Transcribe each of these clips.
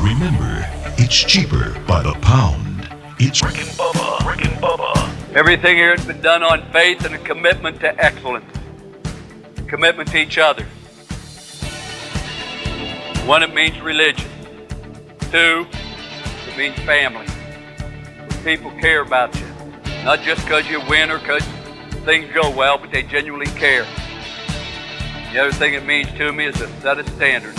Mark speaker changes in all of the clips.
Speaker 1: Remember, it's cheaper by the pound. It's Rick and Bubba. Rick and Bubba.
Speaker 2: Everything here has been done on faith and a commitment to excellence, a commitment to each other. One, it means religion. Two, it means family. People care about you, not just because you win or because things go well, but they genuinely care. The other thing it means to me is a set of standards.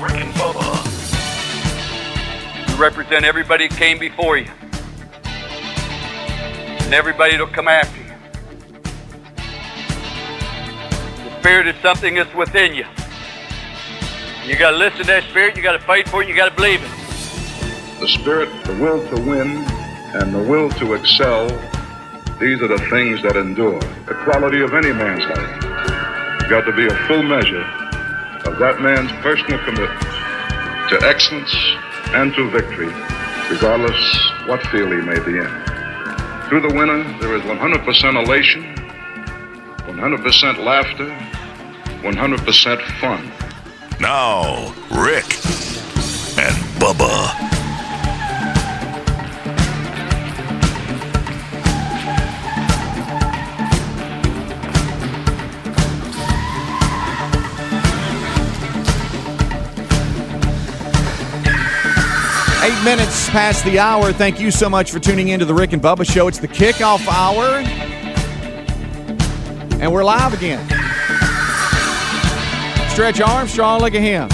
Speaker 1: Rick and Bubba.
Speaker 2: You represent everybody that came before you. And everybody that'll come after you. The spirit is something that's within you. You gotta listen to that spirit, you gotta fight for it, you gotta believe it.
Speaker 3: The spirit, the will to win, and the will to excel, these are the things that endure. The quality of any man's life has got to be a full measure of that man's personal commitment to excellence and to victory, regardless what field he may be in. Through the winner, there is 100% elation, 100% laughter, 100% fun.
Speaker 1: Now, Rick and Bubba.
Speaker 4: Eight minutes past the hour. Thank you so much for tuning in to the Rick and Bubba Show. It's the kickoff hour. And we're live again. Stretch Armstrong, look at him.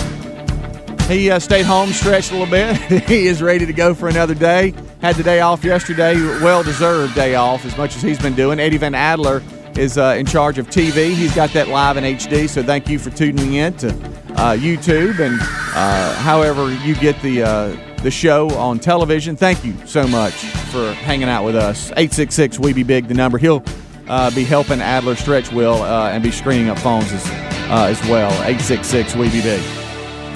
Speaker 4: He uh, stayed home, stretched a little bit. he is ready to go for another day. Had the day off yesterday, well deserved day off, as much as he's been doing. Eddie Van Adler is uh, in charge of TV. He's got that live in HD, so thank you for tuning in to uh, YouTube and uh, however you get the uh, the show on television. Thank you so much for hanging out with us. 866 We Be Big, the number. He'll uh, be helping Adler stretch Will uh, and be screening up phones as, uh, as well. 866 We Be Big.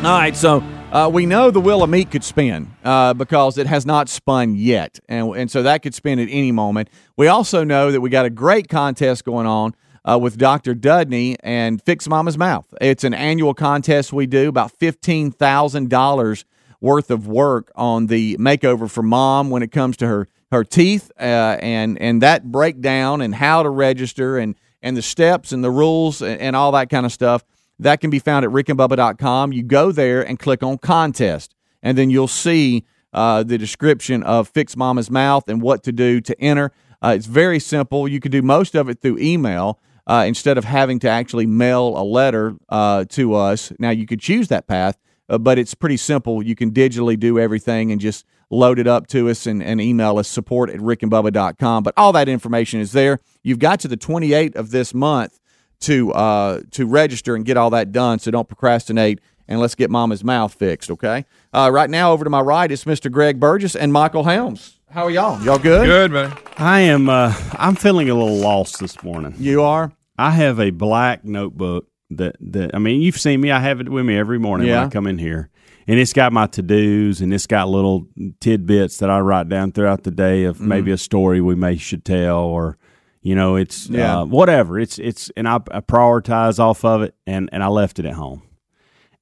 Speaker 4: All right, so uh, we know the wheel of meat could spin uh, because it has not spun yet, and and so that could spin at any moment. We also know that we got a great contest going on uh, with Doctor Dudney and Fix Mama's Mouth. It's an annual contest we do about fifteen thousand dollars worth of work on the makeover for mom when it comes to her her teeth uh, and and that breakdown and how to register and and the steps and the rules and, and all that kind of stuff that can be found at rickandbubba.com. You go there and click on contest, and then you'll see uh, the description of Fix Mama's Mouth and what to do to enter. Uh, it's very simple. You can do most of it through email uh, instead of having to actually mail a letter uh, to us. Now, you could choose that path, uh, but it's pretty simple. You can digitally do everything and just load it up to us and, and email us support at rickandbubba.com. But all that information is there. You've got to the 28th of this month to uh, to register and get all that done. So don't procrastinate and let's get Mama's mouth fixed. Okay. Uh, right now, over to my right is Mr. Greg Burgess and Michael Helms. How are y'all? Y'all good?
Speaker 5: Good, man.
Speaker 6: I am. Uh, I'm feeling a little lost this morning.
Speaker 4: You are.
Speaker 6: I have a black notebook that that I mean, you've seen me. I have it with me every morning
Speaker 4: Yeah.
Speaker 6: when I come in here, and it's got my to dos and it's got little tidbits that I write down throughout the day of
Speaker 4: Mm-hmm.
Speaker 6: maybe a story we may should tell or. You know, it's
Speaker 4: Yeah.
Speaker 6: uh, whatever. It's it's, and I, I prioritize off of it, and and I left it at home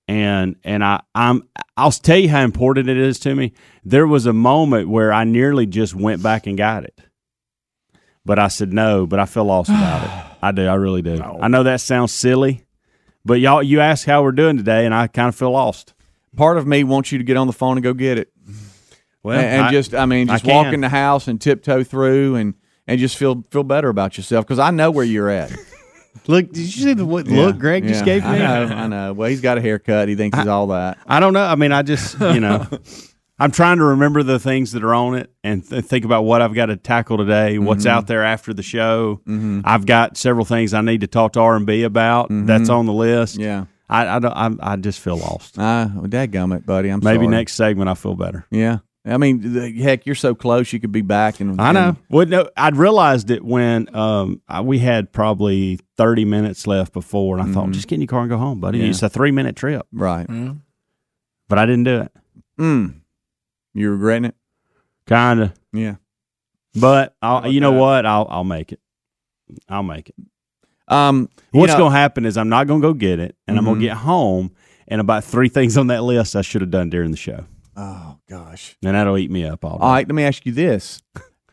Speaker 6: and and I I'm I'll tell you how important it is to me. There was a moment where I nearly just went back and got it, but I said no. But I feel lost about it. I do. I really do. I know that sounds silly, but y'all, you ask how we're doing today, and I kind of feel lost.
Speaker 4: Part of me wants you to get on the phone and go get it,
Speaker 6: Well,
Speaker 4: and, and just I mean,
Speaker 6: I
Speaker 4: just walk
Speaker 6: can.
Speaker 4: in the house and tiptoe through and and just feel feel better about yourself because I know where you're at.
Speaker 6: look. Did you see the
Speaker 7: Mm-hmm.
Speaker 6: what
Speaker 4: Yeah. Yeah. I know, I know. Well, he's got a haircut. He thinks he's all that.
Speaker 6: I don't know. I mean, I just you know, I'm trying to remember the things that are on it and th- think about what I've got to tackle today, what's
Speaker 4: Mm-hmm.
Speaker 6: out there after the show. I've got several things I need to talk to R and B about. That's on the list.
Speaker 4: Mm-hmm. Yeah.
Speaker 6: I I, don't, I, I just feel lost.
Speaker 4: Uh, well, dadgummit, buddy. I'm sorry.
Speaker 6: Maybe next segment I feel better.
Speaker 4: Yeah. I mean, the, heck, you're so close. You could be back. And
Speaker 6: I know.
Speaker 4: and-
Speaker 6: Well, no, I'd realized it when um, I, we had probably 30 minutes left before, and I thought, just get in your car and go home, buddy.
Speaker 4: Mm-hmm. Yeah.
Speaker 6: It's a three minute trip,
Speaker 4: right.
Speaker 6: Mm-hmm. but I didn't do it.
Speaker 4: Mm. You regretting it?
Speaker 6: Kind of.
Speaker 4: Yeah.
Speaker 6: But I'll, you know what? I'll, I'll make it. I'll make it.
Speaker 4: Um. you
Speaker 6: What's
Speaker 4: know-
Speaker 6: going to happen is I'm not going to go get it, and I'm going
Speaker 4: Mhm.
Speaker 6: to get home, and about three things on that list I should have done during the show.
Speaker 4: Oh gosh.
Speaker 6: And that'll eat me up all day.
Speaker 4: All right. Let me ask you this.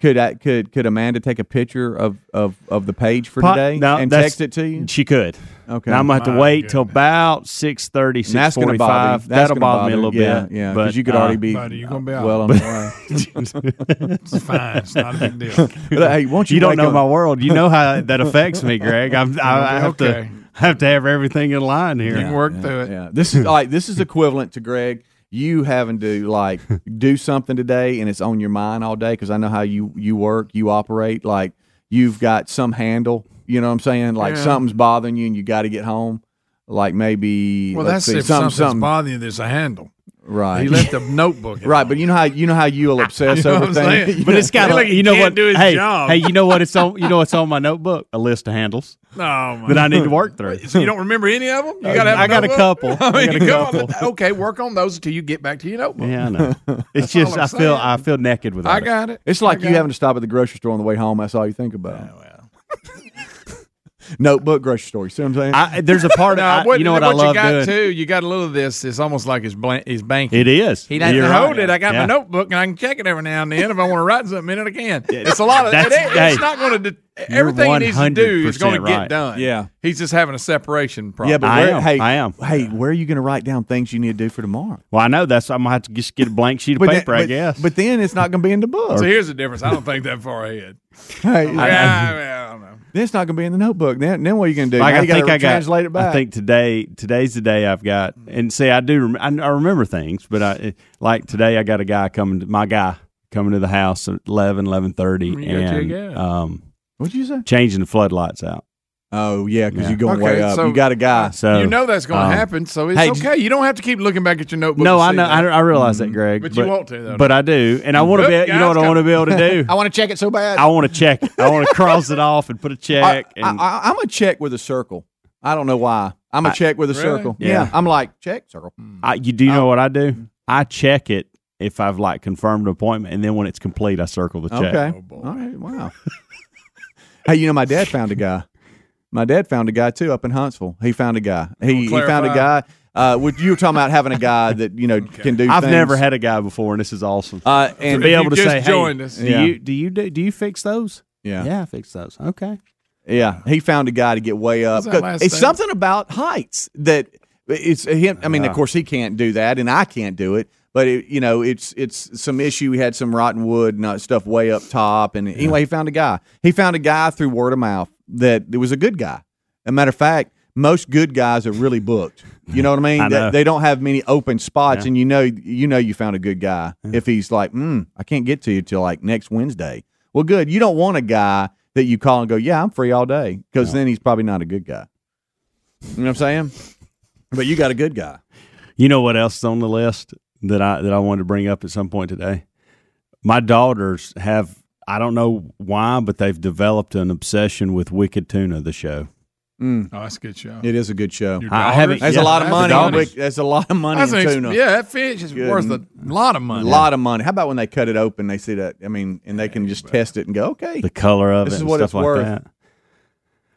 Speaker 4: Could I, could could Amanda take a picture of, of, of the page for
Speaker 6: Po-
Speaker 4: today
Speaker 6: no,
Speaker 4: and
Speaker 6: that's-
Speaker 4: text it to you?
Speaker 6: She could.
Speaker 4: Okay.
Speaker 6: Now I'm gonna have to
Speaker 5: My
Speaker 6: wait till
Speaker 5: goodness.
Speaker 6: about six thirty,
Speaker 4: And that's
Speaker 6: six
Speaker 4: gonna
Speaker 6: forty
Speaker 4: bother.
Speaker 6: five.
Speaker 4: you. That's gonna
Speaker 6: That'll bother me a
Speaker 4: you.
Speaker 6: little
Speaker 4: yeah,
Speaker 6: bit.
Speaker 4: Yeah,
Speaker 6: but,
Speaker 4: because you could
Speaker 6: uh,
Speaker 4: already be
Speaker 5: Buddy, you're gonna be out.
Speaker 4: well on the
Speaker 5: It's fine. It's not a big deal.
Speaker 4: way. But, hey, won't you?
Speaker 6: you don't
Speaker 4: wake
Speaker 6: know
Speaker 4: up-
Speaker 6: my world. You know how that affects me, Greg. I'm, I, I have
Speaker 5: Okay.
Speaker 6: to have to have everything in line here.
Speaker 5: You can work through it.
Speaker 4: Yeah, this is like this is equivalent to Greg. You having to like do something today, and it's on your mind all day because I know how you you work, you operate. Like you've got some handle. You know what I'm saying? Like
Speaker 5: Yeah.
Speaker 4: something's bothering you, and you got to get home. Like maybe
Speaker 5: Well, that's
Speaker 4: let's see,
Speaker 5: if
Speaker 4: something,
Speaker 5: something's
Speaker 4: something,
Speaker 5: bothering you. There's a handle. He
Speaker 4: right,
Speaker 5: left a notebook. at
Speaker 4: right.
Speaker 5: home.
Speaker 4: But you know how you know how you'll obsess
Speaker 5: You know
Speaker 4: over
Speaker 5: what I'm
Speaker 4: things.
Speaker 5: saying?
Speaker 6: But it's got
Speaker 5: He
Speaker 6: like
Speaker 5: like he
Speaker 6: you know
Speaker 5: can't
Speaker 6: what?
Speaker 5: do his
Speaker 6: hey,
Speaker 5: job.
Speaker 6: hey, you know what? It's on. You know what's on my notebook? A list of handles
Speaker 5: oh my
Speaker 6: that I need to work through. Uh,
Speaker 5: So you don't remember any of them? You gotta have
Speaker 6: I got a
Speaker 5: notebook?
Speaker 6: couple. I
Speaker 5: I
Speaker 6: got
Speaker 5: mean,
Speaker 6: a
Speaker 5: come
Speaker 6: couple.
Speaker 5: on. Okay, work on those until you get back to your notebook.
Speaker 6: Yeah, I know. It's
Speaker 5: all
Speaker 6: just
Speaker 5: I'm
Speaker 6: I feel
Speaker 5: saying.
Speaker 6: I feel naked without
Speaker 5: I
Speaker 6: it.
Speaker 5: got it.
Speaker 4: It's
Speaker 5: I
Speaker 4: like
Speaker 5: got
Speaker 4: you having to stop at the grocery store on the way home. That's all you think about. Notebook grocery store. You see what I'm saying?
Speaker 6: I, there's a part.
Speaker 5: No,
Speaker 6: I,
Speaker 5: what,
Speaker 6: you know what, I love
Speaker 5: you got
Speaker 6: doing.
Speaker 5: too. You got a little of this. It's almost like it's blank. It's banking.
Speaker 6: It is.
Speaker 5: He doesn't
Speaker 6: You're
Speaker 5: hold
Speaker 6: right.
Speaker 5: it. I got
Speaker 6: Yeah.
Speaker 5: my notebook and I can check it every now and then. If I want to write something in it, I can. It's a lot of. It,
Speaker 6: That's-
Speaker 5: ain't-
Speaker 6: hey,
Speaker 5: it's not going to. De-
Speaker 6: you're
Speaker 5: everything he needs to do is going
Speaker 6: 100%
Speaker 5: to get
Speaker 6: right.
Speaker 5: done.
Speaker 4: Yeah.
Speaker 5: he's just having a separation problem.
Speaker 4: yeah, but
Speaker 6: I
Speaker 4: where,
Speaker 6: am.
Speaker 4: hey,
Speaker 6: I am.
Speaker 4: Hey, where are you going to write down things you need to do for tomorrow?
Speaker 6: Well, I know that's. I'm gonna have to just get a blank sheet of
Speaker 4: that-
Speaker 6: paper. I guess.
Speaker 4: But then it's not going to be in the book.
Speaker 5: so here's the difference. I don't think that far ahead.
Speaker 4: Hey,
Speaker 5: Yeah, I, mean, I don't know.
Speaker 4: then it's not going to be in the notebook. Then, then what are you going to do?
Speaker 6: Like,
Speaker 4: Now
Speaker 6: I
Speaker 4: you gotta
Speaker 6: think I got.
Speaker 4: translate it back.
Speaker 6: I think today. Today's the day I've got. And see, I do. Rem- I, I remember things, but I like today. I got a guy coming. To, my guy coming to the house at 11, 11.30
Speaker 5: You got
Speaker 6: and
Speaker 5: your guy.
Speaker 6: um,
Speaker 4: What'd you say?
Speaker 6: changing the floodlights out.
Speaker 4: Oh yeah, because
Speaker 6: Yeah.
Speaker 4: you're going
Speaker 5: Okay,
Speaker 4: way up.
Speaker 5: so-
Speaker 4: you got a guy.
Speaker 6: So
Speaker 5: you know that's going to
Speaker 6: um,
Speaker 5: happen, so it's
Speaker 6: hey,
Speaker 5: okay. You don't have to keep looking back at your notebook.
Speaker 6: No,
Speaker 5: to
Speaker 6: I
Speaker 5: see
Speaker 6: know. I,
Speaker 5: that. Mm-hmm.
Speaker 6: I realize that, Greg.
Speaker 5: But you want to, though,
Speaker 6: But I do, and I want to
Speaker 5: Good
Speaker 6: be. You
Speaker 5: guys
Speaker 6: know what I
Speaker 5: got-
Speaker 6: want to be able to do.
Speaker 4: want to check it so bad.
Speaker 6: I want to check. it. I want to cross it off and put a check.
Speaker 4: I,
Speaker 6: and
Speaker 4: I, am a check with a circle. I don't know why. I'm a check with a
Speaker 5: Really?
Speaker 4: circle.
Speaker 6: Yeah. Mm. Oh.
Speaker 4: I'm like check circle.
Speaker 6: I, you do know what I do? I check it if I've like confirmed an appointment, and then when it's complete, I circle the check.
Speaker 4: Okay. All right. Wow. hey, you know, my dad found a guy. My dad found a guy too up in Huntsville. He found a guy. He, he found a
Speaker 5: clarify.
Speaker 4: guy. Uh, would you were talking about having a guy that you know can do?
Speaker 6: I've
Speaker 4: things.
Speaker 6: never had a guy before, and this is awesome.
Speaker 4: Uh,
Speaker 6: to
Speaker 4: and
Speaker 6: be
Speaker 5: you
Speaker 6: able to
Speaker 5: just
Speaker 6: say,
Speaker 5: joined
Speaker 6: "Hey,
Speaker 5: us.
Speaker 6: do
Speaker 4: Yeah.
Speaker 6: you do you do, do you fix those?
Speaker 4: yeah.
Speaker 6: yeah, I fix those. Okay,
Speaker 4: Yeah, he found a guy to get way up.
Speaker 5: What's that
Speaker 4: 'Cause
Speaker 5: last
Speaker 4: It's
Speaker 5: thing?
Speaker 4: something about heights that it's uh, him. I mean, of course, he can't do that, and I can't do it. But it, you know, it's it's some issue. We had some rotten wood and uh, stuff way up top. And anyway, he found a guy. He found a guy through word of mouth that it was a good guy. a matter of fact, most good guys are really booked. You know what I mean?
Speaker 6: I
Speaker 4: They-
Speaker 6: know.
Speaker 4: They, don't have many open spots, and you know, you know, you found a good guy if he's like, mm, I can't get to you till like next Wednesday. Well, good. You don't want a guy that you call and go, yeah, I'm free all day, because then he's probably not a good guy. You know what I'm saying? But you got a good guy.
Speaker 6: you know what else is on the list that I that I wanted to bring up at some point today? My daughters have I don't know why, but they've developed an obsession with Wicked Tuna, the show.
Speaker 5: Oh, that's a good show.
Speaker 4: Mm. It is a good show.
Speaker 5: Your
Speaker 6: I
Speaker 5: daughters?
Speaker 6: haven't-
Speaker 4: That's
Speaker 6: Yeah,
Speaker 4: a lot of
Speaker 6: that's
Speaker 4: money.
Speaker 6: dollars.
Speaker 4: Rick. That's a lot of money
Speaker 5: That's
Speaker 4: in
Speaker 5: an ex-
Speaker 4: tuna.
Speaker 5: yeah, that fish is
Speaker 4: Good.
Speaker 5: worth a lot of
Speaker 4: A
Speaker 5: money.
Speaker 4: lot of money. How about when they cut it open? They see that. I mean, and they can just test it and go, okay.
Speaker 6: The color of
Speaker 4: This
Speaker 6: it
Speaker 4: is
Speaker 6: and
Speaker 4: what
Speaker 6: stuff
Speaker 4: it's
Speaker 6: like
Speaker 4: worth.
Speaker 6: that.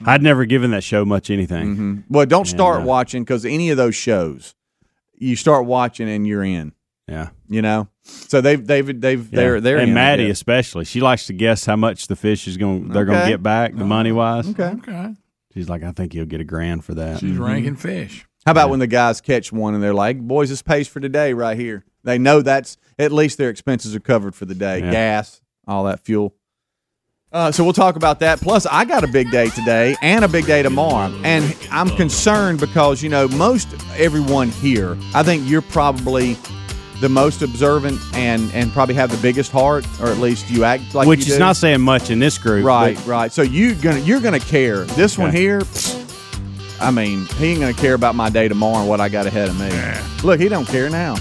Speaker 6: I'd never given that show much anything.
Speaker 4: Mhm. Well, don't start
Speaker 6: uh,
Speaker 4: watching because any of those shows, you start watching and you're in.
Speaker 6: Yeah.
Speaker 4: You know, so they've they've they've they're
Speaker 6: Yeah.
Speaker 4: they're in,
Speaker 6: and
Speaker 4: I
Speaker 6: Maddie
Speaker 4: guess.
Speaker 6: especially. She likes to guess how much the fish is going. They're going
Speaker 4: Okay. Uh-huh.
Speaker 6: to get back the money wise.
Speaker 4: Okay.
Speaker 5: Okay.
Speaker 6: She's like, I think you'll get a grand for that.
Speaker 4: Mm-hmm.
Speaker 5: She's ranking fish.
Speaker 4: How about when the guys catch one and they're like, "Boys, this pays for today right here." They know that's at least their expenses are covered for the day,
Speaker 6: Yeah.
Speaker 4: gas, all that fuel. Uh, so we'll talk about that. Plus, I got a big day today and a big day tomorrow, and I'm concerned because you know most everyone here. I think you're probably the most observant and and probably have the biggest heart, or at least you act like
Speaker 6: Which
Speaker 4: you
Speaker 6: is
Speaker 4: do.
Speaker 6: not saying much in this group.
Speaker 4: Right,
Speaker 6: but
Speaker 4: right. So you gonna you're gonna care. This one
Speaker 6: Okay.
Speaker 4: here, I mean, he ain't gonna care about my day tomorrow and what I got ahead of me. Look, he don't care now.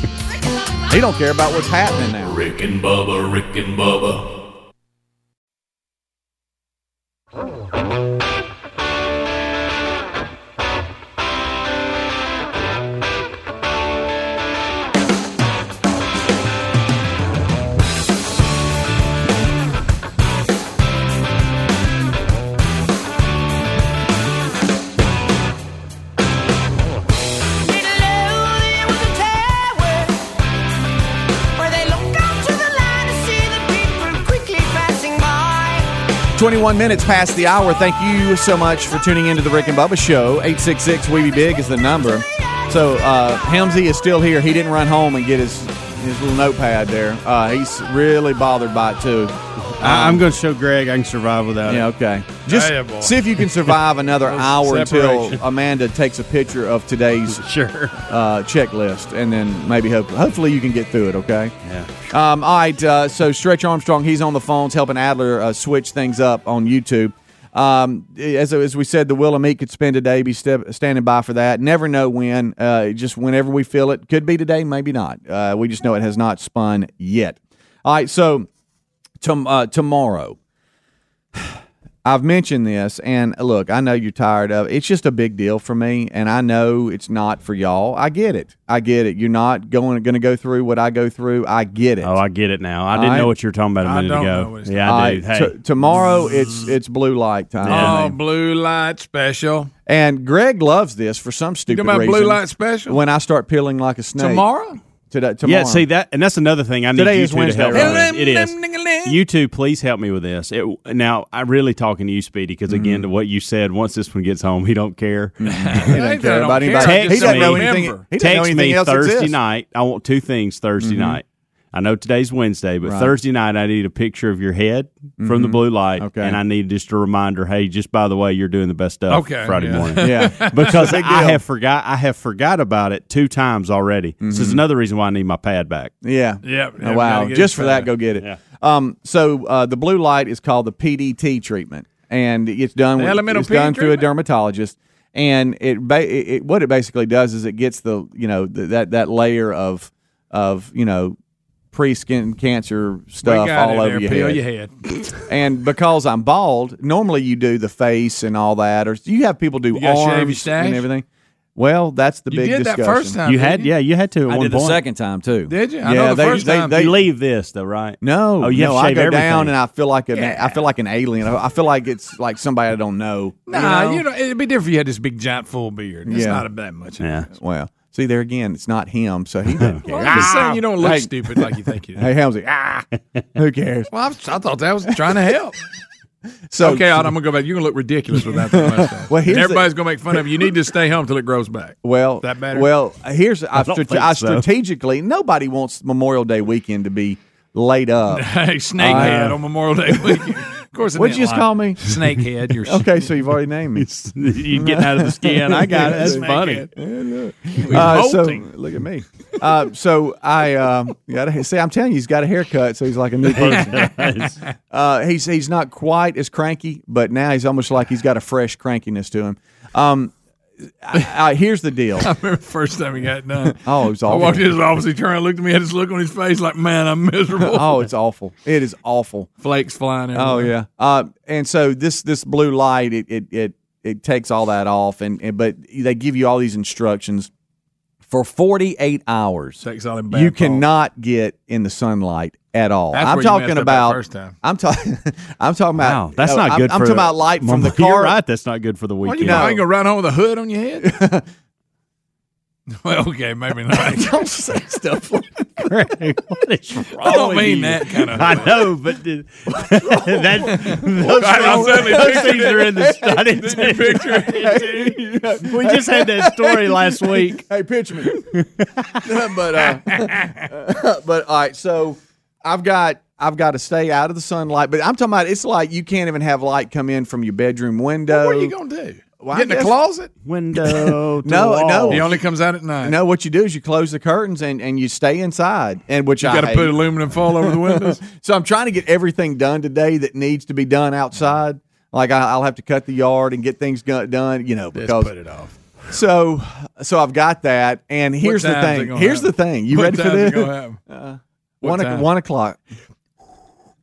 Speaker 4: he don't care about what's happening now.
Speaker 8: Rick and Bubba, Rick and Bubba.
Speaker 9: Rick
Speaker 4: 21 minutes past the hour. Thank you so much for tuning into the Rick and Bubba Show. 866 We Be Big is the number. So, uh, Helmsy is still here. He didn't run home and get his, his little notepad there. Uh, he's really bothered by it, too. Um,
Speaker 6: I, I'm going to show Greg I can survive without
Speaker 4: Yeah,
Speaker 6: it.
Speaker 4: okay. Just
Speaker 5: Yeah, boy.
Speaker 4: see if you can survive another hour until
Speaker 6: separation.
Speaker 4: Amanda takes a picture of today's
Speaker 6: Sure.
Speaker 4: uh, checklist, and then maybe hope, hopefully you can get through it. Okay.
Speaker 6: Yeah.
Speaker 4: Um, all right. Uh, so Stretch Armstrong, he's on the phones helping Adler uh, switch things up on YouTube. Um, as as we said, the will of meat could spend a day. Be step, standing by for that. Never know when. Uh, just whenever we feel it. Could be today. Maybe not. Uh, we just know it has not spun yet. All right. So tom- uh, tomorrow. I've mentioned this, and look, I know you're tired of it. It's just a big deal for me, and I know it's not for y'all. I get it. I get it. You're not going going to go through what I go through. I get it.
Speaker 6: Oh, I get it now. I didn't
Speaker 4: I-
Speaker 6: know what you were talking about a
Speaker 5: I
Speaker 6: minute
Speaker 5: don't
Speaker 6: ago.
Speaker 5: know what it's
Speaker 6: yeah,
Speaker 4: All
Speaker 6: I
Speaker 4: right,
Speaker 6: do. Hey,
Speaker 4: t- tomorrow it's it's blue light time,
Speaker 6: Yeah.
Speaker 5: Oh, blue light special.
Speaker 4: and Greg loves this for some
Speaker 5: You
Speaker 4: stupid
Speaker 5: talking about
Speaker 4: reason.
Speaker 5: blue light special?
Speaker 4: When I start peeling like a snake
Speaker 5: Tomorrow?
Speaker 4: today, tomorrow.
Speaker 6: yeah, see that, and that's another thing I need
Speaker 4: Today
Speaker 6: you
Speaker 4: is
Speaker 6: two
Speaker 4: Wednesday,
Speaker 6: to help.
Speaker 4: right?
Speaker 6: me with. It is. You two, please help me with this. It, now, I'm really talking to you, Speedy, because again, to what you said, once this one gets home, he don't care.
Speaker 4: Mm-hmm. he doesn't
Speaker 5: Ain't
Speaker 4: care
Speaker 5: that
Speaker 4: about
Speaker 5: don't
Speaker 4: anybody.
Speaker 5: care,
Speaker 4: he
Speaker 6: just
Speaker 4: doesn't know
Speaker 6: remember.
Speaker 4: anything. He doesn't know
Speaker 6: Text
Speaker 4: anything
Speaker 6: me
Speaker 4: else
Speaker 6: Thursday
Speaker 4: exists. Mm-hmm.
Speaker 6: night. I want two things Thursday night. I know today's Wednesday, but
Speaker 4: Right. Mm-hmm.
Speaker 6: Thursday night I need a picture of your head from the blue light,
Speaker 4: Okay.
Speaker 6: and I need just a reminder. Hey, just by the way, you're doing the best stuff.
Speaker 5: Okay,
Speaker 6: Friday
Speaker 5: yeah.
Speaker 6: morning.
Speaker 4: Yeah,
Speaker 6: because
Speaker 4: big
Speaker 6: I
Speaker 4: deal.
Speaker 6: have forgot I have forgot about it two times already. This is another reason why I need my pad back.
Speaker 4: Mm-hmm. yeah,
Speaker 5: Yep,
Speaker 4: Oh,
Speaker 5: yeah, we
Speaker 4: wow,
Speaker 5: gotta get
Speaker 4: just
Speaker 5: it
Speaker 4: for that,
Speaker 5: started.
Speaker 4: go get it.
Speaker 6: Yeah.
Speaker 4: Um, so uh, the blue light is called the PDT treatment, and it's done.
Speaker 5: The
Speaker 4: with-
Speaker 5: elemental
Speaker 4: it's done
Speaker 5: PDT
Speaker 4: through a
Speaker 5: treatment?
Speaker 4: dermatologist, and it, ba- it, it what it basically does is it gets the you know th- that that layer of of you know pre skin cancer
Speaker 5: We
Speaker 4: stuff
Speaker 5: got
Speaker 4: all
Speaker 5: it
Speaker 4: over
Speaker 5: there.
Speaker 4: your
Speaker 5: Peel
Speaker 4: head.
Speaker 5: your head.
Speaker 4: And because I'm bald, normally you do the face and all that, or you have people do
Speaker 5: You gotta shave your
Speaker 4: arms and
Speaker 5: stash?
Speaker 4: everything. Well, that's the
Speaker 5: You
Speaker 4: big
Speaker 5: did
Speaker 4: discussion.
Speaker 5: that first time.
Speaker 6: you
Speaker 5: didn't
Speaker 6: had yeah, you had to at
Speaker 4: I
Speaker 6: one
Speaker 4: did
Speaker 6: point.
Speaker 4: the second time too.
Speaker 5: Did you?
Speaker 4: Yeah,
Speaker 5: I know the
Speaker 4: they,
Speaker 5: first
Speaker 4: they,
Speaker 5: time.
Speaker 4: they
Speaker 6: you leave this though, right?
Speaker 4: no.
Speaker 6: Oh, you have
Speaker 4: no,
Speaker 6: to
Speaker 4: I
Speaker 6: shave
Speaker 4: go
Speaker 6: everything.
Speaker 4: down and I feel like an
Speaker 5: Yeah.
Speaker 4: I feel like an alien. I I feel like it's like somebody I don't know.
Speaker 5: Nah,
Speaker 4: you
Speaker 5: you
Speaker 4: know?
Speaker 5: know, it'd be different if you had this big giant full beard. It's
Speaker 4: Yeah.
Speaker 5: not that much.
Speaker 6: Yeah.
Speaker 4: Well, see there again, it's not him, so he doesn't care.
Speaker 5: Well, I'm just saying you don't look
Speaker 4: Hey.
Speaker 5: stupid like you think Ah, you do.
Speaker 4: Hey, Helmsy, ah, who cares?
Speaker 5: Well, I, was- I thought that was trying to help.
Speaker 4: So
Speaker 5: okay, Otto, I'm gonna go back. You're gonna look ridiculous without that mustache.
Speaker 4: Well,
Speaker 5: well,
Speaker 4: here's the-
Speaker 5: everybody's gonna make fun of you. You need to stay home till it grows back.
Speaker 4: Well,
Speaker 5: That better?
Speaker 4: Well, here's I,
Speaker 6: don't
Speaker 4: strate-
Speaker 6: think
Speaker 4: I
Speaker 6: so.
Speaker 4: strategically nobody wants Memorial Day weekend to be laid up. Uh,
Speaker 5: hey, snakehead on Memorial Day weekend. Of course, it
Speaker 4: What'd
Speaker 5: didn't
Speaker 4: you just
Speaker 5: lie.
Speaker 4: call me?
Speaker 5: Snakehead. You're
Speaker 4: Okay, so you've already named me.
Speaker 6: you getting out of the skin. I got it. That's
Speaker 5: Snakehead.
Speaker 6: funny.
Speaker 4: Uh, so
Speaker 5: Revolting.
Speaker 4: look at me. Uh, so I um, got a, see. I'm telling you, he's got a haircut, so he's like a new person. uh, he's he's not quite as cranky, but now he's almost like he's got a fresh crankiness to him. Um, I, I, here's the deal.
Speaker 5: I remember the first time he got done.
Speaker 4: Oh, it's
Speaker 5: I
Speaker 4: awful.
Speaker 5: walked in his office. He turned, and looked at me, had this look on his face, like, "Man, I'm miserable."
Speaker 4: Oh, it's awful. It is awful.
Speaker 5: Flakes flying. Everywhere.
Speaker 4: Oh yeah. Uh, and so this this blue light it it it, it takes all that off, and, and but they give you all these instructions for 48 hours.
Speaker 5: Takes all them. Bad
Speaker 4: you
Speaker 5: balls.
Speaker 4: cannot get in the sunlight at all.
Speaker 5: That's
Speaker 4: I'm
Speaker 5: where you messed
Speaker 4: talking
Speaker 5: up that
Speaker 4: about
Speaker 5: first time.
Speaker 4: I'm talking. I'm talking about.
Speaker 6: Wow, that's
Speaker 4: no,
Speaker 6: not
Speaker 4: I'm-
Speaker 6: good.
Speaker 4: I'm,
Speaker 6: for
Speaker 4: talking about light from the car.
Speaker 6: You're right. That's not good for the
Speaker 5: Why
Speaker 6: weekend.
Speaker 5: you
Speaker 4: No.
Speaker 5: not gonna run home with a hood on your head? well, okay, maybe not.
Speaker 4: Don't say stuff. like that.
Speaker 6: Greg, what is wrong
Speaker 5: I don't
Speaker 6: with
Speaker 5: mean
Speaker 6: you?
Speaker 5: that kind of.
Speaker 6: I know, but did, that those,
Speaker 5: I suddenly
Speaker 6: those
Speaker 5: pictured
Speaker 6: things are in the study. we just had that story last week.
Speaker 4: hey, pitch me. but uh, but all right. So I've got I've got to stay out of the sunlight. But I'm talking about. It's like you can't even have light come in from your bedroom window.
Speaker 5: What are you gonna do?
Speaker 4: Well, I
Speaker 5: Get in the
Speaker 4: guess-
Speaker 5: closet?
Speaker 6: Window. to
Speaker 4: No,
Speaker 6: wall.
Speaker 4: no.
Speaker 5: He only comes out at night.
Speaker 4: No, what you do is you close the curtains and, and you stay inside. And which
Speaker 5: you
Speaker 4: I
Speaker 5: got to
Speaker 4: hate.
Speaker 5: put aluminum foil over the windows.
Speaker 4: So I'm trying to get everything done today that needs to be done outside. Like I, I'll have to cut the yard and get things go- done, you know,
Speaker 5: Just
Speaker 4: because
Speaker 5: put it off.
Speaker 4: so so I've got that. And here's the
Speaker 5: time's it
Speaker 4: thing.
Speaker 5: gonna
Speaker 4: Here's the
Speaker 5: happen?
Speaker 4: thing. You
Speaker 5: What
Speaker 4: ready for
Speaker 5: time's it
Speaker 4: this? Uh,
Speaker 5: gonna happen? What
Speaker 4: one, o-
Speaker 5: time?
Speaker 4: one o'clock.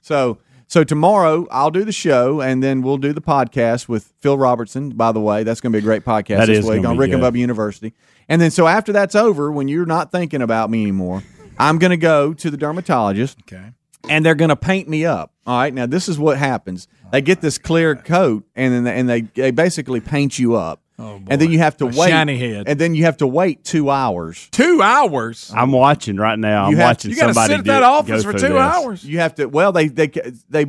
Speaker 4: So so tomorrow I'll do the show and then we'll do the podcast with Phil Robertson. By the way, that's going to be a great podcast
Speaker 6: That
Speaker 4: this
Speaker 6: is
Speaker 4: week
Speaker 6: gonna
Speaker 4: on
Speaker 6: be
Speaker 4: Rick and
Speaker 6: good.
Speaker 4: Bubba University. And then so after that's over, when you're not thinking about me anymore, I'm going to go to the dermatologist
Speaker 5: Okay.
Speaker 4: and they're going to paint me up. All right. Now this is what happens. They get this clear coat and then and they, they basically paint you up.
Speaker 5: Oh, boy.
Speaker 4: And then you have
Speaker 5: A
Speaker 4: to wait.
Speaker 5: shiny head.
Speaker 4: And then you have to wait two hours.
Speaker 5: Two hours.
Speaker 6: I'm watching right now. I'm
Speaker 4: You have-
Speaker 6: watching
Speaker 5: you got to
Speaker 6: somebody
Speaker 5: sit at
Speaker 6: do-
Speaker 5: that office
Speaker 6: go
Speaker 5: for two
Speaker 6: through this.
Speaker 5: hours.
Speaker 4: You have to. Well, they they they.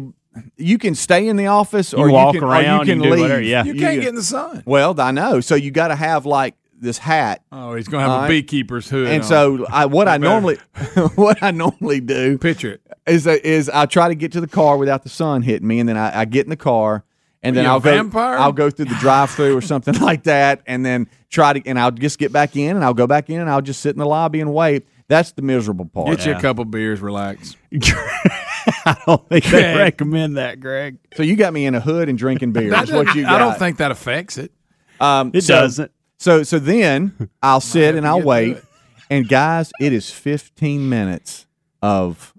Speaker 4: You can stay in the office,
Speaker 6: You
Speaker 4: or
Speaker 6: walk
Speaker 4: you can,
Speaker 6: around,
Speaker 4: or
Speaker 6: you
Speaker 4: you can
Speaker 6: do
Speaker 4: leave.
Speaker 6: whatever, yeah.
Speaker 5: You can't get in the sun.
Speaker 4: Well, I know. So you got to have like this hat,
Speaker 5: Oh, he's gonna have
Speaker 4: All right.
Speaker 5: a beekeeper's hood.
Speaker 4: and
Speaker 5: on.
Speaker 4: so I what I
Speaker 5: better.
Speaker 4: normally what I normally do
Speaker 5: picture it.
Speaker 4: is uh, is I try to get to the car without the sun hitting me, and then I, I get in the car, and then
Speaker 5: You a
Speaker 4: I'll go
Speaker 5: vampire?
Speaker 4: I'll go through the drive-through or something like that, and then try to and I'll just get back in, and I'll go back in, and I'll just sit in the lobby and wait. That's the miserable part.
Speaker 5: Get you a couple beers, relax.
Speaker 6: I don't think they
Speaker 5: Greg.
Speaker 6: recommend that, Greg.
Speaker 4: So you got me in a hood and drinking beer.
Speaker 5: That
Speaker 4: That's what you
Speaker 5: doesn't- I
Speaker 4: got.
Speaker 5: don't think that affects it.
Speaker 4: um,
Speaker 6: It
Speaker 4: so-
Speaker 6: doesn't.
Speaker 4: So so then I'll sit and
Speaker 5: to
Speaker 4: I'll
Speaker 5: get to
Speaker 4: wait.
Speaker 5: it.
Speaker 4: And guys, it is 15 minutes of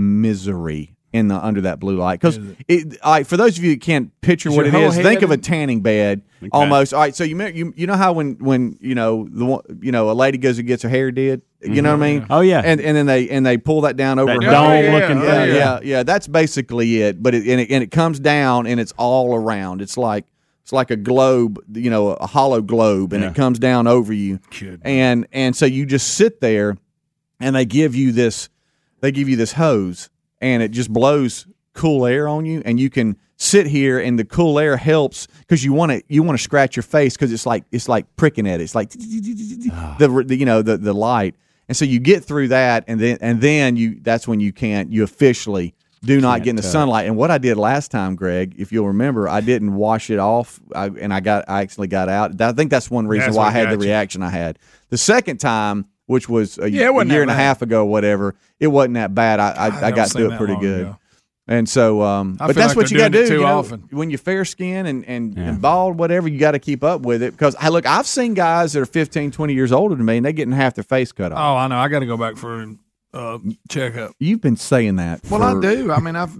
Speaker 4: misery in the under that blue light because it like for those of you that can't picture what it
Speaker 5: your whole
Speaker 4: is, think
Speaker 5: head
Speaker 4: of a
Speaker 5: in-
Speaker 4: tanning bed almost. All right, so you me- you you know how when when you know the one- you know a lady goes and gets her hair did, you know what I mean?
Speaker 6: Oh, yeah.
Speaker 4: and and then they and they pull that down over
Speaker 6: That
Speaker 4: her
Speaker 6: dome
Speaker 4: head.
Speaker 6: looking
Speaker 4: yeah,
Speaker 6: thing.
Speaker 4: Yeah, yeah, That's basically it. But it and, it and it comes down and it's all around. It's like it's like a globe, you know, a hollow globe, and
Speaker 6: Yeah.
Speaker 4: it comes down over you. And and so you just sit there, and they give you this, they give you this hose, and it just blows cool air on you, and you can sit here, and the cool air helps because you want to you want to scratch your face because it's like it's like pricking at it. It's like the, the you know the the light. And so you get through that, and then and then you that's when you can't you officially do not get in the sunlight. And what I did last time, Greg, if you'll remember, I didn't wash it off, I, and I got I actually got out. That- I think that's one reason
Speaker 5: That's
Speaker 4: why I
Speaker 5: what
Speaker 4: had the
Speaker 5: got you.
Speaker 4: reaction I had. The second time, which was a,
Speaker 5: Yeah, it
Speaker 4: a
Speaker 5: wasn't
Speaker 4: year
Speaker 5: that
Speaker 4: and a
Speaker 5: bad.
Speaker 4: half ago, whatever, it wasn't that bad. I I,
Speaker 5: God,
Speaker 4: I,
Speaker 5: that
Speaker 4: got
Speaker 5: was
Speaker 4: through
Speaker 5: that
Speaker 4: it pretty
Speaker 5: long
Speaker 4: good.
Speaker 5: ago.
Speaker 4: And so, um,
Speaker 5: I
Speaker 4: but
Speaker 5: feel
Speaker 4: that's
Speaker 5: like
Speaker 4: what you
Speaker 5: they're
Speaker 4: got to
Speaker 5: doing it
Speaker 4: do
Speaker 5: too
Speaker 4: you know,
Speaker 5: often.
Speaker 4: when you're fair skinned and, and,
Speaker 6: Yeah.
Speaker 4: and bald, whatever, you got to keep up with it. Because, I look, I've seen guys that are 15, 20 years older than me and they're getting half their face cut off.
Speaker 5: Oh, I know. I got to go back for a uh, checkup.
Speaker 4: You've been saying that.
Speaker 5: Well, I
Speaker 4: for-
Speaker 5: do. I mean, I've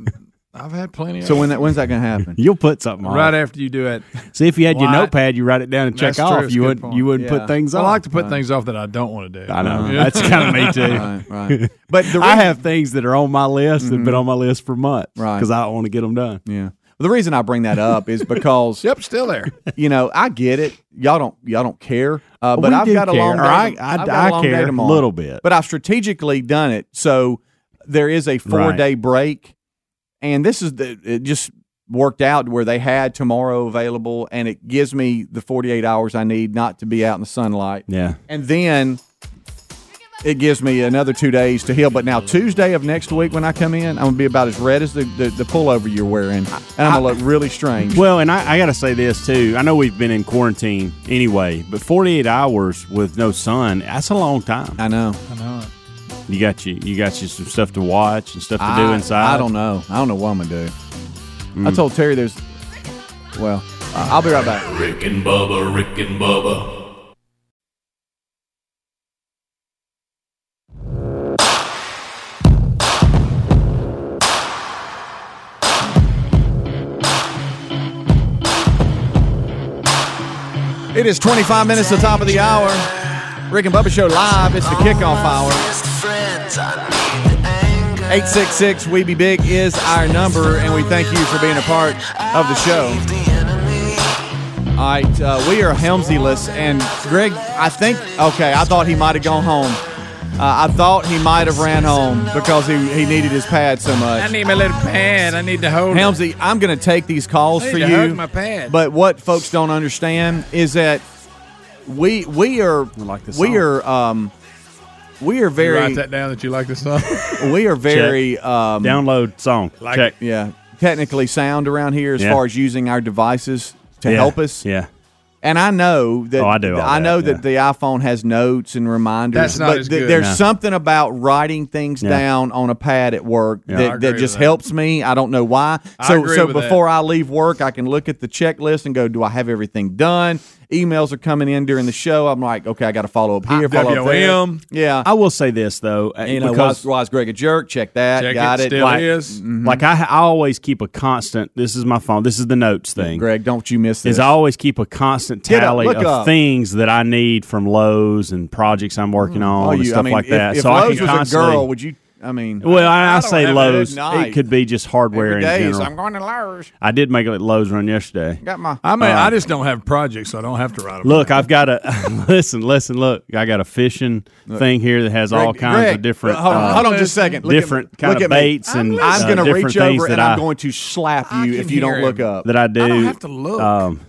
Speaker 5: I've had plenty. Of
Speaker 4: So, when that, when's that going to happen?
Speaker 6: You'll put something on.
Speaker 5: right after you do it,
Speaker 6: See if you had your
Speaker 5: Why-
Speaker 6: notepad, you write it down and check
Speaker 5: That's true.
Speaker 6: off.
Speaker 5: It's a
Speaker 6: You
Speaker 5: good
Speaker 6: would
Speaker 5: point.
Speaker 6: you would
Speaker 4: Yeah.
Speaker 6: put things
Speaker 5: I
Speaker 6: on.
Speaker 5: like to put things off that I don't want to do.
Speaker 6: I know
Speaker 5: Yeah.
Speaker 6: that's kind of me too.
Speaker 4: right, right.
Speaker 6: But
Speaker 4: the reason-
Speaker 6: I
Speaker 4: Mm-hmm.
Speaker 6: have things that are on my list that've been on my list for months,
Speaker 4: Right.
Speaker 6: Because I don't want to get them done.
Speaker 4: Yeah. Well, the reason I bring that up is because
Speaker 5: Yep, still there.
Speaker 4: you know I get it. Y'all don't y'all don't care. Uh, but
Speaker 6: We
Speaker 4: I've
Speaker 6: do
Speaker 4: got a
Speaker 6: care,
Speaker 4: long day.
Speaker 6: or I-
Speaker 4: to-
Speaker 6: I-
Speaker 4: I've got
Speaker 6: I
Speaker 4: a long day
Speaker 6: care a
Speaker 4: tomorrow.
Speaker 6: little bit.
Speaker 4: But I've strategically done it so there is a four day break, and this is the it just worked out where they had tomorrow available, and it gives me the forty eight hours I need not to be out in the sunlight.
Speaker 6: Yeah,
Speaker 4: And then it gives me another two days to heal. But now Tuesday of next week when I come in, I'm gonna be about as red as the, the, the pullover you're wearing. And I'm gonna look really strange.
Speaker 6: Well, and I, I got to say this too. I know we've been in quarantine anyway, but 48 hours with no sun, that's a long time.
Speaker 4: I know.
Speaker 6: You got you, you got you some stuff to watch and stuff to do
Speaker 4: I-
Speaker 6: inside. Mm.
Speaker 4: I don't know. I don't know what I'm gonna do. I told Terry there's well, Uh, I'll be right back.
Speaker 8: Rick and Bubba, Rick and Bubba,
Speaker 4: It is 25 minutes to the top of the hour. Rick and Bubba Show live. It's the kickoff hour. 866 We Be Big is our number, and we thank you for being a part of the show. All right, uh, we are Helmsley-less, and Greg, I think, okay, I thought he might have gone home. Uh, I thought he might have ran home because he, he needed his pad so much.
Speaker 5: need my little pad. I need to hold. it.
Speaker 4: Helmsy, I'm going to take these calls
Speaker 5: I need
Speaker 4: for
Speaker 5: to
Speaker 4: you.
Speaker 5: hug my pad.
Speaker 4: But what folks don't understand is that we we are
Speaker 6: like this
Speaker 4: we
Speaker 6: song.
Speaker 4: are um we are
Speaker 5: You
Speaker 4: very
Speaker 5: write that down that you like the song.
Speaker 4: we are very um
Speaker 6: download song.
Speaker 5: Like
Speaker 6: Check.
Speaker 4: yeah technically sound around here as
Speaker 6: Yeah.
Speaker 4: far as using our devices to
Speaker 6: Yeah.
Speaker 4: help us.
Speaker 6: Yeah.
Speaker 4: And I know that
Speaker 6: Oh, I do all
Speaker 4: I
Speaker 6: that,
Speaker 4: know
Speaker 6: yeah.
Speaker 4: that the iPhone has notes and reminders.
Speaker 5: That's not
Speaker 4: but
Speaker 5: as
Speaker 4: th-
Speaker 5: good.
Speaker 4: there's
Speaker 6: No.
Speaker 4: something about writing things
Speaker 6: Yeah.
Speaker 4: down on a pad at work
Speaker 6: Yeah.
Speaker 5: I
Speaker 4: that,
Speaker 5: agree
Speaker 4: that
Speaker 5: with
Speaker 4: just
Speaker 5: that.
Speaker 4: helps me. I don't know why.
Speaker 5: I
Speaker 4: So
Speaker 5: agree
Speaker 4: so
Speaker 5: with that.
Speaker 4: before I leave work, I can look at the checklist and go, do I have everything done? Emails are coming in during the show. I'm like, okay, I got to follow up here, follow up there.
Speaker 5: WM.
Speaker 4: Yeah.
Speaker 6: I will say this though, uh,
Speaker 4: you know, why,
Speaker 6: because
Speaker 4: is- why is Greg a jerk? Check that.
Speaker 5: Check
Speaker 4: got
Speaker 5: it,
Speaker 4: it.
Speaker 5: still
Speaker 4: Like, mm-hmm.
Speaker 5: is.
Speaker 6: like I, I always keep a constant. This is my phone. This is the notes thing.
Speaker 4: Greg, don't you miss this.
Speaker 6: Is I always keep a constant
Speaker 4: Get up,
Speaker 6: tally
Speaker 4: look
Speaker 6: of
Speaker 4: up.
Speaker 6: things that I need from Lowe's and projects I'm working on
Speaker 4: Oh,
Speaker 6: and
Speaker 4: you,
Speaker 6: stuff
Speaker 4: I mean,
Speaker 6: like
Speaker 4: if,
Speaker 6: that.
Speaker 4: If
Speaker 6: so I
Speaker 4: Lowe's was
Speaker 6: can
Speaker 4: a
Speaker 6: constantly.
Speaker 4: girl, would you? I mean,
Speaker 6: well, I, I,
Speaker 4: I don't
Speaker 6: say
Speaker 4: have it at
Speaker 6: Lowe's.
Speaker 4: night.
Speaker 6: It could be just hardware
Speaker 4: every
Speaker 6: in
Speaker 4: day is,
Speaker 6: general.
Speaker 4: I'm going to Lowe's.
Speaker 6: I did make it at Lowe's run yesterday.
Speaker 4: Got my.
Speaker 5: I mean, I just don't have projects, so I don't have to write them.
Speaker 6: Look, I've got a listen, listen, look. I got a fishing thing here that has all
Speaker 4: Greg-
Speaker 6: kinds
Speaker 4: Greg,
Speaker 6: of different.
Speaker 4: Hold on,
Speaker 6: uh,
Speaker 4: hold on just a second. Look at-
Speaker 6: different
Speaker 4: look
Speaker 6: kind
Speaker 4: at
Speaker 6: of
Speaker 4: me.
Speaker 6: baits and
Speaker 4: I'm
Speaker 6: uh,
Speaker 4: going to
Speaker 6: different
Speaker 4: reach
Speaker 6: things
Speaker 4: over
Speaker 6: that
Speaker 4: and
Speaker 6: I
Speaker 4: I'm going to slap
Speaker 5: I
Speaker 4: you
Speaker 5: can
Speaker 4: if you don't
Speaker 5: hear
Speaker 4: look
Speaker 5: him.
Speaker 4: up.
Speaker 6: that I do.
Speaker 5: I don't have to look.
Speaker 6: Um,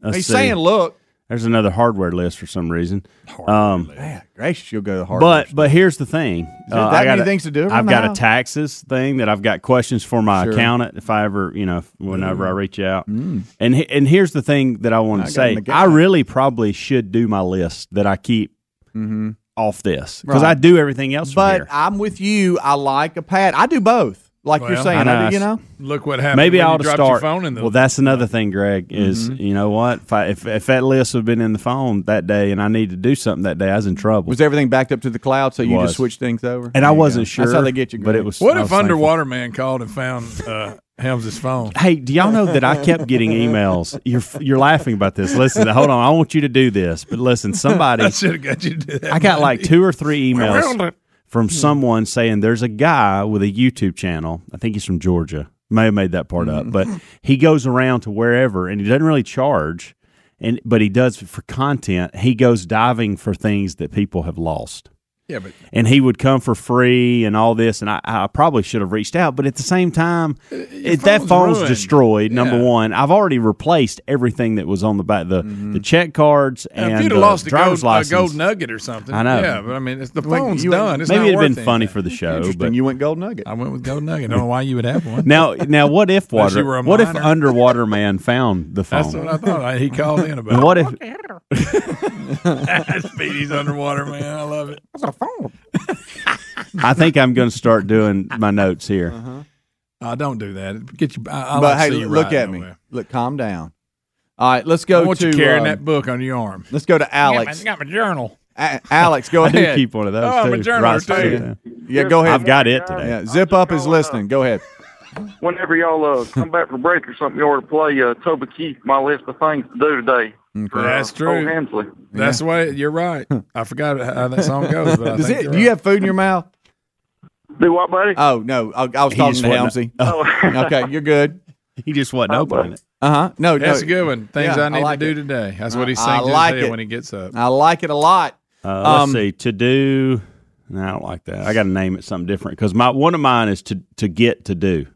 Speaker 6: let's
Speaker 4: He's
Speaker 6: see.
Speaker 4: saying, "Look,
Speaker 6: There's another hardware list for some reason. um,
Speaker 4: man, gracious, you'll go to the hard."
Speaker 6: But but here's the thing. Uh,
Speaker 4: there that
Speaker 6: I
Speaker 4: many
Speaker 6: gotta-
Speaker 4: things to do around
Speaker 6: I've
Speaker 4: the
Speaker 6: got a
Speaker 4: house?
Speaker 6: taxes thing that I've got questions for my
Speaker 4: Sure. Mm.
Speaker 6: accountant if I ever you know if- whenever I reach out. And he- and here's the thing that I want
Speaker 4: I
Speaker 6: to
Speaker 4: got
Speaker 6: say.
Speaker 4: an
Speaker 6: I
Speaker 4: account.
Speaker 6: really probably should do my list that I keep
Speaker 4: Mhm.
Speaker 6: off this because
Speaker 4: Right.
Speaker 6: I do everything else.
Speaker 4: but
Speaker 6: from here.
Speaker 4: I'm with you. I like a pad. I do both. Like you're
Speaker 5: Well,
Speaker 4: saying,
Speaker 6: I know,
Speaker 4: I do,
Speaker 6: I
Speaker 4: you
Speaker 6: s-
Speaker 4: know.
Speaker 5: Look what happened.
Speaker 6: Maybe
Speaker 5: when
Speaker 6: I
Speaker 5: you
Speaker 6: ought to
Speaker 5: dropped
Speaker 6: start.
Speaker 5: Your phone in the Uh, mm-hmm.
Speaker 6: well, that's another thing, Greg. Is you know what? If, I, if if that list had been in the phone that day, and I needed to do something that day, I was in trouble.
Speaker 4: Was everything backed up to the cloud, so you
Speaker 6: Was.
Speaker 4: just switched things over?
Speaker 6: and I
Speaker 4: There you
Speaker 6: wasn't
Speaker 4: go.
Speaker 6: sure.
Speaker 4: That's how they get you.
Speaker 6: But
Speaker 4: Greg.
Speaker 6: it was.
Speaker 5: What if
Speaker 6: I was thankful.
Speaker 5: Underwater Man called and found uh, Helms' phone?
Speaker 6: Hey, do y'all know that I kept getting emails? You're you're laughing about this. Listen, hold on. I want you to do this, but listen, somebody.
Speaker 5: I should have got you to do that.
Speaker 6: I got like two or three
Speaker 5: Well,
Speaker 6: emails from
Speaker 5: Hmm.
Speaker 6: someone saying there's a guy with a YouTube channel. I think he's from Georgia. May have made that part
Speaker 5: Hmm.
Speaker 6: up, but he goes around to wherever and he doesn't really charge, and but he does for content. He goes diving for things that people have lost
Speaker 5: Yeah, but
Speaker 6: and he would come for free and all this and i, I probably should have reached out but at the same time it, that
Speaker 5: Uh, phone's
Speaker 6: phone's
Speaker 5: ruined.
Speaker 6: destroyed number
Speaker 5: Yeah.
Speaker 6: one i've already replaced everything that was on the back the,
Speaker 5: Mm-hmm.
Speaker 6: the check cards
Speaker 5: Now,
Speaker 6: and
Speaker 5: if you'd
Speaker 6: the
Speaker 5: have lost a
Speaker 6: driver's
Speaker 5: gold, a
Speaker 6: license
Speaker 5: gold nugget or something,
Speaker 6: I know.
Speaker 5: Yeah, but I mean, it's, the
Speaker 4: Like,
Speaker 5: phone's
Speaker 4: you-
Speaker 5: done. It's
Speaker 6: maybe
Speaker 5: not
Speaker 6: it'd been
Speaker 5: worth
Speaker 6: funny
Speaker 5: anything.
Speaker 6: for the show
Speaker 4: Interesting.
Speaker 6: but
Speaker 4: You went gold nugget.
Speaker 5: I went with gold nugget. I don't know why you would have one.
Speaker 6: now now what if
Speaker 5: you
Speaker 6: water
Speaker 5: were a
Speaker 6: what if
Speaker 5: miner.
Speaker 6: underwater man found the
Speaker 5: That's what
Speaker 6: phone
Speaker 5: I thought. I, he called in about.
Speaker 6: and
Speaker 5: it.
Speaker 6: what if
Speaker 5: Speedy's underwater man. I love it.
Speaker 6: i think i'm going to start doing my notes here
Speaker 5: Uh, don't do that. Get you. I, I
Speaker 4: but
Speaker 5: like
Speaker 4: hey,
Speaker 5: to see you
Speaker 4: look
Speaker 5: writing
Speaker 4: at me.
Speaker 5: nowhere.
Speaker 4: Look, calm down. All right, let's
Speaker 5: I
Speaker 4: go
Speaker 5: want
Speaker 4: to
Speaker 5: you carrying
Speaker 4: um,
Speaker 5: that book on your arm.
Speaker 4: Let's go to Alex.
Speaker 5: I got my journal.
Speaker 4: A- Alex, go
Speaker 6: i do
Speaker 4: ahead.
Speaker 6: keep one of those
Speaker 5: Oh, I'm a
Speaker 6: too.
Speaker 5: journaler,
Speaker 6: Write some
Speaker 5: too.
Speaker 6: shit down.
Speaker 4: yeah, go ahead.
Speaker 6: i've got it today
Speaker 4: Yeah, zip up is listening. Go ahead.
Speaker 10: whenever y'all uh, come back for break or something, you ought to play uh, Toby Keith, my list of things to do today. for,
Speaker 5: That's
Speaker 10: uh,
Speaker 5: true.
Speaker 10: Old Hamsley.
Speaker 5: That's the way you're right. I forgot how that song goes, but I
Speaker 4: Does
Speaker 5: think
Speaker 4: it,
Speaker 5: you're
Speaker 4: do you
Speaker 5: right.
Speaker 4: have food in your mouth?
Speaker 10: Do what, buddy?
Speaker 4: Oh no, I, I was
Speaker 6: He
Speaker 4: talking
Speaker 6: just
Speaker 4: to Helmsy.
Speaker 6: wasn't- Oh.
Speaker 4: okay, you're good.
Speaker 6: he just wasn't opening it
Speaker 4: Uh huh. No, no,
Speaker 5: That's a good one. Things
Speaker 4: Yeah,
Speaker 5: I
Speaker 4: I
Speaker 5: need
Speaker 4: like
Speaker 5: to do
Speaker 4: it.
Speaker 5: today. That's what he
Speaker 4: I-
Speaker 5: sings
Speaker 4: I
Speaker 5: in his
Speaker 4: like
Speaker 5: head
Speaker 4: it.
Speaker 5: when he gets up.
Speaker 4: I like it a lot.
Speaker 6: Uh, let's
Speaker 4: Um,
Speaker 6: see. To do. No, I don't like that. I got to name it something different because my one of mine is to to get to do.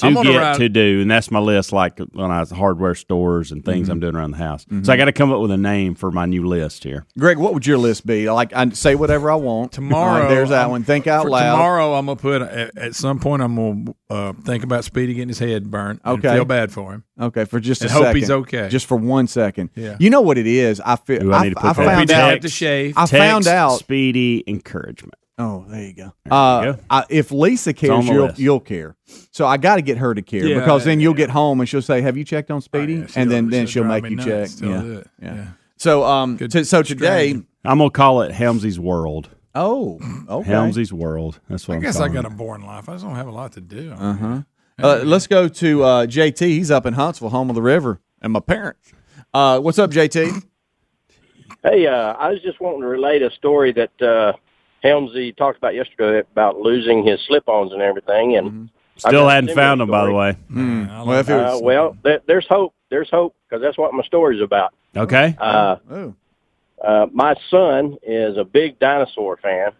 Speaker 6: To
Speaker 5: I'm gonna
Speaker 6: get
Speaker 5: write-
Speaker 6: to do, and that's my list. Like when I was at hardware stores and things
Speaker 5: Mm-hmm.
Speaker 6: I'm doing around the house. So I got to come up with a name for my new list here.
Speaker 4: Greg, what would your list be? Like, I say whatever I want.
Speaker 5: Tomorrow,
Speaker 4: All right, there's that
Speaker 5: I'm-
Speaker 4: one. Think out
Speaker 5: For
Speaker 4: loud.
Speaker 5: Tomorrow, I'm gonna put uh, at, at some point. I'm gonna uh, think about Speedy getting his head burnt. and
Speaker 4: Okay.
Speaker 5: feel bad for him.
Speaker 4: Okay, for just
Speaker 5: And
Speaker 4: a
Speaker 5: hope
Speaker 4: second.
Speaker 5: he's okay.
Speaker 4: Just for one second.
Speaker 5: Yeah.
Speaker 4: You know what it is? I feel.
Speaker 6: Ooh, I need to put that
Speaker 5: Hope
Speaker 6: in.
Speaker 5: he
Speaker 4: found
Speaker 5: doesn't
Speaker 4: out.
Speaker 5: have to shave.
Speaker 4: I found
Speaker 6: Text
Speaker 4: out.
Speaker 6: speedy encouragement.
Speaker 4: Oh, there you go.
Speaker 6: There you
Speaker 4: uh,
Speaker 6: go.
Speaker 4: I, if Lisa cares,
Speaker 6: on the
Speaker 4: you'll
Speaker 6: list.
Speaker 4: you'll care. So I got to get her to care
Speaker 5: Yeah,
Speaker 4: because then
Speaker 5: yeah,
Speaker 4: you'll get home and she'll say, "Have you checked on Speedy?"
Speaker 5: Yeah,
Speaker 4: and then then she'll
Speaker 5: drive
Speaker 4: make
Speaker 5: me
Speaker 4: you check.
Speaker 5: nuts. She'll
Speaker 4: Yeah.
Speaker 5: do it.
Speaker 4: yeah.
Speaker 5: yeah.
Speaker 4: So um,
Speaker 5: Good
Speaker 4: to, so today.
Speaker 5: strategy.
Speaker 6: I'm gonna call it Helmsy's World.
Speaker 4: Oh, okay.
Speaker 6: Helmsy's World. That's what
Speaker 5: I
Speaker 6: am
Speaker 5: guess I got a boring life. I just don't have a lot to do.
Speaker 4: Uh, let's go to uh, JT. He's up in Huntsville, home of the river, and my parents. Uh, what's up, JT?
Speaker 11: Hey, uh, I was just wanting to relate a story that uh, Helmsy talked about yesterday about losing his slip-ons and everything. And I've
Speaker 6: Still
Speaker 11: got a
Speaker 6: hadn't
Speaker 11: similar
Speaker 6: found them, by the
Speaker 11: story.
Speaker 6: way.
Speaker 4: Hmm. Well, Mm-hmm. if it
Speaker 11: Uh,
Speaker 4: was,
Speaker 11: well, there, there's hope. There's hope because that's what my story's about.
Speaker 6: Okay.
Speaker 11: Uh,
Speaker 4: oh,
Speaker 11: uh, my son is a big dinosaur fan,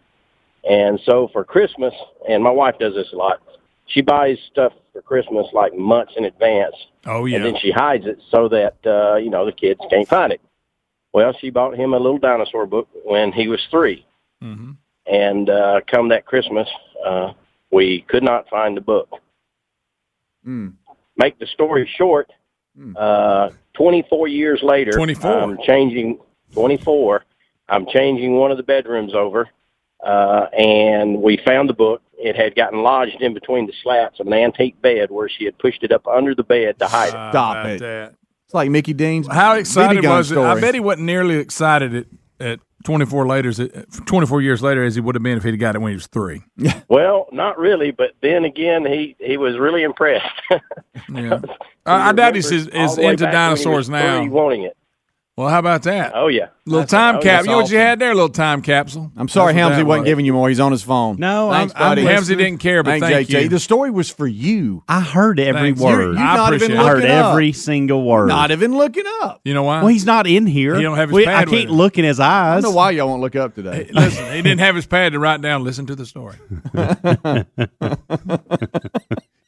Speaker 11: and so for Christmas, and my wife does this a lot. She buys stuff for Christmas like months in advance,
Speaker 5: Oh
Speaker 11: and
Speaker 5: yeah.
Speaker 11: then she hides it so that uh, you know the kids can't find it. Well, she bought him a little dinosaur book when he was three.
Speaker 5: hmm
Speaker 11: and uh, come that Christmas, uh, we could not find the book.
Speaker 4: mm,
Speaker 11: Make the story short, Uh, 24 years later,
Speaker 5: 24.
Speaker 11: I'm changing 24. I'm changing one of the bedrooms over, uh, and we found the book. It had gotten lodged in between the slats of an antique bed where she had pushed it up under the bed to hide it.
Speaker 4: Stop it. It's like Mickey Dean's.
Speaker 5: How excited
Speaker 4: BB gun
Speaker 5: was it?
Speaker 4: story.
Speaker 5: I bet he wasn't nearly excited at, at 24 later, as it- 24 years later as he would have been if he'd got it when he was three.
Speaker 11: Well, not really, but then again, he he was really impressed.
Speaker 5: Yeah. I, I doubt he's is,
Speaker 11: All
Speaker 5: is
Speaker 11: the way
Speaker 5: into
Speaker 11: back when he was
Speaker 5: dinosaurs now.
Speaker 11: three, wanting it.
Speaker 5: Well, how about that?
Speaker 11: Oh yeah,
Speaker 5: Little
Speaker 11: That's-
Speaker 5: time
Speaker 11: oh,
Speaker 5: cap.
Speaker 11: that's
Speaker 5: You know what you
Speaker 11: awesome.
Speaker 5: had there? Little time capsule.
Speaker 4: I'm sorry,
Speaker 5: That's what
Speaker 4: Helmsy
Speaker 5: that
Speaker 4: wasn't
Speaker 5: was.
Speaker 4: giving you more. He's on his phone.
Speaker 6: No,
Speaker 4: Thanks,
Speaker 5: I'm-
Speaker 4: buddy.
Speaker 5: I'm- Helmsy didn't care, but
Speaker 4: Thanks,
Speaker 5: thank
Speaker 4: JT.
Speaker 5: you.
Speaker 4: The story was for you.
Speaker 6: I heard every
Speaker 5: Thanks.
Speaker 6: word.
Speaker 5: You're- you've
Speaker 4: I
Speaker 5: not
Speaker 4: appreciate
Speaker 5: even
Speaker 4: it.
Speaker 6: I heard
Speaker 4: looking up.
Speaker 6: every single word.
Speaker 4: Not even looking up.
Speaker 5: You know why?
Speaker 6: well, he's not in here.
Speaker 5: He don't have his
Speaker 6: We- I
Speaker 5: pad with
Speaker 6: can't
Speaker 5: him.
Speaker 6: look in his
Speaker 4: I
Speaker 6: eyes.
Speaker 4: don't know why y'all won't look up today.
Speaker 5: Listen, he didn't have his pad to write down. Listen to the story.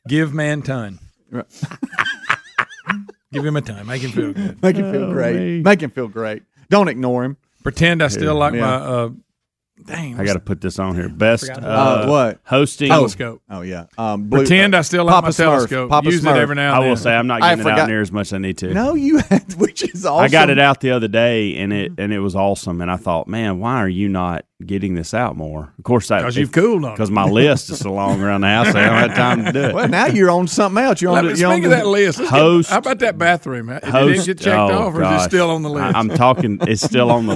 Speaker 5: Give man time. Give him a time. Make him feel good.
Speaker 4: Make him feel great.
Speaker 6: me.
Speaker 4: Make him feel great. Don't ignore him.
Speaker 5: Pretend I still like
Speaker 4: Yeah.
Speaker 5: my. Uh, dang,
Speaker 6: I got to put this on here. Best
Speaker 5: Forgot
Speaker 6: uh,
Speaker 4: about that. what?
Speaker 6: hosting?
Speaker 5: telescope.
Speaker 4: Oh yeah. Um, blue-
Speaker 5: Pretend I still like
Speaker 4: Papa
Speaker 5: my
Speaker 4: Smurf.
Speaker 5: telescope.
Speaker 4: Papa
Speaker 5: Use
Speaker 4: Smurf.
Speaker 5: it every now. And
Speaker 6: I will
Speaker 5: then.
Speaker 6: say I'm not
Speaker 4: I
Speaker 6: getting it
Speaker 4: forgot-
Speaker 6: out near as much as I need to.
Speaker 4: No, you had, which is awesome.
Speaker 6: I got it out the other day, and it
Speaker 5: Mm-hmm.
Speaker 6: and it was awesome. And I thought, man, why are you not getting this out more? Of course,
Speaker 5: because you've cooled on. it.
Speaker 6: because my list is so long around the house. I haven't had time to do it.
Speaker 4: Well, now you're on something else. You're on.
Speaker 5: Let
Speaker 4: the-
Speaker 5: me
Speaker 4: you're on
Speaker 5: speak of
Speaker 4: the-
Speaker 5: that list. Let's
Speaker 6: Host-
Speaker 5: get, how about that bathroom? It didn't
Speaker 6: Host-
Speaker 5: get checked
Speaker 6: oh,
Speaker 5: off, or is
Speaker 6: gosh.
Speaker 5: it still on the list?
Speaker 6: I, am talking. It's still on the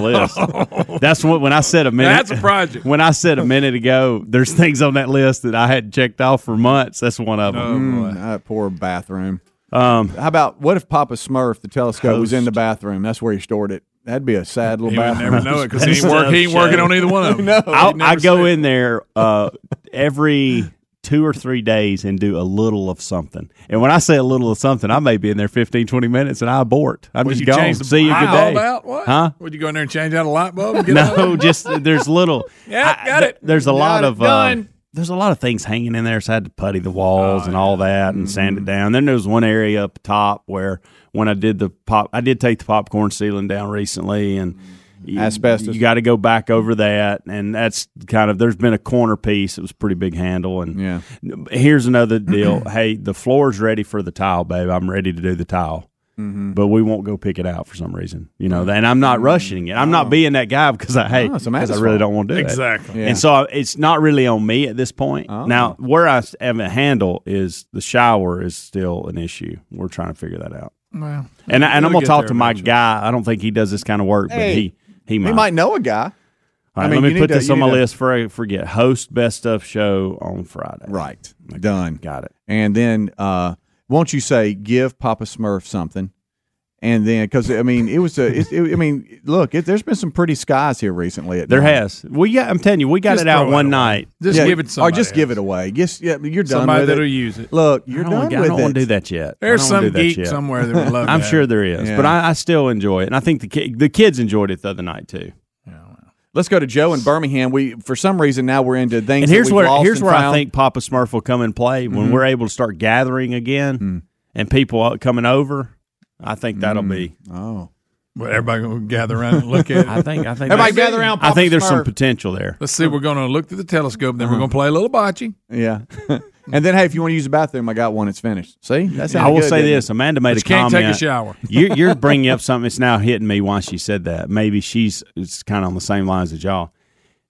Speaker 6: list. That's what when I said a minute.
Speaker 5: That's a project.
Speaker 6: When I said a minute ago, there's things on that list that I hadn't checked off for months. That's one of
Speaker 5: Oh,
Speaker 6: them.
Speaker 5: boy.
Speaker 4: Mm, that poor bathroom.
Speaker 6: Um,
Speaker 4: How about what if Papa Smurf, the telescope, was in the
Speaker 6: Host.
Speaker 4: bathroom? That's where he stored it. That'd be a sad little
Speaker 5: He would
Speaker 4: bathroom.
Speaker 5: never know it because he ain't,
Speaker 6: That's
Speaker 5: work,
Speaker 6: tough
Speaker 5: he ain't working
Speaker 6: show.
Speaker 5: on either one of them. no,
Speaker 6: I'll, I go in there uh, every two or three days and do a little of something. And when I say a little of something, I may be in there 15, 20 minutes and I abort. I'm
Speaker 5: Would
Speaker 6: just
Speaker 5: you
Speaker 6: gone.
Speaker 5: change the
Speaker 6: See you
Speaker 5: light
Speaker 6: good day.
Speaker 5: bulb out? What?
Speaker 6: Huh?
Speaker 5: Would you go in there and change out a light bulb? and Get out of
Speaker 6: No,
Speaker 5: it?
Speaker 6: just there's little.
Speaker 5: Yeah, got it.
Speaker 6: There's a lot
Speaker 5: it
Speaker 6: of um,
Speaker 5: done.
Speaker 6: there's a lot of things hanging in there. So I had to putty the walls
Speaker 4: Oh,
Speaker 6: and all that and sand
Speaker 4: Mm-hmm.
Speaker 6: it down. Then there was one area up top where when I did the pop, I did take the popcorn ceiling down recently and. you-
Speaker 4: Mm-hmm. Asbestos.
Speaker 6: You got to go back over that, and that's kind of. There's been a corner piece. It was a pretty big handle, and
Speaker 4: Yeah.
Speaker 6: Here's another deal. hey, the floor's ready for the tile, babe. I'm ready to do the tile.
Speaker 4: Mm-hmm.
Speaker 6: But we won't go pick it out for some reason, you know. And I'm not rushing it. I'm not being that guy because I hate
Speaker 4: No, it's
Speaker 6: because I
Speaker 4: Amanda's
Speaker 6: really
Speaker 4: fault.
Speaker 6: don't want to do that.
Speaker 5: Exactly.
Speaker 4: Yeah.
Speaker 6: And so I- it's not really on me at this point.
Speaker 4: Oh.
Speaker 6: Now, where I s- have a handle is the shower is still an issue. We're trying to figure that out.
Speaker 5: Well,
Speaker 6: And I, and I'm
Speaker 5: You'll
Speaker 6: gonna
Speaker 5: get
Speaker 6: talk
Speaker 5: there
Speaker 6: to my
Speaker 5: eventually.
Speaker 6: guy. I don't think he does this kind of work,
Speaker 4: Hey,
Speaker 6: but he he might.
Speaker 4: He might know a guy. I
Speaker 6: All right,
Speaker 4: mean,
Speaker 6: let
Speaker 4: you
Speaker 6: me
Speaker 4: need
Speaker 6: put
Speaker 4: to-
Speaker 6: this
Speaker 4: you
Speaker 6: on my
Speaker 4: need to-
Speaker 6: list for I forget host best stuff show on Friday.
Speaker 4: Right. Done.
Speaker 6: Got it.
Speaker 4: And then uh, won't you say give Papa Smurf something? And then because I mean it was a it, it, I mean look it, there's been some pretty skies here recently. At
Speaker 6: There
Speaker 4: night.
Speaker 6: has. Well, yeah, I'm telling you, we got
Speaker 5: Just
Speaker 6: it out
Speaker 5: throw it
Speaker 6: one
Speaker 5: away.
Speaker 6: night.
Speaker 5: just
Speaker 4: Yeah,
Speaker 5: give it
Speaker 4: or
Speaker 5: somebody.
Speaker 4: just give
Speaker 5: else.
Speaker 4: it away. Yes, yeah, you're done
Speaker 5: Somebody
Speaker 4: with it.
Speaker 5: that'll use it.
Speaker 4: Look,
Speaker 6: I
Speaker 4: you're
Speaker 6: don't
Speaker 4: done
Speaker 6: wanna- I
Speaker 4: with
Speaker 6: don't
Speaker 4: it.
Speaker 6: want to do that yet. I
Speaker 5: There's
Speaker 6: don't
Speaker 5: some
Speaker 6: wanna do that
Speaker 5: geek
Speaker 6: yet.
Speaker 5: somewhere that would love.
Speaker 6: I'm
Speaker 5: to
Speaker 6: sure
Speaker 5: have it.
Speaker 6: there is,
Speaker 4: Yeah.
Speaker 6: but I, I still enjoy it, and I think the ki- the kids enjoyed it the other night too.
Speaker 4: Let's go to Joe in Birmingham. We for some reason now we're into things.
Speaker 6: And here's
Speaker 4: that we've
Speaker 6: where
Speaker 4: lost
Speaker 6: here's
Speaker 4: and
Speaker 6: where I
Speaker 4: found. Mm-hmm.
Speaker 6: think Papa Smurf will come and play when we're able to start gathering again,
Speaker 4: Mm.
Speaker 6: and people are coming over. I think that'll be.
Speaker 4: Oh,
Speaker 5: Well, everybody gonna gather around and look at
Speaker 6: I
Speaker 5: it.
Speaker 6: think. I think.
Speaker 4: everybody
Speaker 6: there's-
Speaker 4: gather around.
Speaker 6: I
Speaker 4: Papa
Speaker 6: think there's some
Speaker 4: Smurf.
Speaker 6: potential there. Uh-huh.
Speaker 5: Let's see. We're gonna look through the telescope. Then we're gonna play a little bocce.
Speaker 4: yeah. and then hey, if you want to use the bathroom, I got one. It's finished. See, that's
Speaker 6: I will say this: Amanda made
Speaker 5: But
Speaker 6: a
Speaker 5: you can't
Speaker 6: comment.
Speaker 5: take a shower.
Speaker 6: you're, you're bringing up something that's now hitting me why she said that. Maybe she's it's kind of on the same lines as y'all.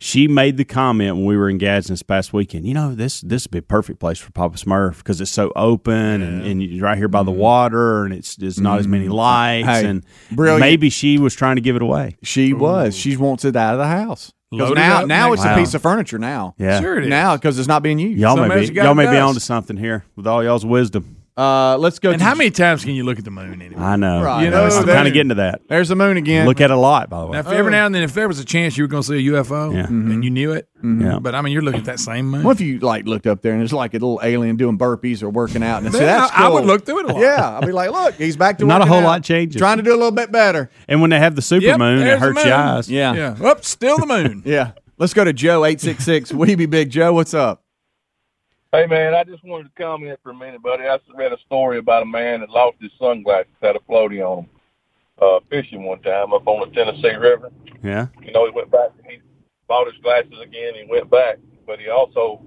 Speaker 6: She made the comment when we were in Gadsden this past weekend. You know, this this would be a perfect place for Papa Smurf because it's so open and, and you're right here by the water and it's it's not as many lights
Speaker 4: Mm-hmm. Hey,
Speaker 6: and
Speaker 4: brilliant.
Speaker 6: maybe she was trying to give it away.
Speaker 4: She was. She wants it out of the house. 'Cause
Speaker 5: Load it
Speaker 4: now,
Speaker 5: up
Speaker 4: now
Speaker 5: next
Speaker 4: it's a
Speaker 6: time.
Speaker 4: piece of furniture. Now,
Speaker 6: Yeah,
Speaker 5: Sure it is.
Speaker 4: now because it's not being used.
Speaker 6: y'all
Speaker 5: Some
Speaker 6: may
Speaker 5: days
Speaker 6: be
Speaker 5: you gotta
Speaker 6: y'all may be
Speaker 5: dust.
Speaker 6: onto something here with all y'all's wisdom.
Speaker 4: Uh, let's go.
Speaker 5: And
Speaker 4: to-
Speaker 5: how many times can you look at the moon anyway?
Speaker 6: I know.
Speaker 4: Right.
Speaker 6: I
Speaker 4: You
Speaker 6: know,
Speaker 5: know,
Speaker 6: Uh, I'm kind
Speaker 5: dude.
Speaker 6: of getting to that.
Speaker 4: There's the moon again.
Speaker 6: Look at a lot, by the way. Oh.
Speaker 5: Now, if every now and then, if there was a chance you were going to see a UFO
Speaker 6: Yeah. Mm-hmm.
Speaker 5: and you knew it,
Speaker 6: Yeah.
Speaker 5: but I mean, you're looking at that same moon.
Speaker 4: What if you like looked up there and it's like a little alien doing burpees or working out? And I
Speaker 5: Man,
Speaker 4: say, that's
Speaker 5: I, I would
Speaker 4: cool."
Speaker 5: look through it a lot.
Speaker 4: Yeah, I'd be like, look, he's back to
Speaker 6: Not a
Speaker 4: working
Speaker 6: whole
Speaker 4: out,
Speaker 6: lot changes.
Speaker 4: Trying to do a little bit better.
Speaker 6: And when they have the super
Speaker 5: Yep,
Speaker 6: moon, it
Speaker 5: there's the
Speaker 6: hurts your
Speaker 5: moon.
Speaker 6: eyes.
Speaker 4: Yeah.
Speaker 5: Yeah. Up, still the moon.
Speaker 4: Yeah. Let's go to Joe eight six six. We be big Joe. What's up?
Speaker 12: Hey man, I just wanted to comment for a minute, buddy. I read a story about a man that lost his sunglasses, had a floaty on him, uh, fishing one time up on the Tennessee River.
Speaker 6: Yeah.
Speaker 12: You know, he went back, he bought his glasses again, he went back, but he also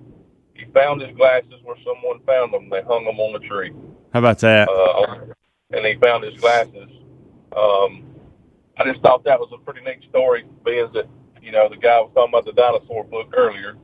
Speaker 12: he found his glasses where someone found them. They hung them on the tree.
Speaker 6: How about that?
Speaker 12: Uh, and they found his glasses. Um, I just thought that was a pretty neat story, being that you know the guy was talking about the dinosaur book earlier.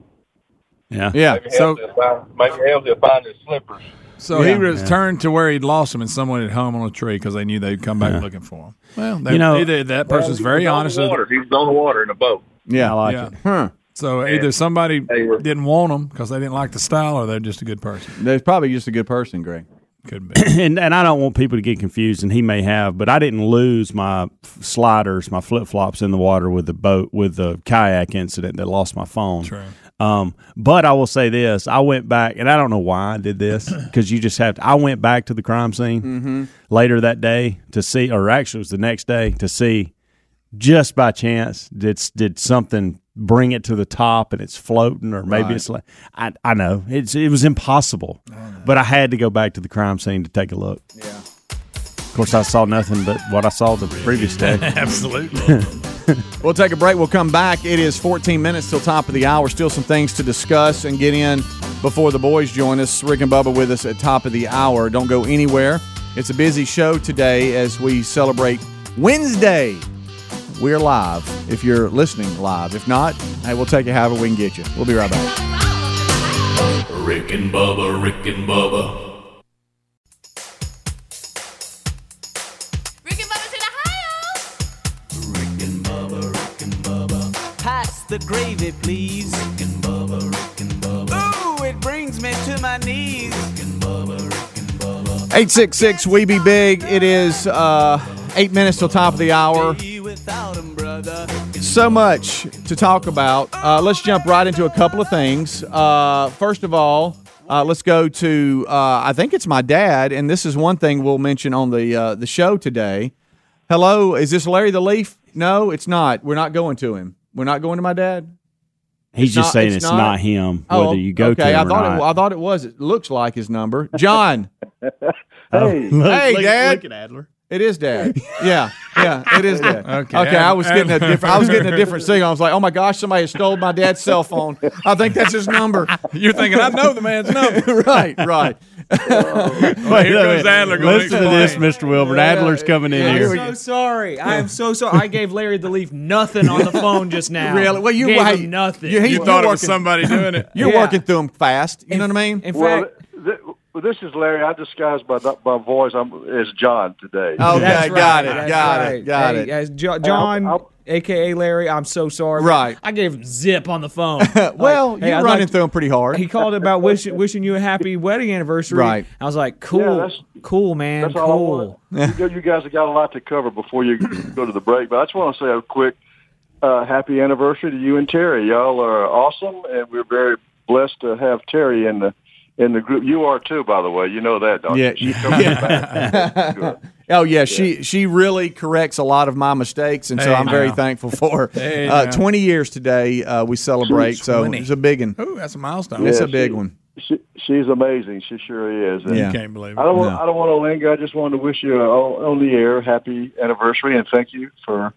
Speaker 6: Yeah.
Speaker 5: Yeah.
Speaker 12: Maybe
Speaker 5: So
Speaker 12: Helmsley'll find, maybe Helmsley'll find his slippers.
Speaker 5: so he
Speaker 6: Yeah.
Speaker 5: returned to where he'd lost them, and someone had hung him on a tree because they knew they'd come back
Speaker 6: Yeah.
Speaker 5: looking for him. Well, they,
Speaker 6: You know-
Speaker 5: either that person's very honest.
Speaker 12: On the
Speaker 5: Or,
Speaker 12: water. He was on the water in a boat.
Speaker 4: Yeah,
Speaker 6: I like
Speaker 5: Yeah.
Speaker 6: it.
Speaker 5: so either somebody didn't want them because they didn't like the style, or they're just a good person.
Speaker 4: There's probably just a good person, Greg.
Speaker 5: Could be.
Speaker 6: and and I don't want people to get confused, and he may have, but I didn't lose my f- sliders, my flip flops in the water with the boat with the kayak incident that lost my phone.
Speaker 5: True.
Speaker 6: Um, but I will say this: I went back, and I don't know why I did this because you just have to. I went back to the crime scene
Speaker 5: Mm-hmm.
Speaker 6: later that day to see, or actually it was the next day to see, just by chance did did something bring it to the top and it's floating, or maybe
Speaker 4: Right.
Speaker 6: it's like I I know it's it was impossible, but I had to go back to the crime scene to take a look. Yeah. Of course, I saw nothing but what I saw the previous day.
Speaker 5: Absolutely.
Speaker 4: We'll take a break. We'll come back. It is 14 minutes till top of the hour. Still some things to discuss and get in before the boys join us. Rick and Bubba with us at top of the hour. Don't go anywhere. It's a busy show today as we celebrate Wednesday. We're live if you're listening live. If not, hey, we'll take you however we can get you. We'll be right back.
Speaker 8: Rick and Bubba, Rick and Bubba.
Speaker 9: Rick and Bubba's in Ohio.
Speaker 13: Pass the gravy, please. Rick and Bubba, Rick and Bubba. Ooh, it brings me to my knees.
Speaker 4: 866 We Be Big. It is uh, eight minutes till top of the hour. So much to talk about. Uh, let's jump right into a couple of things. Uh, first of all, uh, let's go to uh, I think it's my dad, and this is one thing we'll mention on the uh, the show today. Hello, is this Larry the Leaf? No, it's not. We're not going to him. We're not going to my dad.
Speaker 6: He's
Speaker 4: It's
Speaker 6: just
Speaker 4: not-
Speaker 6: saying
Speaker 4: it's
Speaker 6: it's,
Speaker 4: not-
Speaker 6: not, him,
Speaker 4: Oh,
Speaker 6: whether you go
Speaker 4: okay.
Speaker 6: to him
Speaker 4: I
Speaker 6: or
Speaker 4: thought
Speaker 6: not.
Speaker 4: It, I thought it was. It looks like his number, John.
Speaker 6: Hey.
Speaker 4: hey, Dad.
Speaker 6: Adler.
Speaker 4: It is dad. Yeah, yeah, it is dad. Okay,
Speaker 5: Okay.
Speaker 4: I was getting a different. I was getting a different signal. I was like, oh my gosh, somebody stole my dad's cell phone. I think that's his number.
Speaker 5: You're thinking I know the man's number.
Speaker 4: right, right.
Speaker 5: Well, here comes Adler going
Speaker 6: Listen to this, Mr. Wilbur. Adler's coming in
Speaker 4: Yeah,
Speaker 6: here.
Speaker 4: here we
Speaker 14: so sorry. I am so sorry. I gave Larry the Leaf nothing on the phone just now.
Speaker 4: Really? Well, you
Speaker 14: gave
Speaker 4: hey,
Speaker 14: him nothing.
Speaker 4: You, he's-
Speaker 5: You
Speaker 4: you're
Speaker 5: thought it was
Speaker 4: working-
Speaker 5: somebody doing it.
Speaker 4: You're
Speaker 14: Yeah.
Speaker 4: working through them fast. You know what I mean?
Speaker 14: In
Speaker 10: Well,
Speaker 14: fact,
Speaker 10: th- th- well, this is Larry. I disguised my my voice. I'm as John today.
Speaker 4: Oh, Okay,
Speaker 14: that's right,
Speaker 4: got it,
Speaker 14: that's
Speaker 4: got it,
Speaker 14: right.
Speaker 4: got
Speaker 14: Hey,
Speaker 4: it.
Speaker 14: guys, Jo- John,
Speaker 10: I'll-
Speaker 14: aka Larry, I'm so sorry. man.
Speaker 4: Right.
Speaker 14: I gave him zip on the phone.
Speaker 4: well,
Speaker 14: Like, hey,
Speaker 4: you're running
Speaker 14: I'd like to-
Speaker 4: through them pretty hard.
Speaker 14: He called about wishing wishing you a happy wedding anniversary.
Speaker 4: Right.
Speaker 14: I was like, cool,
Speaker 10: that's-
Speaker 14: cool, man,
Speaker 10: That's
Speaker 14: cool.
Speaker 10: all I want. You, go- you guys have got a lot to cover before you go to the break, but I just want to say a quick uh, happy anniversary to you and Terry. Y'all are awesome, and we're very blessed to have Terry in the in the group. You are too, by the way. You know that, don't
Speaker 4: Yeah.
Speaker 10: you? She's coming back. Good.
Speaker 4: Oh yeah, she she really corrects a lot of my mistakes, and so
Speaker 5: Hey,
Speaker 4: I'm very
Speaker 5: now.
Speaker 4: thankful for her.
Speaker 5: Hey,
Speaker 4: uh,
Speaker 5: now.
Speaker 4: Twenty years today, uh, we celebrate. So
Speaker 5: 20.
Speaker 4: it's a big one.
Speaker 5: Ooh, that's a milestone.
Speaker 4: It's
Speaker 10: Yeah,
Speaker 4: a big
Speaker 10: she-
Speaker 4: one.
Speaker 10: She, she's amazing. She sure is. And
Speaker 4: Yeah.
Speaker 5: You can't believe
Speaker 10: I
Speaker 5: it.
Speaker 10: don't want.
Speaker 4: No.
Speaker 10: I don't want to linger. I just wanted to wish you a, on the air happy anniversary and thank you for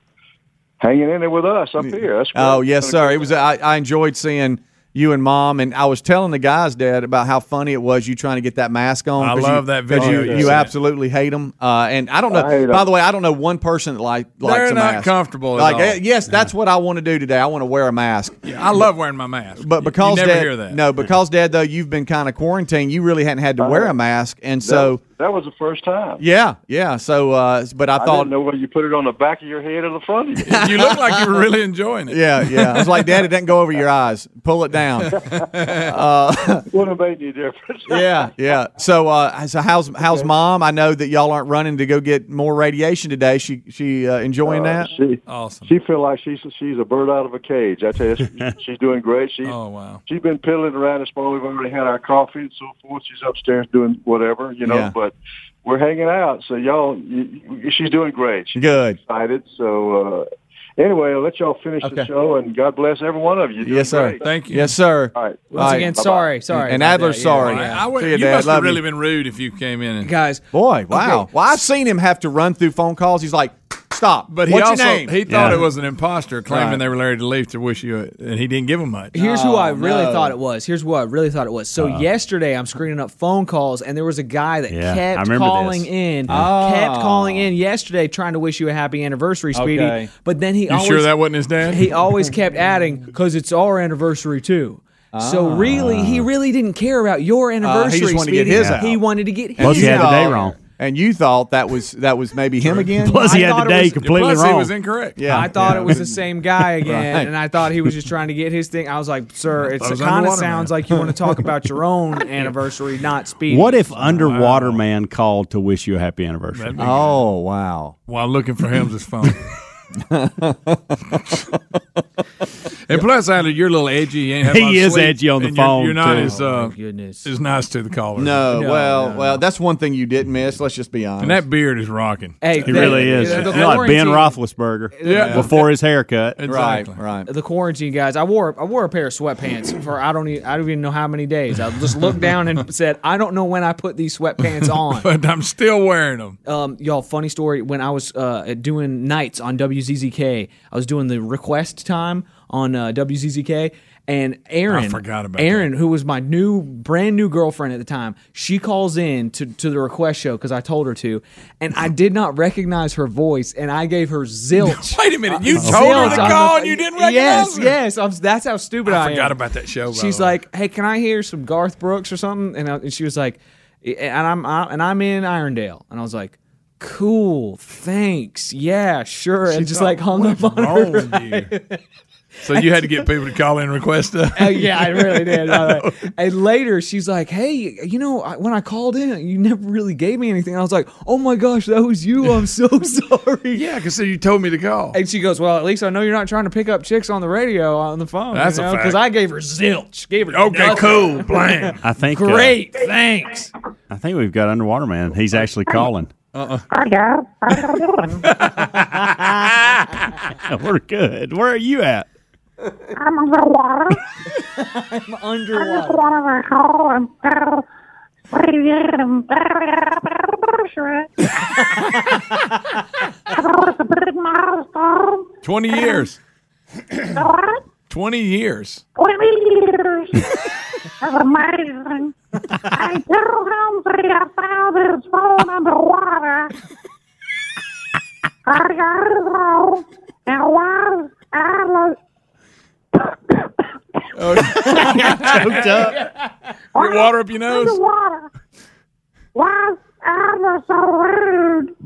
Speaker 10: hanging in there with us up here. That's
Speaker 4: Oh
Speaker 10: great.
Speaker 4: yes, sir. It was. I, I enjoyed seeing you and mom, and I was telling the guys, Dad, about how funny it was you trying to get that mask on.
Speaker 5: I
Speaker 4: 'cause
Speaker 5: love
Speaker 4: you,
Speaker 5: that
Speaker 4: 'cause
Speaker 5: video
Speaker 4: You,
Speaker 5: you
Speaker 4: you
Speaker 5: sent.
Speaker 4: absolutely hate them, uh, and I don't know.
Speaker 10: I hate 'em.
Speaker 4: by the way, I don't know one person that like likes
Speaker 5: They're
Speaker 4: a
Speaker 5: not
Speaker 4: mask.
Speaker 5: comfortable at
Speaker 4: Like,
Speaker 5: all.
Speaker 4: eh, yes, that's what I want to do today. I want to wear a mask.
Speaker 5: I love wearing my mask.
Speaker 4: But
Speaker 5: You-
Speaker 4: because
Speaker 5: you never
Speaker 4: dad,
Speaker 5: hear that.
Speaker 4: no, because dad though you've been kind of quarantined, you really hadn't had to
Speaker 14: Uh-huh.
Speaker 4: wear a mask, and
Speaker 10: That-
Speaker 4: so
Speaker 10: that was the first time.
Speaker 4: yeah, yeah. So, uh, but I
Speaker 10: I
Speaker 4: thought,
Speaker 10: didn't know whether you put it on the back of your head or the front of your head.
Speaker 5: you look like you were really enjoying it.
Speaker 4: yeah, yeah. I was like, Dad, it doesn't go over your eyes. Pull it down. Uh,
Speaker 10: Wouldn't have made any difference.
Speaker 4: yeah, yeah. So, uh, so how's how's mom? I know that y'all aren't running to go get more radiation today. She she uh, enjoying
Speaker 10: Uh,
Speaker 4: that.
Speaker 10: she
Speaker 5: Awesome.
Speaker 10: she feel like she's she's a bird out of a cage. I tell you, she- she's doing great. She
Speaker 5: Oh wow.
Speaker 10: she's been piddling around this morning. We've already had our coffee and so forth. She's upstairs doing whatever, you know.
Speaker 4: Yeah.
Speaker 10: But we're hanging out, so y'all, y y- she's doing great. She's
Speaker 4: Good.
Speaker 10: excited. So uh, anyway, I'll let y'all finish
Speaker 4: Okay.
Speaker 10: the show, and God bless every one of you. You're doing
Speaker 4: Yes, sir.
Speaker 10: great.
Speaker 5: Thank you.
Speaker 4: Yes, sir.
Speaker 10: All right.
Speaker 14: Uh, Once
Speaker 4: All right.
Speaker 14: again,
Speaker 10: Bye-bye.
Speaker 14: sorry, sorry.
Speaker 4: And
Speaker 14: about
Speaker 4: Adler's
Speaker 14: that. Yeah,
Speaker 4: sorry.
Speaker 14: yeah.
Speaker 5: I, I would,
Speaker 4: See ya,
Speaker 5: you
Speaker 4: Dad.
Speaker 5: must
Speaker 4: Love
Speaker 5: have
Speaker 4: you.
Speaker 5: really been rude if you came in and
Speaker 14: Guys,
Speaker 4: Boy, wow.
Speaker 14: Okay.
Speaker 4: Well, I've seen him have to run through phone calls. He's like, Stop.
Speaker 5: But he
Speaker 4: What's
Speaker 5: also
Speaker 4: your name?
Speaker 5: he thought
Speaker 4: Yeah.
Speaker 5: it was an imposter claiming
Speaker 4: Right.
Speaker 5: they were Larry DeLeaf to wish you, a, and he didn't give him much.
Speaker 14: Here's who
Speaker 5: "Oh,
Speaker 14: I really thought it was. Here's what I really thought it was. So yesterday I'm screening up phone calls and there was a guy that
Speaker 5: Uh-huh. Yeah, I
Speaker 14: kept
Speaker 5: remember
Speaker 14: calling
Speaker 5: this.
Speaker 14: in,
Speaker 5: Yeah.
Speaker 14: kept calling in yesterday trying to wish you a happy anniversary, Speedy.
Speaker 5: Okay.
Speaker 14: But then he
Speaker 5: You
Speaker 14: always
Speaker 5: sure that wasn't his dad?
Speaker 14: He always kept adding because it's our anniversary too. So really,
Speaker 5: Ah.
Speaker 14: he really didn't care about your
Speaker 4: Uh,
Speaker 14: anniversary.
Speaker 4: he just wanted to get
Speaker 14: Speedy.
Speaker 4: his out.
Speaker 14: He wanted to get his.
Speaker 4: you
Speaker 14: out.
Speaker 4: thought- And you thought that was that was maybe him again.
Speaker 14: Plus he I had the thought it day was- completely Plus he wrong. was
Speaker 5: incorrect.
Speaker 4: Yeah,
Speaker 14: I thought
Speaker 4: yeah.
Speaker 14: it was the same guy again,
Speaker 4: Right.
Speaker 14: and I thought he was just trying to get his thing. I was like, "Sir,
Speaker 4: thought
Speaker 14: it's
Speaker 4: it was
Speaker 14: kind of
Speaker 4: underwater,
Speaker 14: sounds
Speaker 4: man.
Speaker 14: like you want to talk about your own anniversary, not speed."
Speaker 6: What if Underwater Man called to wish you a happy anniversary?
Speaker 5: That'd be Oh,
Speaker 4: wow.
Speaker 5: While looking for Helms' phone. and plus, out of your little edgy, you ain't had a
Speaker 6: He
Speaker 5: lot of
Speaker 6: is
Speaker 5: sleep,
Speaker 6: edgy on the
Speaker 5: and you're-
Speaker 6: phone,
Speaker 5: You're, not
Speaker 6: too.
Speaker 5: as
Speaker 6: Oh,
Speaker 5: uh,
Speaker 6: my goodness.
Speaker 5: as nice to the caller.
Speaker 4: No, well, well, that's one thing you did miss. Let's just be honest.
Speaker 5: And that beard is rocking.
Speaker 14: Hey,
Speaker 6: He really is.
Speaker 14: the
Speaker 6: You're like Ben
Speaker 14: quarantine-
Speaker 6: Roethlisberger
Speaker 14: Yeah.
Speaker 6: before his haircut.
Speaker 14: Exactly.
Speaker 4: right.
Speaker 14: The quarantine guys, I wore I wore a pair of sweatpants for I don't even, I don't even know how many days. I just looked down and said, I don't know when I put these sweatpants on.
Speaker 5: but I'm still wearing them.
Speaker 14: Um, y'all, funny story. When I was uh, doing nights on WZZK, I was doing the request time on uh, WZZK, and Aaron,
Speaker 5: I forgot about
Speaker 14: Aaron, who was my new, brand new girlfriend at the time. She calls in to, to the request show because I told her to, and I did not recognize her voice, and I gave her zilch.
Speaker 5: Wait a minute, you told her to
Speaker 14: I'm
Speaker 5: call
Speaker 14: like,
Speaker 5: and you didn't recognize
Speaker 14: yes,
Speaker 5: her?
Speaker 14: Yes, I'm, that's how stupid I,
Speaker 5: I forgot
Speaker 14: am.
Speaker 5: about that show. by the
Speaker 14: She's
Speaker 5: way.
Speaker 14: like, "Hey, can I hear some Garth Brooks or something?" And, I, and she was like, "And I'm I, and I'm in Irondale," and I was like, "Cool, thanks, yeah, sure," and just like hung up on her.
Speaker 5: so you had to get people to call in and request uh, that.
Speaker 14: Oh, yeah, I really did. by the way. And later, she's like, "Hey, you know, I, when I called in, you never really gave me anything." And I was like, "Oh my gosh, that was you. I'm so sorry."
Speaker 5: yeah, because you told me to call.
Speaker 14: And she goes, "Well, at least I know you're not trying to pick up chicks on the radio on the phone."
Speaker 5: That's a fact.
Speaker 14: Because I gave her zilch. Gave her
Speaker 5: Okay,
Speaker 14: nothing.
Speaker 5: cool, blam.
Speaker 6: I think. uh,
Speaker 14: Great, thanks.
Speaker 6: I think we've got Underwater Man. He's actually calling.
Speaker 5: Uh-uh.
Speaker 6: We're good. Where are you at?
Speaker 9: I'm underwater.
Speaker 14: I'm
Speaker 9: I
Speaker 14: underwater.
Speaker 9: just wanted to call and tell it's a big milestone.
Speaker 5: 20 years.
Speaker 9: What?
Speaker 5: 20 years.
Speaker 9: Twenty years. That's amazing. I told Humphrey I found his phone underwater. I got it though. And was Alice
Speaker 5: Oh, Choked up. Your water up your nose.
Speaker 9: underwater? Was Alice so rude?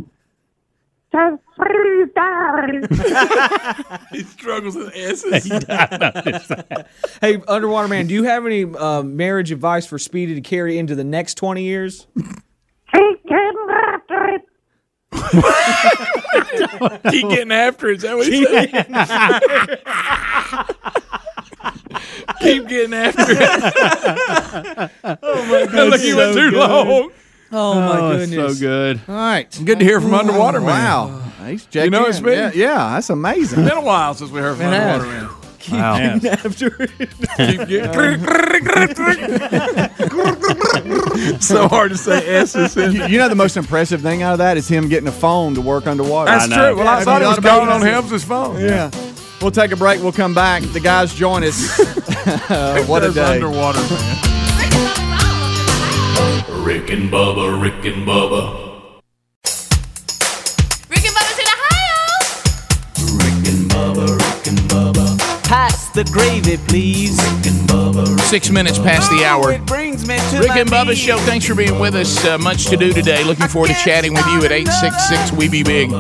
Speaker 9: To three dollars.
Speaker 5: He struggles with S's.
Speaker 14: hey, underwater man, do you have any uh, marriage advice for Speedy to carry into the next twenty years?
Speaker 9: He came after it.
Speaker 5: Keep getting after it. Is that what he said? Keep getting after it.
Speaker 14: oh my
Speaker 5: Look, he went too long.
Speaker 14: Oh my goodness.
Speaker 6: good.
Speaker 4: All right,
Speaker 5: good to hear from Underwater Man.
Speaker 4: Wow, he's checking
Speaker 5: You know
Speaker 4: in.
Speaker 5: it's me?
Speaker 4: Yeah, yeah, that's
Speaker 5: It's
Speaker 4: amazing.
Speaker 5: been a while since we heard from
Speaker 4: It has.
Speaker 5: Underwater Man.
Speaker 4: Keep Wow. getting
Speaker 14: after it.
Speaker 5: Keep getting. so hard to say S's. in.
Speaker 4: You, you know the most impressive thing out of that is him getting a phone to work underwater.
Speaker 5: That's true. Well, I
Speaker 4: Have
Speaker 5: thought
Speaker 4: you
Speaker 5: it was
Speaker 4: about
Speaker 5: going on
Speaker 4: that?
Speaker 5: Helms' phone.
Speaker 4: Yeah. We'll take a break. We'll come back. The guys join us. Uh, what a
Speaker 8: There's
Speaker 4: day.
Speaker 5: Underwater Man.
Speaker 8: Rick and Bubba, Rick and Bubba,
Speaker 9: Rick and Bubba's in Ohio.
Speaker 13: Pass the gravy, please.
Speaker 15: Six minutes past the hour.
Speaker 13: It brings me to
Speaker 15: Rick
Speaker 13: my
Speaker 15: and Bubba
Speaker 13: knees.
Speaker 15: Show, thanks for being with us. Uh, much to do today. Looking forward to chatting with you at 866 We Be Big. E.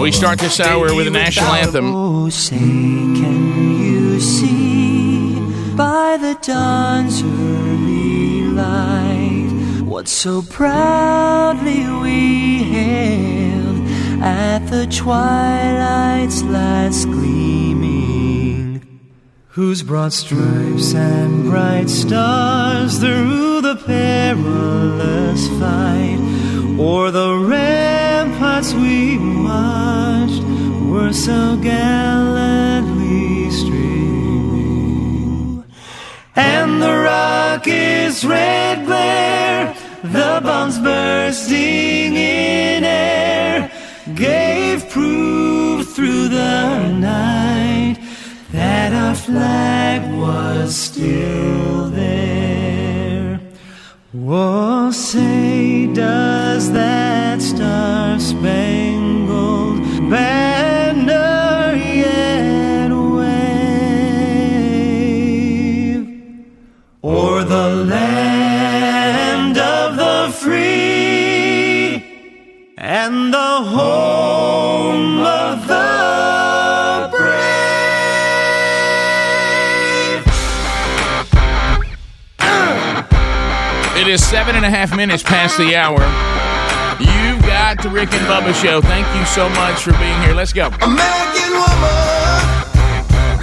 Speaker 15: We start this hour with the national anthem.
Speaker 16: Oh, say, can you see by the dawn's early light what so proudly we hailed at the twilight's last gleaming? Whose broad stripes and bright stars through the perilous fight, o'er the ramparts we watched, were so gallantly streaming. And the rocket's red glare, the bombs bursting in air, gave proof through the night that our flag was still there. Oh, say, does that star spangled banner yet wave o'er the land of the free and the home of the brave?
Speaker 15: It is seven and a half minutes past the hour. You've got the Rick and Bubba Show. Thank you so much for being here. Let's go.
Speaker 16: American woman,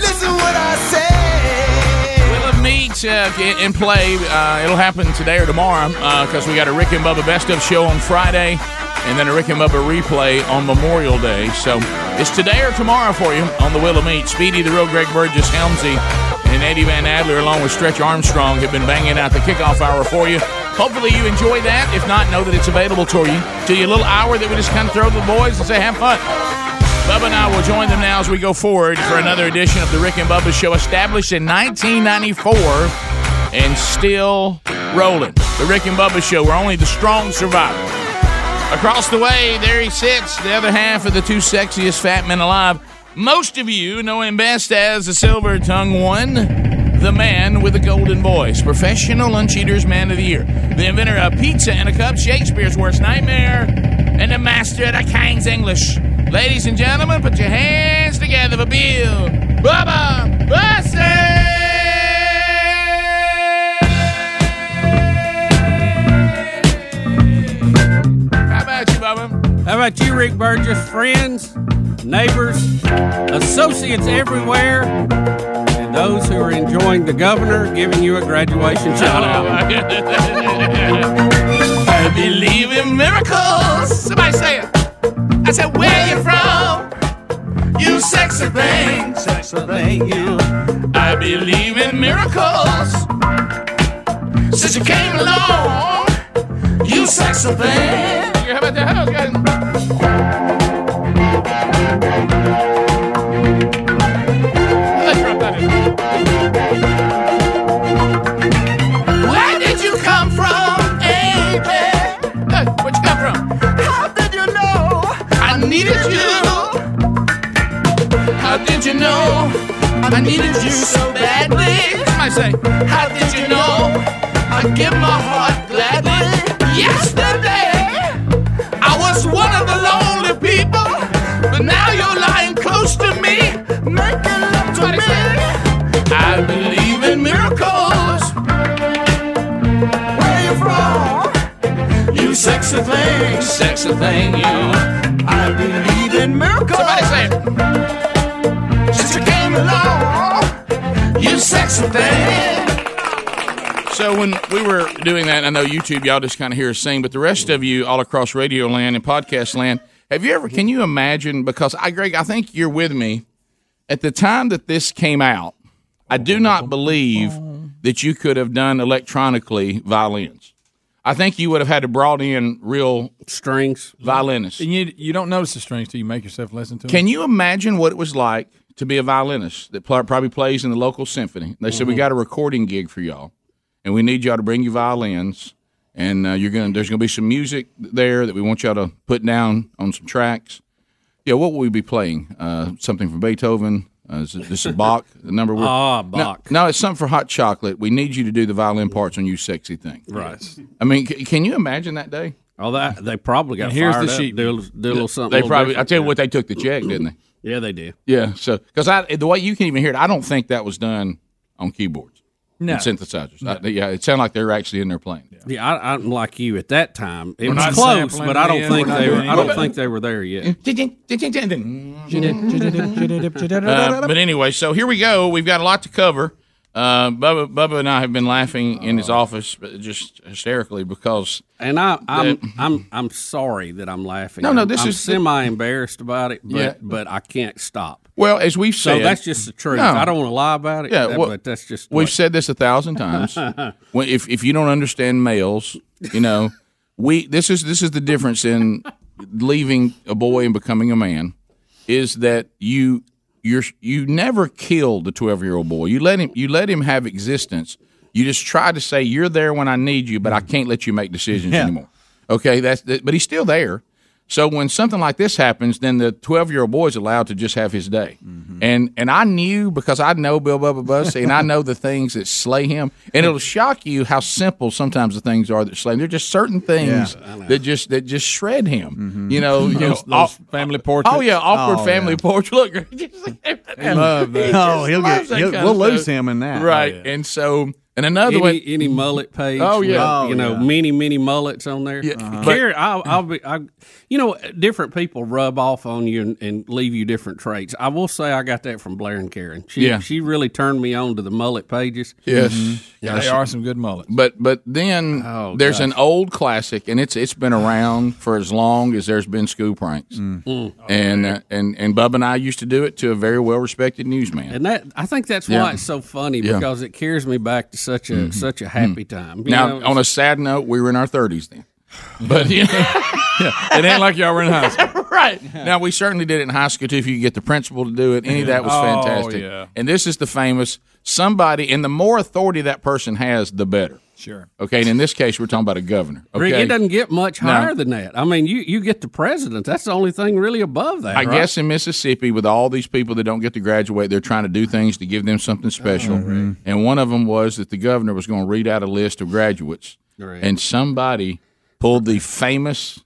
Speaker 16: listen what I say.
Speaker 15: We'll have meet uh, and play. Uh, it'll happen today or tomorrow because we got a Rick and Bubba Best of Show on Friday and then a Rick and Bubba replay on Memorial Day. So it's today or tomorrow for you on the Will of Meat. Speedy, the real Greg Burgess, Helmsy, and Eddie Van Adler, along with Stretch Armstrong, have been banging out the kickoff hour for you. Hopefully you enjoy that. If not, know that it's available to you. To your little hour that we just kind of throw to the boys and say, have fun. Bubba and I will join them now as we go forward for another edition of the Rick and Bubba Show, established in 1994 and still rolling. The Rick and Bubba Show, where only the strong survive. Across the way, there he sits, the other half of the two sexiest fat men alive. Most of you know him best as the silver tongue one, the man with the golden voice, professional lunch eater's man of the year, the inventor of pizza and a cup, Shakespeare's worst nightmare, and the master of the King's English. Ladies and gentlemen, put your hands together for Bill Bubba Bussett. How about you, Bubba?
Speaker 17: How about you, Rick Burgess? Friends, neighbors, associates everywhere, and those who are enjoying the governor giving you a graduation shout
Speaker 15: Oh,
Speaker 17: out.
Speaker 15: I believe in miracles. Somebody say it. I said, where you from? You sexy thing. Sexy thing, you. I believe in miracles. Since you came along, you sexy thing. How about that? How about that? Where did you come from, baby? Hey, where'd you come from? How did you know I needed you? How did you know I needed you so badly? Somebody say, How did you know I give my heart gladly? Yesterday I was one of the lonely people, but now you're lying close to me, making love to me. I believe in miracles. Where you from? You sexy thing, sexy thing, you. I believe in miracles. Somebody say it. Since you came along, you sexy thing. So when we were doing that, I know YouTube, y'all just kind of hear us sing, but the rest of you all across radio land and podcast land, have you ever? Can you imagine? Because I, Greg, I think you're with me. At the time that this came out, I do not believe that you could have done electronically violins. I think you would have had to brought in real
Speaker 17: strings
Speaker 15: violinists.
Speaker 5: And you you don't notice the strings till you make yourself listen to them.
Speaker 15: Can you imagine what it was like to be a violinist that pl- probably plays in the local symphony? They said we
Speaker 17: Mm-hmm.
Speaker 5: Mhm.
Speaker 15: got a recording gig for y'all, and we need y'all to bring your violins, and uh, you're gonna there's gonna be some music there that we want y'all to put down on some tracks. Yeah, what will we be playing? Uh, something from Beethoven. Uh, is it- this is Bach. The number we're
Speaker 17: Ah,
Speaker 15: No,
Speaker 17: Bach.
Speaker 15: No, it's something for Hot Chocolate. We need you to do the violin parts on you sexy thing.
Speaker 17: Right.
Speaker 15: I mean, c- can you imagine that day?
Speaker 17: Oh, that they probably got
Speaker 15: And here's
Speaker 17: fired
Speaker 15: the
Speaker 17: up,
Speaker 15: sheet.
Speaker 17: Do, a little- do a little something. a
Speaker 15: They
Speaker 17: little
Speaker 15: probably. I
Speaker 17: different.
Speaker 15: tell you what, they took the check, didn't they?
Speaker 17: Yeah, they do.
Speaker 15: Yeah. So because I the way you can even hear it, I don't think that was done on keyboards,
Speaker 17: No.
Speaker 15: and synthesizers. I- yeah, it sounded like they were actually in there playing.
Speaker 17: Yeah, I, I'm like you at that time. It
Speaker 15: We're
Speaker 17: was
Speaker 15: not
Speaker 17: close,
Speaker 15: sampling
Speaker 17: but I don't
Speaker 15: it,
Speaker 17: think
Speaker 15: we're not
Speaker 17: they were.
Speaker 15: doing
Speaker 17: I don't
Speaker 15: anything.
Speaker 17: think they were there yet.
Speaker 15: Uh, but anyway, so here we go. We've got a lot to cover. Uh, Bubba, Bubba and I have been laughing in his office uh, just hysterically because.
Speaker 17: And I, I'm,
Speaker 15: That-
Speaker 17: I'm, I'm sorry that I'm laughing.
Speaker 15: No, no,
Speaker 17: I'm-
Speaker 15: this
Speaker 17: I'm
Speaker 15: is-
Speaker 17: semi embarrassed about it, but
Speaker 15: Yeah.
Speaker 17: but I can't stop.
Speaker 15: Well, as we've
Speaker 17: So
Speaker 15: said,
Speaker 17: that's just the truth. I don't wanna lie about it,
Speaker 15: Yeah,
Speaker 17: that-
Speaker 15: well,
Speaker 17: but that's just
Speaker 15: we've
Speaker 17: what-
Speaker 15: said this a thousand times. when, if if you don't understand males, you know, we this is this is the difference in leaving a boy and becoming a man is that you you're you never killed the 12 year old boy. You let him you let him have existence. You just try to say you're there when I need you, but I
Speaker 5: Mm-hmm.
Speaker 15: can't let you make decisions
Speaker 18: Yeah.
Speaker 15: anymore. Okay, that's that, but he's still there. So when something like this happens, then the 12 year old boy is allowed to just have his day.
Speaker 5: Mm-hmm.
Speaker 15: And and I knew because I know Bill Bubba Bussy and I know the things that slay him. And it'll shock you how simple sometimes the things are that slay him. There are just certain things
Speaker 5: Yeah, I know. Mm-hmm.
Speaker 15: that just that just shred him. You know, you know,
Speaker 5: Those-
Speaker 15: all-
Speaker 5: those family portraits.
Speaker 15: Oh yeah, awkward
Speaker 5: Oh,
Speaker 15: family
Speaker 5: yeah.
Speaker 15: portrait. Look, he just-
Speaker 5: He love that. Oh,
Speaker 15: he just
Speaker 5: he'll get-
Speaker 15: loves that
Speaker 5: he'll-
Speaker 15: kind
Speaker 5: we'll
Speaker 15: of
Speaker 5: lose
Speaker 15: stuff.
Speaker 5: him in that.
Speaker 15: Right,
Speaker 5: Oh,
Speaker 15: and so and another
Speaker 17: any,
Speaker 15: way,
Speaker 17: any mullet page.
Speaker 15: Oh,
Speaker 17: with,
Speaker 15: yeah.
Speaker 17: you know
Speaker 15: Oh, yeah.
Speaker 17: many many mullets on there.
Speaker 15: Yeah.
Speaker 5: Uh-huh.
Speaker 17: But- Karen, I'll, I'll be. I, you know, different people rub off on you and, and leave you different traits. I will say I got that from Blair and Karen. She
Speaker 15: Yeah.
Speaker 17: she really turned me on to the mullet pages.
Speaker 15: Yes. Mhm. Yeah, they are
Speaker 5: Mm-hmm. some good mullets.
Speaker 15: But but then Oh,
Speaker 5: Oh,
Speaker 15: there's
Speaker 17: gosh.
Speaker 15: an old classic, and it's it's been around for as long as there's been school pranks.
Speaker 5: Mm.
Speaker 17: Mm.
Speaker 5: Oh,
Speaker 15: And uh, and and Bub and I used to do it to a very well respected newsman.
Speaker 17: And that I think that's
Speaker 15: Yeah.
Speaker 17: why it's so funny
Speaker 15: Yeah. Mm-hmm. Mm.
Speaker 17: because it carries me back to such a such a happy time. You
Speaker 15: now,
Speaker 17: know,
Speaker 15: on a sad note, we were in our thirties then, but you know,
Speaker 5: it ain't like y'all were in high school,
Speaker 15: right? Now we certainly did it in high school too. If you could get the principal to do it, any of that was
Speaker 5: Oh,
Speaker 15: fantastic.
Speaker 5: yeah.
Speaker 15: And this is the famous somebody, and the more authority that person has, the better.
Speaker 5: Sure.
Speaker 15: Okay, and in this case, we're talking about a governor. Okay,
Speaker 17: Rick, it doesn't get much
Speaker 15: No.
Speaker 17: higher than that. I mean, you, you get the president. That's the only thing really above that.
Speaker 15: I
Speaker 17: right?
Speaker 15: guess in Mississippi, with all these people that don't get to graduate, they're trying to do things to give them something
Speaker 5: Oh,
Speaker 15: special. Mm-hmm. And one of them was that the governor was going to read out a list of graduates,
Speaker 17: Right.
Speaker 15: and somebody pulled the famous,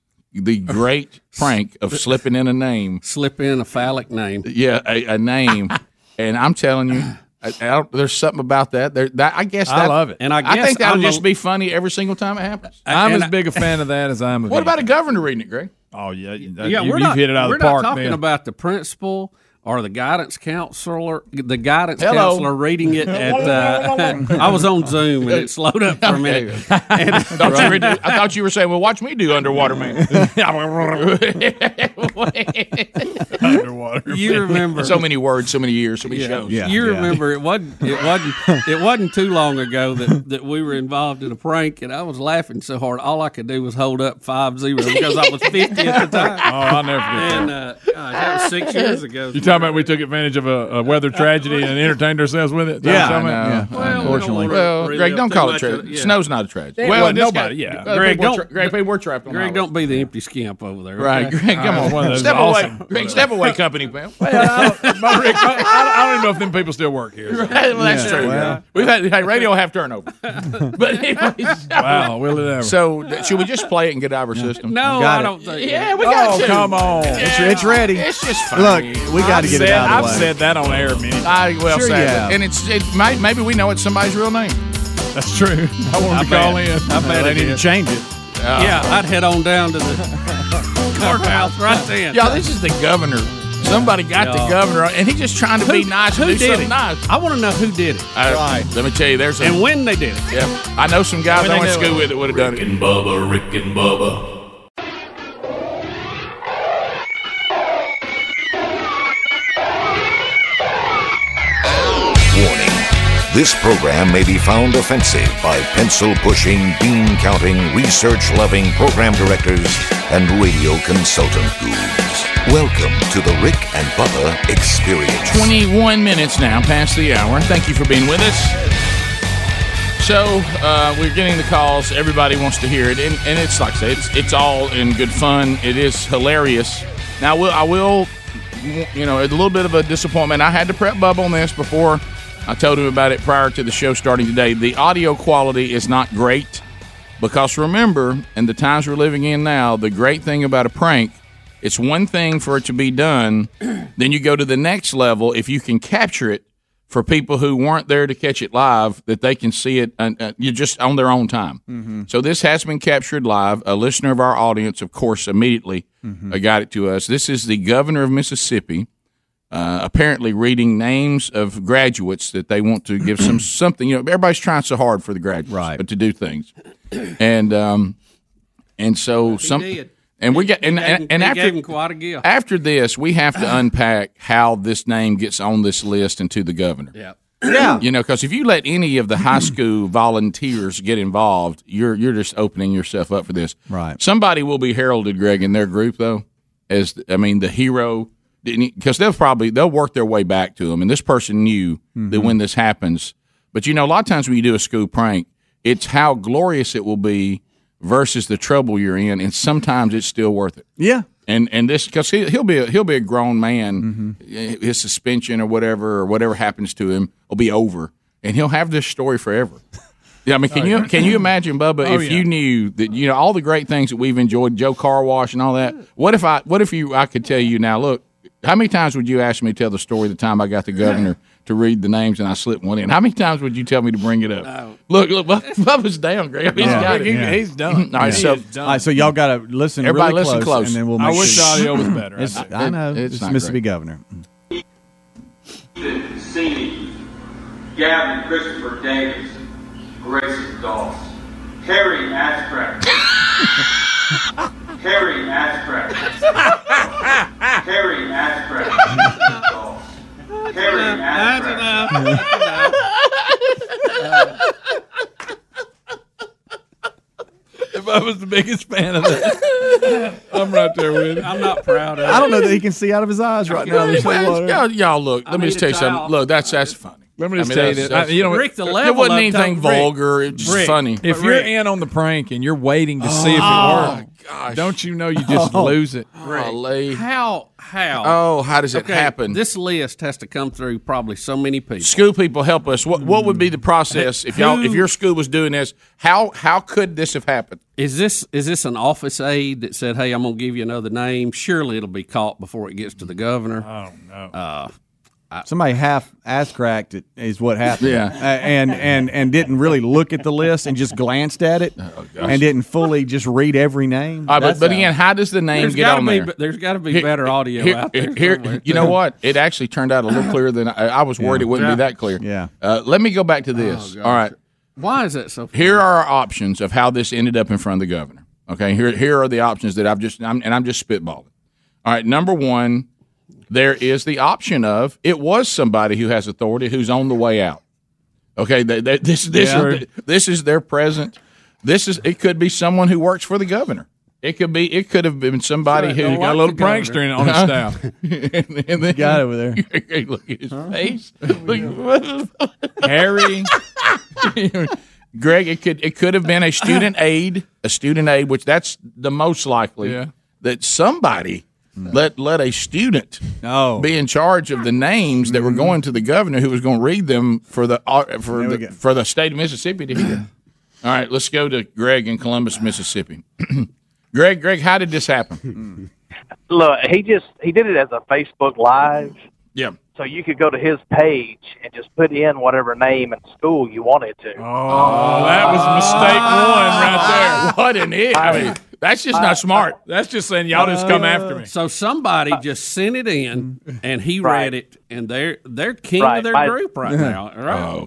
Speaker 15: the great prank of slipping in a name,
Speaker 17: slip in a phallic name.
Speaker 15: Yeah, a, a name, and I'm telling you. I, I don't, there's something about that. There, that I guess
Speaker 5: I
Speaker 15: that-
Speaker 5: love it. And I
Speaker 15: I
Speaker 5: guess
Speaker 15: think that'll
Speaker 5: I'm a-
Speaker 15: just be funny every single time it happens.
Speaker 5: I'm as big a fan of that as I am. Of
Speaker 15: What
Speaker 5: you.
Speaker 15: about a governor reading it, Greg?
Speaker 5: Oh yeah, you,
Speaker 17: yeah,
Speaker 5: you,
Speaker 17: we're
Speaker 5: have
Speaker 17: not,
Speaker 5: hit it out
Speaker 17: we're
Speaker 5: of the park.
Speaker 17: not talking
Speaker 5: man.
Speaker 17: about the principal or the guidance counselor. The guidance
Speaker 5: Hello.
Speaker 17: counselor reading it at. Uh, I was on Zoom and it slowed up for a minute.
Speaker 15: Thought you were do- I thought you were saying, "Well, watch me do Underwater Man." underwater.
Speaker 17: You remember
Speaker 15: so many words, so many years, so many shows.
Speaker 17: you remember it wasn't it wasn't it wasn't too long ago that, that we were involved in a prank and I was laughing so hard all I could do was hold up five zero because I was fifty at the time.
Speaker 5: Oh, I'll never forget
Speaker 17: And uh, gosh, that was six years ago.
Speaker 5: You talking about we took advantage of a, a weather tragedy and entertained ourselves with it? Is that
Speaker 15: Yeah,
Speaker 5: what you're talking
Speaker 15: I
Speaker 5: about?
Speaker 15: know.
Speaker 5: Yeah.
Speaker 15: I know. Unfortunately. Well, Greg, don't call it tragedy. Snow's not a tragedy.
Speaker 5: Well,
Speaker 15: Well, in this
Speaker 5: nobody.
Speaker 15: case-
Speaker 5: Yeah,
Speaker 15: Uh,
Speaker 17: Greg,
Speaker 15: people were
Speaker 17: don't
Speaker 15: tra- Greg, people were trapped on
Speaker 17: Greg,
Speaker 15: holidays.
Speaker 17: don't be the empty scamp over there.
Speaker 15: Right,
Speaker 17: okay?
Speaker 15: Greg, come on. Step away. Greg, step away, company, man.
Speaker 5: But Rick, I, I don't even know if them people still work here.
Speaker 15: Right, well, that's
Speaker 5: Yeah.
Speaker 15: true.
Speaker 5: Well.
Speaker 15: We've had hey, radio have turnover. but anyways,
Speaker 5: Wow, will it ever?
Speaker 15: So, th- should we just play it and get out of our system?
Speaker 17: No,
Speaker 5: Got
Speaker 17: I
Speaker 5: it.
Speaker 17: don't think.
Speaker 15: Yeah, we
Speaker 5: Oh,
Speaker 15: got to.
Speaker 5: come on.
Speaker 15: Yeah.
Speaker 5: It's- it's ready.
Speaker 15: It's just fine.
Speaker 5: Look, we gotta
Speaker 15: I've
Speaker 5: get it
Speaker 15: said-
Speaker 5: out of the
Speaker 15: I've
Speaker 5: way.
Speaker 15: said
Speaker 5: that on air many times.
Speaker 15: I, well,
Speaker 5: Sure you
Speaker 15: sadly.
Speaker 5: have.
Speaker 15: And it's it, may, maybe we know it's somebody's real name.
Speaker 5: That's true. I wanted to
Speaker 15: I
Speaker 5: call
Speaker 15: bet.
Speaker 5: in.
Speaker 15: I bet
Speaker 5: they
Speaker 15: it
Speaker 5: need to
Speaker 15: is.
Speaker 5: change it.
Speaker 17: Yeah, I'd head on down to the courthouse right then.
Speaker 15: Y'all, this is the governor. Somebody got the
Speaker 17: Yeah.
Speaker 15: governor, and he's just trying to be nice and
Speaker 17: who
Speaker 15: do
Speaker 17: did
Speaker 15: something
Speaker 17: it?
Speaker 15: nice.
Speaker 17: I want to know who did it.
Speaker 15: I- Let me tell you, there's a,
Speaker 17: And when they did it.
Speaker 15: Yeah, I know some guys
Speaker 17: When they
Speaker 15: I went to
Speaker 17: do it.
Speaker 15: school with that would have done
Speaker 8: Rick
Speaker 15: it.
Speaker 8: and Bubba, Rick and Bubba,
Speaker 19: Warning. This program may be found offensive by pencil pushing, bean counting, research loving program directors and radio consultant goons. Welcome to the Rick and Bubba Experience.
Speaker 15: 21 minutes now past the hour. Thank you for being with us. So uh, we're getting the calls. Everybody wants to hear it, and, and it's like I say, it's it's all in good fun. It is hilarious. Now I will, I will, you know, a little bit of a disappointment. I had to prep Bub on this before I told him about it prior to the show starting today. The audio quality is not great because remember, in the times we're living in now, the great thing about a prank, it's one thing for it to be done. Then you go to the next level if you can capture it for people who weren't there to catch it live, that they can see it. And, uh, you just on their own time. So this has been captured live. A listener of our audience, of course, immediately uh, got it to us. This is the governor of Mississippi, uh, apparently reading names of graduates that they want to give some something. You know, everybody's trying so hard for the graduates, right? But to do things, and um, and so some,
Speaker 17: did.
Speaker 15: and we got and
Speaker 17: They gave him-
Speaker 15: and, and
Speaker 17: they
Speaker 15: after
Speaker 17: gave him quite a gift.
Speaker 15: after this, we have to unpack how this name gets on this list and to the governor.
Speaker 17: Yeah.
Speaker 4: Yeah.
Speaker 15: You know, because if you let any of the high school volunteers get involved, you're you're just opening yourself up for this.
Speaker 4: Right.
Speaker 15: Somebody will be heralded, Greg, in their group though, as I mean, the hero. Because they'll probably they'll work their way back to them, and this person knew that
Speaker 17: Mhm.
Speaker 4: Mm-hmm.
Speaker 15: when this happens. But you know, a lot of times when you do a school prank, it's how glorious it will be versus the trouble you're in, and sometimes it's still worth it.
Speaker 4: Yeah.
Speaker 15: And and this because he, he'll be a, he'll be a grown man,
Speaker 4: Mm-hmm.
Speaker 15: his suspension or whatever or whatever happens to him will be over, and he'll have this story forever. Yeah, I mean, can
Speaker 5: Oh,
Speaker 15: you
Speaker 4: Oh,
Speaker 15: can you imagine, Bubba,
Speaker 17: Oh,
Speaker 15: if
Speaker 17: yeah.
Speaker 15: you knew that you know all the great things that we've enjoyed, Joe Car Wash and all that? What if I what if you I could tell you now? Look, how many times would you ask me to tell the story the time I got the governor to read the names and I slipped one in? How many times would you tell me to bring it up? Look, look, Bub- Bubba's down, Greg. He's
Speaker 4: Yeah.
Speaker 15: got it.
Speaker 4: Yeah.
Speaker 15: He's done. All right,
Speaker 4: Yeah.
Speaker 15: so
Speaker 4: All right, so y'all got to listen.
Speaker 15: Everybody
Speaker 4: really
Speaker 15: listen close.
Speaker 4: and then we'll
Speaker 15: I
Speaker 4: make
Speaker 15: wish
Speaker 4: sure.
Speaker 15: the audio was better. I
Speaker 4: It's-
Speaker 15: think.
Speaker 4: I know
Speaker 15: It- it's
Speaker 4: it's,
Speaker 15: not
Speaker 4: Mississippi
Speaker 15: great.
Speaker 4: Governor.
Speaker 18: Cini, Gavin Christopher Davis, Grayson Dawes, Harry Ashcraft, Harry Ashcraft, Harry Ashcraft, Dawes, Harry
Speaker 17: That's
Speaker 18: Ashcraft.
Speaker 17: enough. That's enough.
Speaker 15: If I was the biggest fan of it, I'm right there with. I'm not proud
Speaker 4: I don't know that he can see out of his eyes right now. There's no water.
Speaker 15: y'all, y'all look. Let
Speaker 4: I
Speaker 15: me
Speaker 4: need
Speaker 15: just tell
Speaker 4: a
Speaker 15: you something.
Speaker 4: towel.
Speaker 15: Look, that's that's funny.
Speaker 5: Let me just tell you that. I- you know, what?
Speaker 15: Rick, the level it wasn't anything vulgar. It's just
Speaker 5: Rick,
Speaker 15: funny.
Speaker 5: If you're in on the prank and you're waiting to see if it
Speaker 15: Oh,
Speaker 5: works, don't you know you just
Speaker 15: Oh.
Speaker 5: lose it?
Speaker 15: Golly.
Speaker 17: How? How?
Speaker 15: Oh, how does it happen?
Speaker 17: This list has to come through probably so many people. Hmm.
Speaker 15: School people help us. What what would be the process if y'all if your school was doing this? How how could this have happened?
Speaker 17: Is this is this an office aide that said, "Hey, I'm going to give you another name. Surely it'll be caught before it gets to the governor." Oh no. Uh,
Speaker 4: Somebody half ass cracked it is what happened.
Speaker 17: Yeah.
Speaker 4: Uh, and and and didn't really look at the list and just glanced at it
Speaker 15: Oh, gosh.
Speaker 4: and didn't fully just read every name.
Speaker 15: All right, but,
Speaker 4: That's uh,
Speaker 15: but
Speaker 4: how-
Speaker 15: again, how does the name
Speaker 17: There's
Speaker 15: get
Speaker 17: gotta
Speaker 15: on
Speaker 17: be-
Speaker 15: there?
Speaker 17: but there's gotta be better audio
Speaker 15: here,
Speaker 17: out there
Speaker 15: here-
Speaker 17: somewhere,
Speaker 15: you know
Speaker 17: too.
Speaker 15: what? It actually turned out a little clearer than I, I was worried.
Speaker 17: Yeah.
Speaker 15: It wouldn't
Speaker 17: Yeah. Oh,
Speaker 15: be that clear.
Speaker 4: Yeah.
Speaker 15: Uh, let me go back to this.
Speaker 17: gosh.
Speaker 15: All right.
Speaker 17: why is that so?
Speaker 15: Here are our options of how this ended up in front of the governor. Okay. Here here are the options that I've just I'm, and I'm just spitballing. All right. Number one, there is the option of it was somebody who has authority who's on the way out. Okay. They, they, this this
Speaker 5: Yeah.
Speaker 15: is, this is their present. This is it could be someone who works for the governor. It could be it could have been somebody
Speaker 5: Right,
Speaker 15: who
Speaker 5: don't
Speaker 15: got a
Speaker 5: like
Speaker 15: little
Speaker 5: the governor.
Speaker 15: prankster in on his
Speaker 5: Huh?
Speaker 15: staff. and, and then,
Speaker 5: Guy over there.
Speaker 15: Look at his face. Look, what the fuck? Harry. Greg, it could it could have been a student aid, a student aid, which that's the most likely
Speaker 5: Yeah. Hmm.
Speaker 15: that somebody let let a student be in charge of the names that were going to the governor, who was going to read them for the uh, for
Speaker 5: Mm-hmm. There we
Speaker 15: the,
Speaker 5: go.
Speaker 15: for the state of Mississippi to hear. All right, let's go to Greg in Columbus, Mississippi. Greg, Greg, how did this
Speaker 5: Hmm.
Speaker 15: happen?
Speaker 20: Look, he just he did it as a Facebook Live,
Speaker 15: yeah.
Speaker 20: so you could go to his page and just put in whatever name and school you wanted to.
Speaker 5: Oh, that was mistake one right there.
Speaker 15: Ah, What an it. I mean, that's just not smart.
Speaker 5: That's just saying y'all just come after me.
Speaker 17: Uh, So somebody just sent it in, and he
Speaker 5: Right.
Speaker 17: read it, and they're they're king
Speaker 20: Right.
Speaker 17: of their
Speaker 20: My-
Speaker 17: group right now. Right?
Speaker 15: Oh,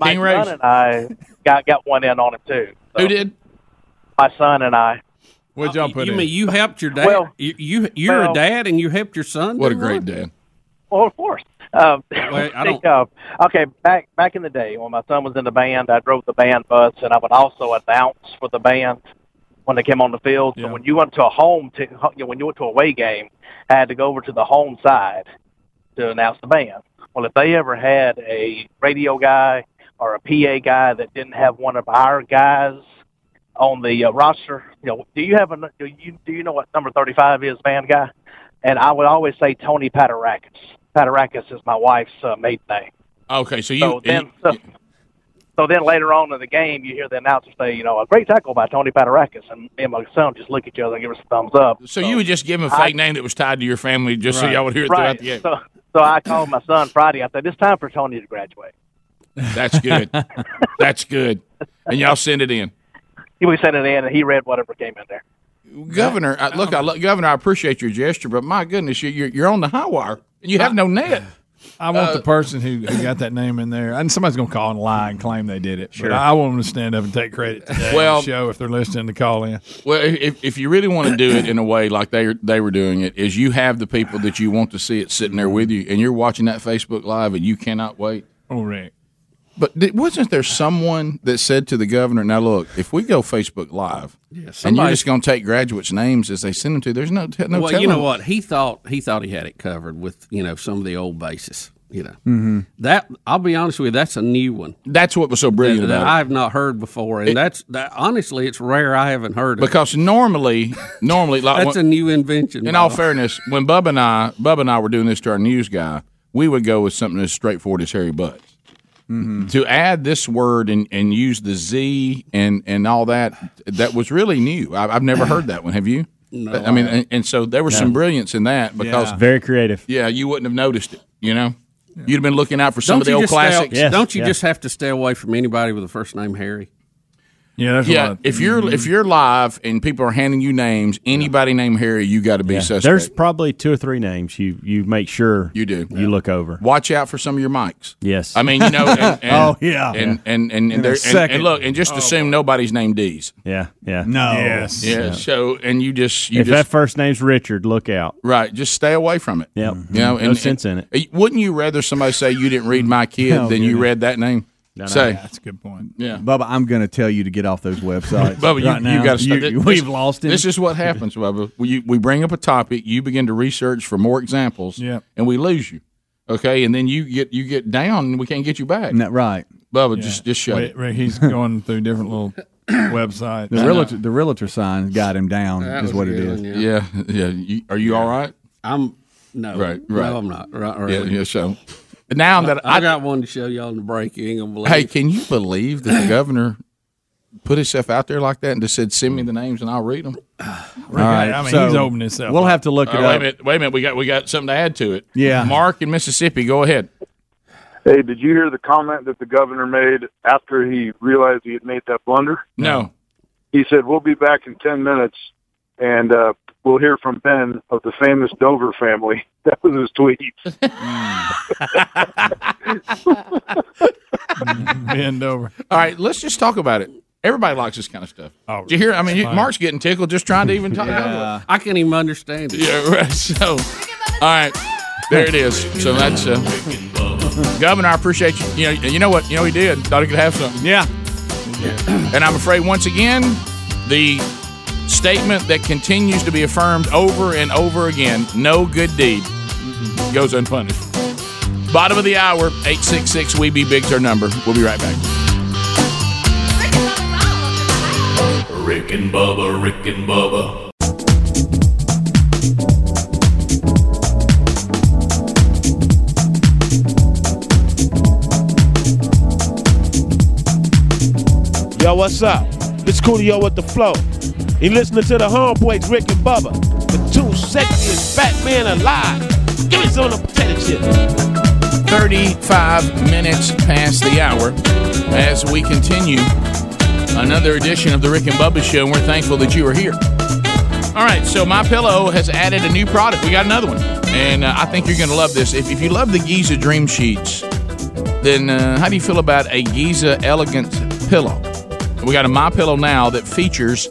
Speaker 20: My, my son and I got got one in on him too.
Speaker 15: Who did?
Speaker 20: My son and I.
Speaker 15: What'd y'all put
Speaker 17: you
Speaker 15: in?
Speaker 17: mean you helped your dad?
Speaker 20: Well-
Speaker 17: you, you you're
Speaker 20: well-
Speaker 17: a dad, and you helped your son.
Speaker 15: What
Speaker 17: do
Speaker 15: a
Speaker 17: one?
Speaker 15: great dad.
Speaker 20: Well, of course. Um,
Speaker 17: Wait, I
Speaker 20: think, uh, okay, back back in the day when my son was in the band, I drove the band bus, and I would also announce for the band when they came on the field. So when you went to a home, to, you know, when you went to a away game, I had to go over to the home side to announce the band. Well, if they ever had a radio guy or a PA guy that didn't have one of our guys on the uh, roster, you know, do you have a do you do you know what number thirty five is, band guy? And I would always say Tony Patarakis. Patarakis is my wife's uh, maiden name.
Speaker 15: Okay, so you.
Speaker 20: So then, so, so then later on in the game, you hear the announcer say, you know, a great tackle by Tony Patarakis, and me and my son just look at each other and give us a thumbs up.
Speaker 15: So you would just give him a fake
Speaker 20: I-
Speaker 15: name that was tied to your family, just so y'all would hear it throughout
Speaker 20: right.
Speaker 15: the game.
Speaker 20: So, so I called my son Friday. I said, it's time for Tony to graduate.
Speaker 15: That's good. That's good. And y'all send it in.
Speaker 20: He we sent it in, and he read whatever came in there.
Speaker 15: Governor, I, look, I, lo- Governor, I appreciate your gesture, but my goodness, you, you're, you're on the high wire. and You have no net.
Speaker 5: I want
Speaker 15: Uh,
Speaker 5: the person who, who got that name in there, and somebody's going to call and lie and claim they did it.
Speaker 15: Sure.
Speaker 5: But I want them to stand up and take credit today.
Speaker 15: Well-
Speaker 5: Well, show if they're listening to call in.
Speaker 15: Well, if, if you really want to do it in a way like they they were doing it, is you have the people that you want to see it sitting there with you, and you're watching that Facebook Live, and you cannot wait.
Speaker 5: Oh, Rick.
Speaker 15: But did, wasn't there someone that said to the governor, "Now look, if we go Facebook Live, and you're
Speaker 17: somebody-
Speaker 15: just going to take graduates' names as they send them to, there's no te- no
Speaker 17: well,
Speaker 15: telling."
Speaker 17: you know what he thought. He thought he had it covered with you know some of the old bases. You know
Speaker 15: Mm-hmm.
Speaker 17: that I'll be honest with you, that's a new one.
Speaker 15: That's what was so brilliant
Speaker 17: that, that
Speaker 15: about it.
Speaker 17: I've not heard before, and
Speaker 15: It-
Speaker 17: that's that, honestly, it's rare I haven't heard of.
Speaker 15: Because normally, normally, like
Speaker 17: That's
Speaker 15: when-
Speaker 17: a new invention.
Speaker 15: In all
Speaker 17: Bob.
Speaker 15: fairness, when Bubba and I, Bubba and I were doing this to our news guy, we would go with something as straightforward as Harry Butts.
Speaker 6: Mm-hmm.
Speaker 15: To add this word and, and use the Z and, and all that, that was really new. I, I've never heard that one. Have you?
Speaker 17: No,
Speaker 15: I mean, and, and so there was
Speaker 6: No.
Speaker 15: some brilliance in that because, yeah.
Speaker 6: very creative.
Speaker 15: you wouldn't have noticed it, you know? You'd have been looking out for some
Speaker 17: Don't
Speaker 15: of the
Speaker 17: you
Speaker 15: old
Speaker 17: just
Speaker 15: classics.
Speaker 17: stay- Don't you just have to stay away from anybody with the first name Harry? Mm-hmm.
Speaker 5: Yeah, there's
Speaker 17: a
Speaker 15: yeah.
Speaker 17: lot of-
Speaker 15: if you're
Speaker 6: Mm-hmm.
Speaker 15: if you're live and people are handing you names, anybody named Harry, you got to be
Speaker 6: Yeah.
Speaker 15: suspect.
Speaker 6: There's probably two or three names you you make sure
Speaker 15: you do
Speaker 6: you look over.
Speaker 15: Watch out for some of your mics.
Speaker 6: Yes,
Speaker 15: I mean, you know, and, and,
Speaker 6: Oh, yeah.
Speaker 15: and and and,
Speaker 6: In a
Speaker 15: and, there, and,
Speaker 6: second. Oh,
Speaker 15: and look, and just assume nobody's named D's.
Speaker 6: yeah, yeah.
Speaker 15: Yes. Yeah.
Speaker 6: Yeah.
Speaker 15: So, and you just you
Speaker 6: if that
Speaker 15: just
Speaker 6: first name's Richard, look out.
Speaker 15: right, just stay away from it.
Speaker 6: Yep. Mm-hmm.
Speaker 15: You know, and,
Speaker 6: no sense in it.
Speaker 15: and- wouldn't you rather somebody say you didn't read my kid
Speaker 6: Oh,
Speaker 15: than you
Speaker 6: goodness.
Speaker 15: read that name? say
Speaker 5: that's a good point.
Speaker 15: Yeah.
Speaker 4: Bubba, I'm going to tell you to get off those websites.
Speaker 15: Bubba, you,
Speaker 4: right now.
Speaker 15: you got to stop.
Speaker 4: You-
Speaker 15: this-
Speaker 4: We've lost him.
Speaker 15: This is what happens, Bubba. We, you- we bring up a topic, you begin to research for more examples,
Speaker 4: Yeah.
Speaker 15: and we lose you. Okay, and then you get you get down, and we can't get you back.
Speaker 4: Not right.
Speaker 15: Bubba, just just shut
Speaker 5: Wait,
Speaker 15: it.
Speaker 5: Rick, he's going through different little websites.
Speaker 4: The realtor, the realtor sign got him down.
Speaker 5: That was
Speaker 4: Is what it
Speaker 5: good
Speaker 4: is.
Speaker 5: one, yeah.
Speaker 15: Yeah, yeah. You, are you all right?
Speaker 17: I'm no,
Speaker 15: Right,
Speaker 17: no,
Speaker 15: right.
Speaker 17: I'm not. Right,
Speaker 15: Yeah,
Speaker 17: right.
Speaker 15: yeah. So now that
Speaker 17: I,
Speaker 15: I,
Speaker 17: got one to show y'all in the break, you ain't gonna believe.
Speaker 15: hey, can you believe that the governor put himself out there like that and just said, "Send me the names and I'll read them."
Speaker 5: All right, I mean, he's opening himself. up.
Speaker 15: Uh, Wait a minute. Wait a minute. We got we got something to add to it.
Speaker 5: Yeah.
Speaker 15: Mark in Mississippi, go ahead.
Speaker 10: Hey, did you hear the comment that the governor made after he realized he had made that blunder?
Speaker 15: No.
Speaker 10: He said, "We'll be back in ten minutes, and uh, we'll hear from Ben of the famous Dover family." That was his tweet.
Speaker 5: Bend over.
Speaker 15: All right, let's just talk about it. Everybody likes this kind of stuff. Oh, Do you hear? I mean, you-
Speaker 5: fine.
Speaker 15: Mark's getting tickled just trying to even talk
Speaker 17: Yeah. I can't even understand it.
Speaker 15: Yeah, right. So, all right, there it is. So that's uh, Governor. I appreciate you. You know, you know what? You know he did. Thought he could have something.
Speaker 5: Yeah.
Speaker 15: And I'm afraid once again, the statement that continues to be affirmed over and over again: no good deed goes unpunished. Bottom of the hour, eight six six. We be big's our number. We'll be right back.
Speaker 8: Rick and Bubba, Rick and Bubba.
Speaker 21: Yo, what's up? It's Coolio with the flow. You listening to the homeboys Rick and Bubba, the two sexiest Batman alive. Give me some of the potato chips.
Speaker 15: 35 minutes past the hour as we continue another edition of the Rick and Bubba Show, and we're thankful that you are here. All right, so My Pillow has added a new product. We got another one, and uh, I think you're going to love this. If, if you love the Giza Dream Sheets, then uh, how do you feel about a Giza Elegant pillow? We got a My Pillow now that features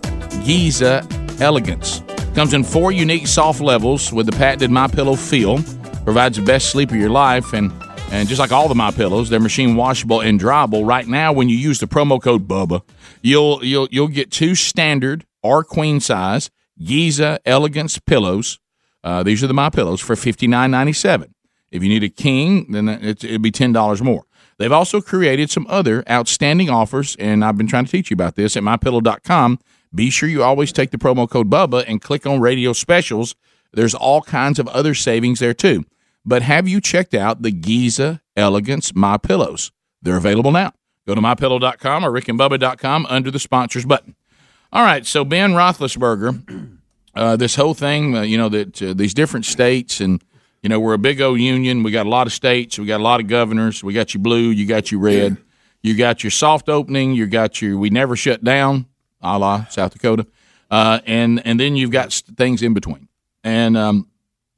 Speaker 15: Giza Elegance. Comes in four unique soft levels with the patented My Pillow feel. Provides the best sleep of your life, and and just like all the My Pillows, they're machine washable and dryable. Right now, when you use the promo code Bubba, you'll you'll you'll get two standard or queen size Giza Elegance pillows. Uh, these are the My Pillows for fifty nine ninety seven. If you need a king, then it it'd be ten dollars more. They've also created some other outstanding offers, and I've been trying to teach you about this at mypillow.com. Be sure you always take the promo code Bubba and click on radio specials. There's all kinds of other savings there too. But have you checked out the Giza Elegance My Pillows? They're available now. Go to mypillow.com or rickandbubba.com under the sponsors button. All right, so Ben Roethlisberger, uh, this whole thing, uh, you know, that uh, these different states and you know, we're a big old union. We got a lot of states. We got a lot of governors. We got you blue. You got you red. You got your soft opening. You got your we never shut down, a la South Dakota. Uh, and and then you've got s- things in between. And um,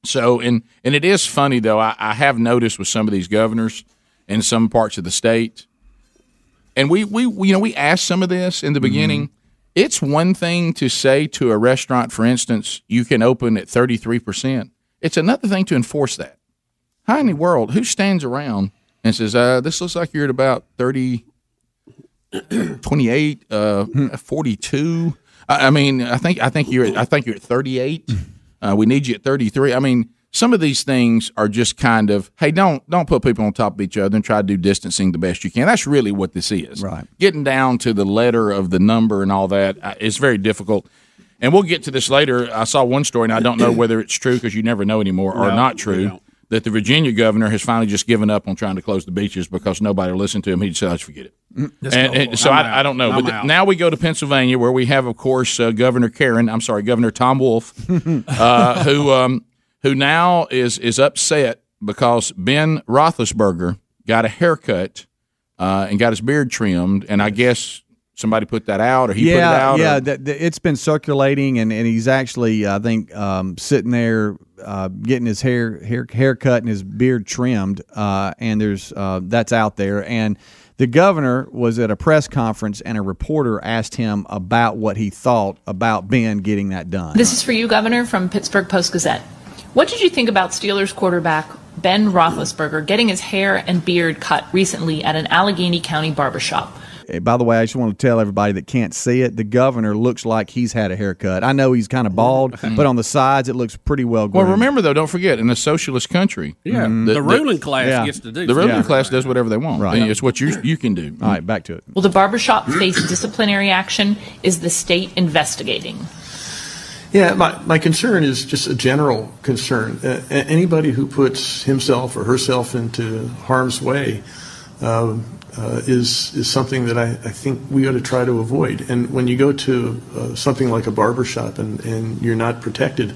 Speaker 15: so and and it is funny though. I, I have noticed with some of these governors in some parts of the state, and we we we- you know we asked some of this in the beginning. It's one thing to say to a restaurant, for instance, you can open at thirty three percent. It's another thing to enforce that. How in the world? Who stands around and says, uh, "This looks like you're at about 30, 28, uh, 42. I, I mean, I think I think you're at, I think you're at 38. Uh, we need you at 33. I mean, some of these things are just kind of, hey, don't don't put people on top of each other and try to do distancing the best you can. That's really what this is. Right. Getting down to the letter of the number and all that uh, is very difficult. And we'll get to this later. I saw one story, and I don't know whether it's true because you never know anymore or
Speaker 5: No,
Speaker 15: not
Speaker 5: you
Speaker 15: true. That the Virginia governor has finally just given up on trying to close the beaches because nobody will listen to him. He just said, "I just forget it."
Speaker 5: That's
Speaker 15: And-
Speaker 5: awful.
Speaker 15: and so
Speaker 5: I'm
Speaker 15: I, I don't know.
Speaker 5: out.
Speaker 15: But
Speaker 5: I'm out.
Speaker 15: now we go to Pennsylvania, where we have, of course, uh, Governor Karen. I'm sorry, Governor Tom Wolf, uh, who um, who now is is upset because Ben Roethlisberger got a haircut uh, and got his beard trimmed, and I guess somebody put that out, or he
Speaker 4: yeah,
Speaker 15: put it out.
Speaker 4: Yeah,
Speaker 15: or,
Speaker 4: that- that- it's been circulating, and, and he's actually, I think, um, sitting there uh, getting his hair, hair haircut and his beard trimmed, uh, and there's uh, that's out there. And the governor was at a press conference, and a reporter asked him about what he thought about Ben getting that done.
Speaker 22: This is for you, Governor, from Pittsburgh Post Gazette. What did you think about Steelers quarterback Ben Roethlisberger getting his hair and beard cut recently at an Allegheny County barbershop?
Speaker 4: Uh, By the way, I just want to tell everybody that can't see it, the governor looks like he's had a haircut. I know he's kind of bald, but on the sides it looks pretty well
Speaker 15: well,
Speaker 4: groomed.
Speaker 15: remember though, don't forget, in a socialist country,
Speaker 4: Yeah. The ruling class Yeah. gets to do
Speaker 15: the ruling
Speaker 4: something.
Speaker 15: class does whatever they want.
Speaker 4: Right.
Speaker 15: It's what you you can do. All
Speaker 4: right, back to it.
Speaker 22: Will the barbershop face disciplinary action? Is the state investigating?
Speaker 7: Yeah, my, my concern is just a general concern. Uh, a- anybody who puts himself or herself into harm's way um, uh, is is something that I, I think we ought to try to avoid. And when you go to uh, something like a barber shop and, and you're not protected,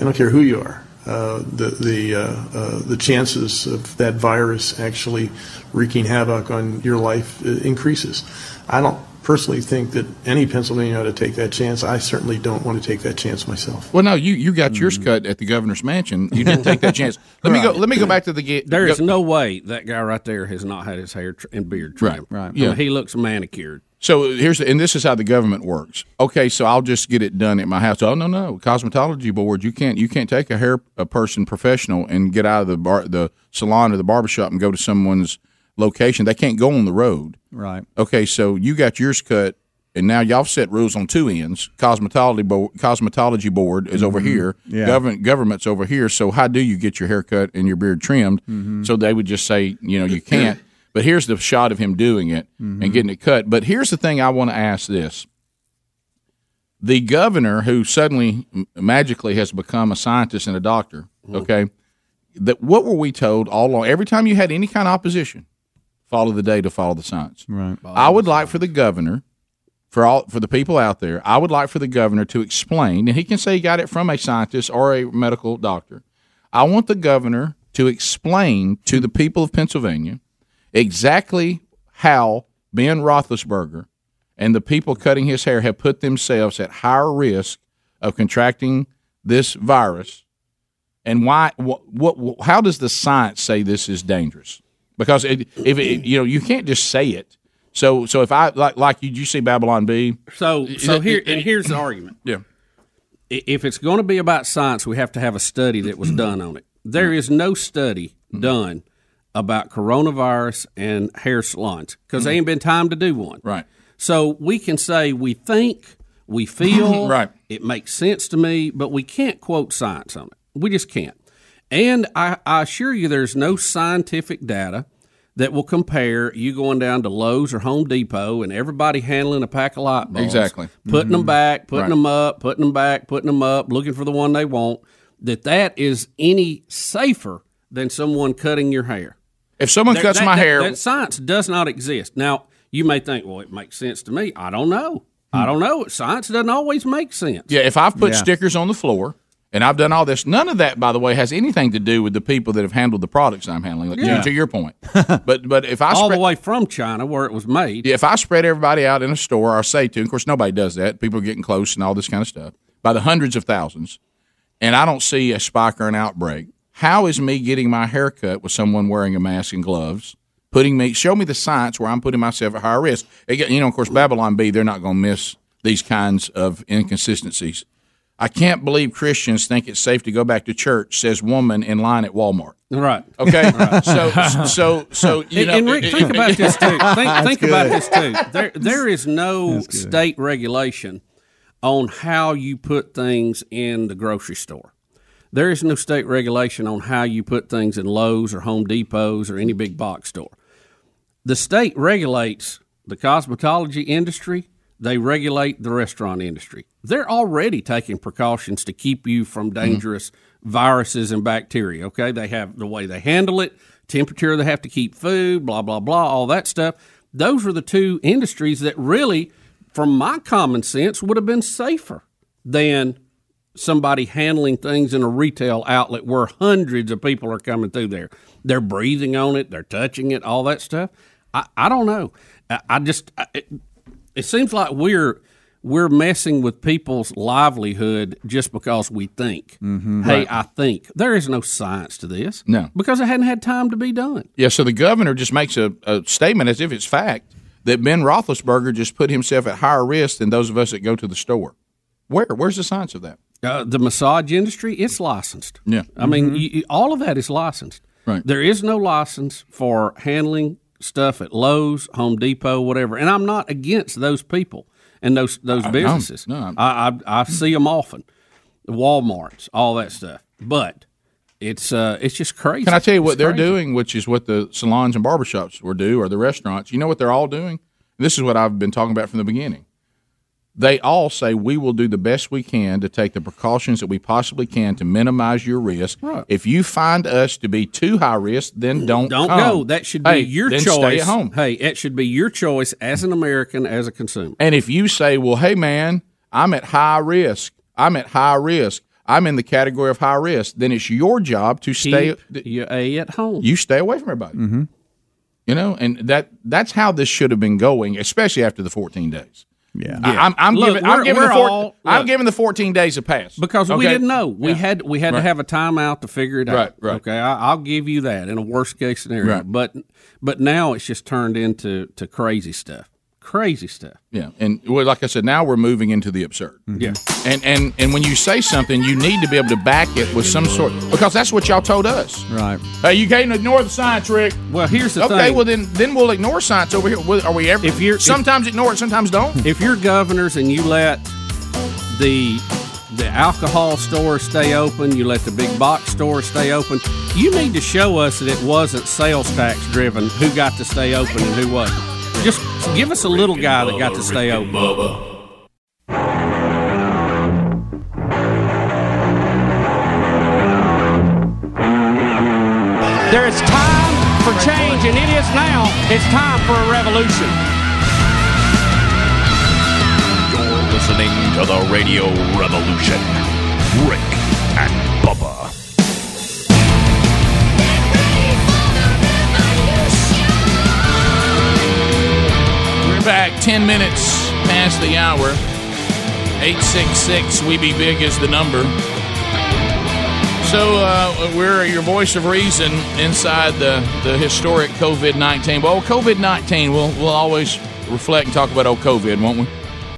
Speaker 7: I don't care who you are, uh, the the uh, uh, the chances of that virus actually wreaking havoc on your life uh, increases. I don't personally think that any Pennsylvania ought to take that chance. I certainly don't want to take that chance myself.
Speaker 15: Well, no, you, you got yours cut at the governor's mansion. You didn't take that chance. Let me go. Let me go back to the. Ge-
Speaker 17: There is
Speaker 15: go-
Speaker 17: no way that guy right there has not had his hair tr- and beard trimmed.
Speaker 15: Right, right.
Speaker 17: I mean,
Speaker 15: Yeah.
Speaker 17: he looks manicured.
Speaker 15: So here's the, and this is how the government works. Okay, so I'll just get it done at my house. Oh no no, cosmetology board. You can't you can't take a hair a person professional and get out of the bar the salon or the barbershop and go to someone's location. They can't go on the road.
Speaker 4: Right.
Speaker 15: Okay, so you got yours cut, and now y'all set rules on two ends. Cosmetology board, cosmetology board is over
Speaker 5: Mhm.
Speaker 15: here.
Speaker 5: Yeah.
Speaker 15: Government government's over here. So how do you get your haircut and your beard trimmed? So they would just say, you know, you can't. But here's the shot of him doing it and getting it cut. But here's the thing I want to ask this. The governor, who suddenly m- magically has become a scientist and a doctor, okay, that what were we told all along? Every time you had any kind of opposition, follow the data, follow the science.
Speaker 4: Right.
Speaker 15: I would like for the governor, for all for the people out there, I would like for the governor to explain, and he can say he got it from a scientist or a medical doctor. I want the governor to explain to the people of Pennsylvania exactly how Ben Roethlisberger and the people cutting his hair have put themselves at higher risk of contracting this virus, and why? What? what how does the science say this is dangerous? Because it, if it, you know, you can't just say it. So, so if I like, like you, you see Babylon B.
Speaker 17: So,
Speaker 15: Is
Speaker 17: so
Speaker 15: it-
Speaker 17: here
Speaker 15: it-
Speaker 17: and here's the argument.
Speaker 15: Yeah.
Speaker 17: I- If it's going to be about science, we have to have a study that was done on it.
Speaker 15: Mm-hmm.
Speaker 17: There is no study done about coronavirus and hair salons because there ain't been time to do one.
Speaker 15: Mm-hmm. Right.
Speaker 17: So we can say we think, we feel,
Speaker 15: Right.
Speaker 17: It makes sense to me, but we can't quote science on it. We just can't. And I, I assure you, there's no scientific data that will compare you going down to Lowe's or Home Depot and everybody handling a pack of light bulbs,
Speaker 15: Exactly.
Speaker 17: putting them
Speaker 15: Mhm.
Speaker 17: back, putting
Speaker 15: Right.
Speaker 17: them up, putting them back, putting them up, looking for the one they want. That that is any safer than someone cutting your hair.
Speaker 15: If someone
Speaker 17: That-
Speaker 15: cuts
Speaker 17: that-
Speaker 15: my
Speaker 17: that-
Speaker 15: hair-
Speaker 17: that science does not exist. Now you may think, well, it makes sense to me. I don't know. I don't know. Science doesn't always make sense.
Speaker 15: Hmm. Yeah, if I've put
Speaker 17: Yeah.
Speaker 15: stickers on the floor and I've done all this, none of that, by the way, has anything to do with the people that have handled the products I'm handling. Like,
Speaker 17: Yeah.
Speaker 15: to, to your point, but but if I
Speaker 17: All
Speaker 15: spread,
Speaker 17: the way from China where it was made,
Speaker 15: yeah, if I spread everybody out in a store, or say to, of course, nobody does that. People are getting close and all this kind of stuff by the hundreds of thousands, and I don't see a spike or an outbreak. How is me getting my hair cut with someone wearing a mask and gloves? Putting me, show me the science where I'm putting myself at higher risk. Again, you know, of course, Babylon B, they're not going to miss these kinds of inconsistencies. I can't believe Christians think it's safe to go back to church, says woman in line at Walmart.
Speaker 17: Right.
Speaker 15: Okay. So, so, so, you
Speaker 17: and,
Speaker 15: know,
Speaker 17: and Rick,
Speaker 15: it-
Speaker 17: think
Speaker 15: it-
Speaker 17: about this too. Think,
Speaker 15: That's
Speaker 17: think about
Speaker 15: good.
Speaker 17: this too. There, there is no state regulation on how you put things in the grocery store. There is no state regulation on how you put things in Lowe's or Home Depot's or any big box store. The state regulates the cosmetology industry. They regulate the restaurant industry. They're already taking precautions to keep you from dangerous viruses and bacteria. Okay, they have the way they handle it, temperature they have to keep food, blah blah blah, all that stuff. Those are the two industries that really, from my common sense, would have been safer than somebody handling things in a retail outlet where hundreds of people are coming through there. They're breathing on it, they're touching it, all that stuff. I, I don't know. I, I just I, it, it seems like we're we're messing with people's livelihood just because we think. Hey,
Speaker 15: Mm-hmm. Right.
Speaker 17: I think there is no science to this.
Speaker 15: No.
Speaker 17: because it hadn't had time to be done.
Speaker 15: Yeah, so the governor just makes a, a statement as if it's fact that Ben Roethlisberger just put himself at higher risk than those of us that go to the store. Where? Where's the science of that?
Speaker 17: Uh, the massage industry, it's licensed.
Speaker 15: Yeah. Mm-hmm.
Speaker 17: I mean, you, you- all of that is licensed.
Speaker 15: Right.
Speaker 17: There is no license for handling stuff at Lowe's, Home Depot, whatever. And I'm not against those people and those those
Speaker 15: I- I'm-
Speaker 17: businesses.
Speaker 15: no, I'm-
Speaker 17: I, I I see them often, WalMarts, all that stuff. But it's uh it's just crazy.
Speaker 15: Can I tell you what
Speaker 17: It's
Speaker 15: they're
Speaker 17: crazy.
Speaker 15: doing, which is what the salons and barbershops were do, or the restaurants? You know what they're all doing? This is what I've been talking about from the beginning. They all say we will do the best we can to take the precautions that we possibly can to minimize your risk.
Speaker 17: Right.
Speaker 15: If you find us to be too high risk, then don't
Speaker 17: Don't
Speaker 15: come.
Speaker 17: go. That should be
Speaker 15: Hey,
Speaker 17: your
Speaker 15: then
Speaker 17: choice.
Speaker 15: Stay at home.
Speaker 17: Hey, it should be your choice as an American, as a consumer.
Speaker 15: And if you say, well, hey, man, I'm at high risk, I'm at high risk, I'm in the category of high risk, then it's your job to stay.
Speaker 17: Keep your A at home.
Speaker 15: You stay away from everybody. Mm-hmm. You know, and that that's how this should have been going, especially after the 14 days. Yeah. I, am I'm
Speaker 17: Look,
Speaker 15: giving, I'm
Speaker 17: we're-
Speaker 15: giving the
Speaker 17: we're
Speaker 15: four,
Speaker 17: all-
Speaker 15: I'm
Speaker 17: look.
Speaker 15: giving the 14 days a pass
Speaker 17: because we
Speaker 15: Okay?
Speaker 17: didn't know. We
Speaker 15: Yeah.
Speaker 17: had we had
Speaker 15: Right.
Speaker 17: to have a timeout to figure it out.
Speaker 15: Right, right.
Speaker 17: Okay, I, I'll give you that in a worst case scenario.
Speaker 15: Right.
Speaker 17: But but now it's just turned into to crazy stuff. Crazy stuff.
Speaker 15: Yeah, and well, like I said, now we're moving into the absurd.
Speaker 17: Yeah.
Speaker 15: and and and when you say something, you need to be able to back it with some sort because that's what y'all told us. Right. Hey, you can't ignore the science, Rick.
Speaker 17: Well, here's the
Speaker 15: okay,
Speaker 17: thing.
Speaker 15: well then then we'll ignore science over here. Well, Are we ever?
Speaker 17: If you're- if-
Speaker 15: sometimes ignore it, sometimes don't.
Speaker 17: If you're governors and you let the the alcohol stores stay open, you let the big box stores stay open, you need to show us that it wasn't sales tax driven who got to stay open and who wasn't. Just give us a little guy that got to stay open.
Speaker 1: There is time for change, and it is now. It's time for a revolution.
Speaker 8: You're listening to the Radio Revolution. Rick and Bubba.
Speaker 15: We're back 10 minutes past the hour. 866 We Be Big is the number. So uh, we're your voice of reason inside the, the historic COVID 19. Well, COVID 19, we'll, we'll always reflect and talk about old COVID, won't we?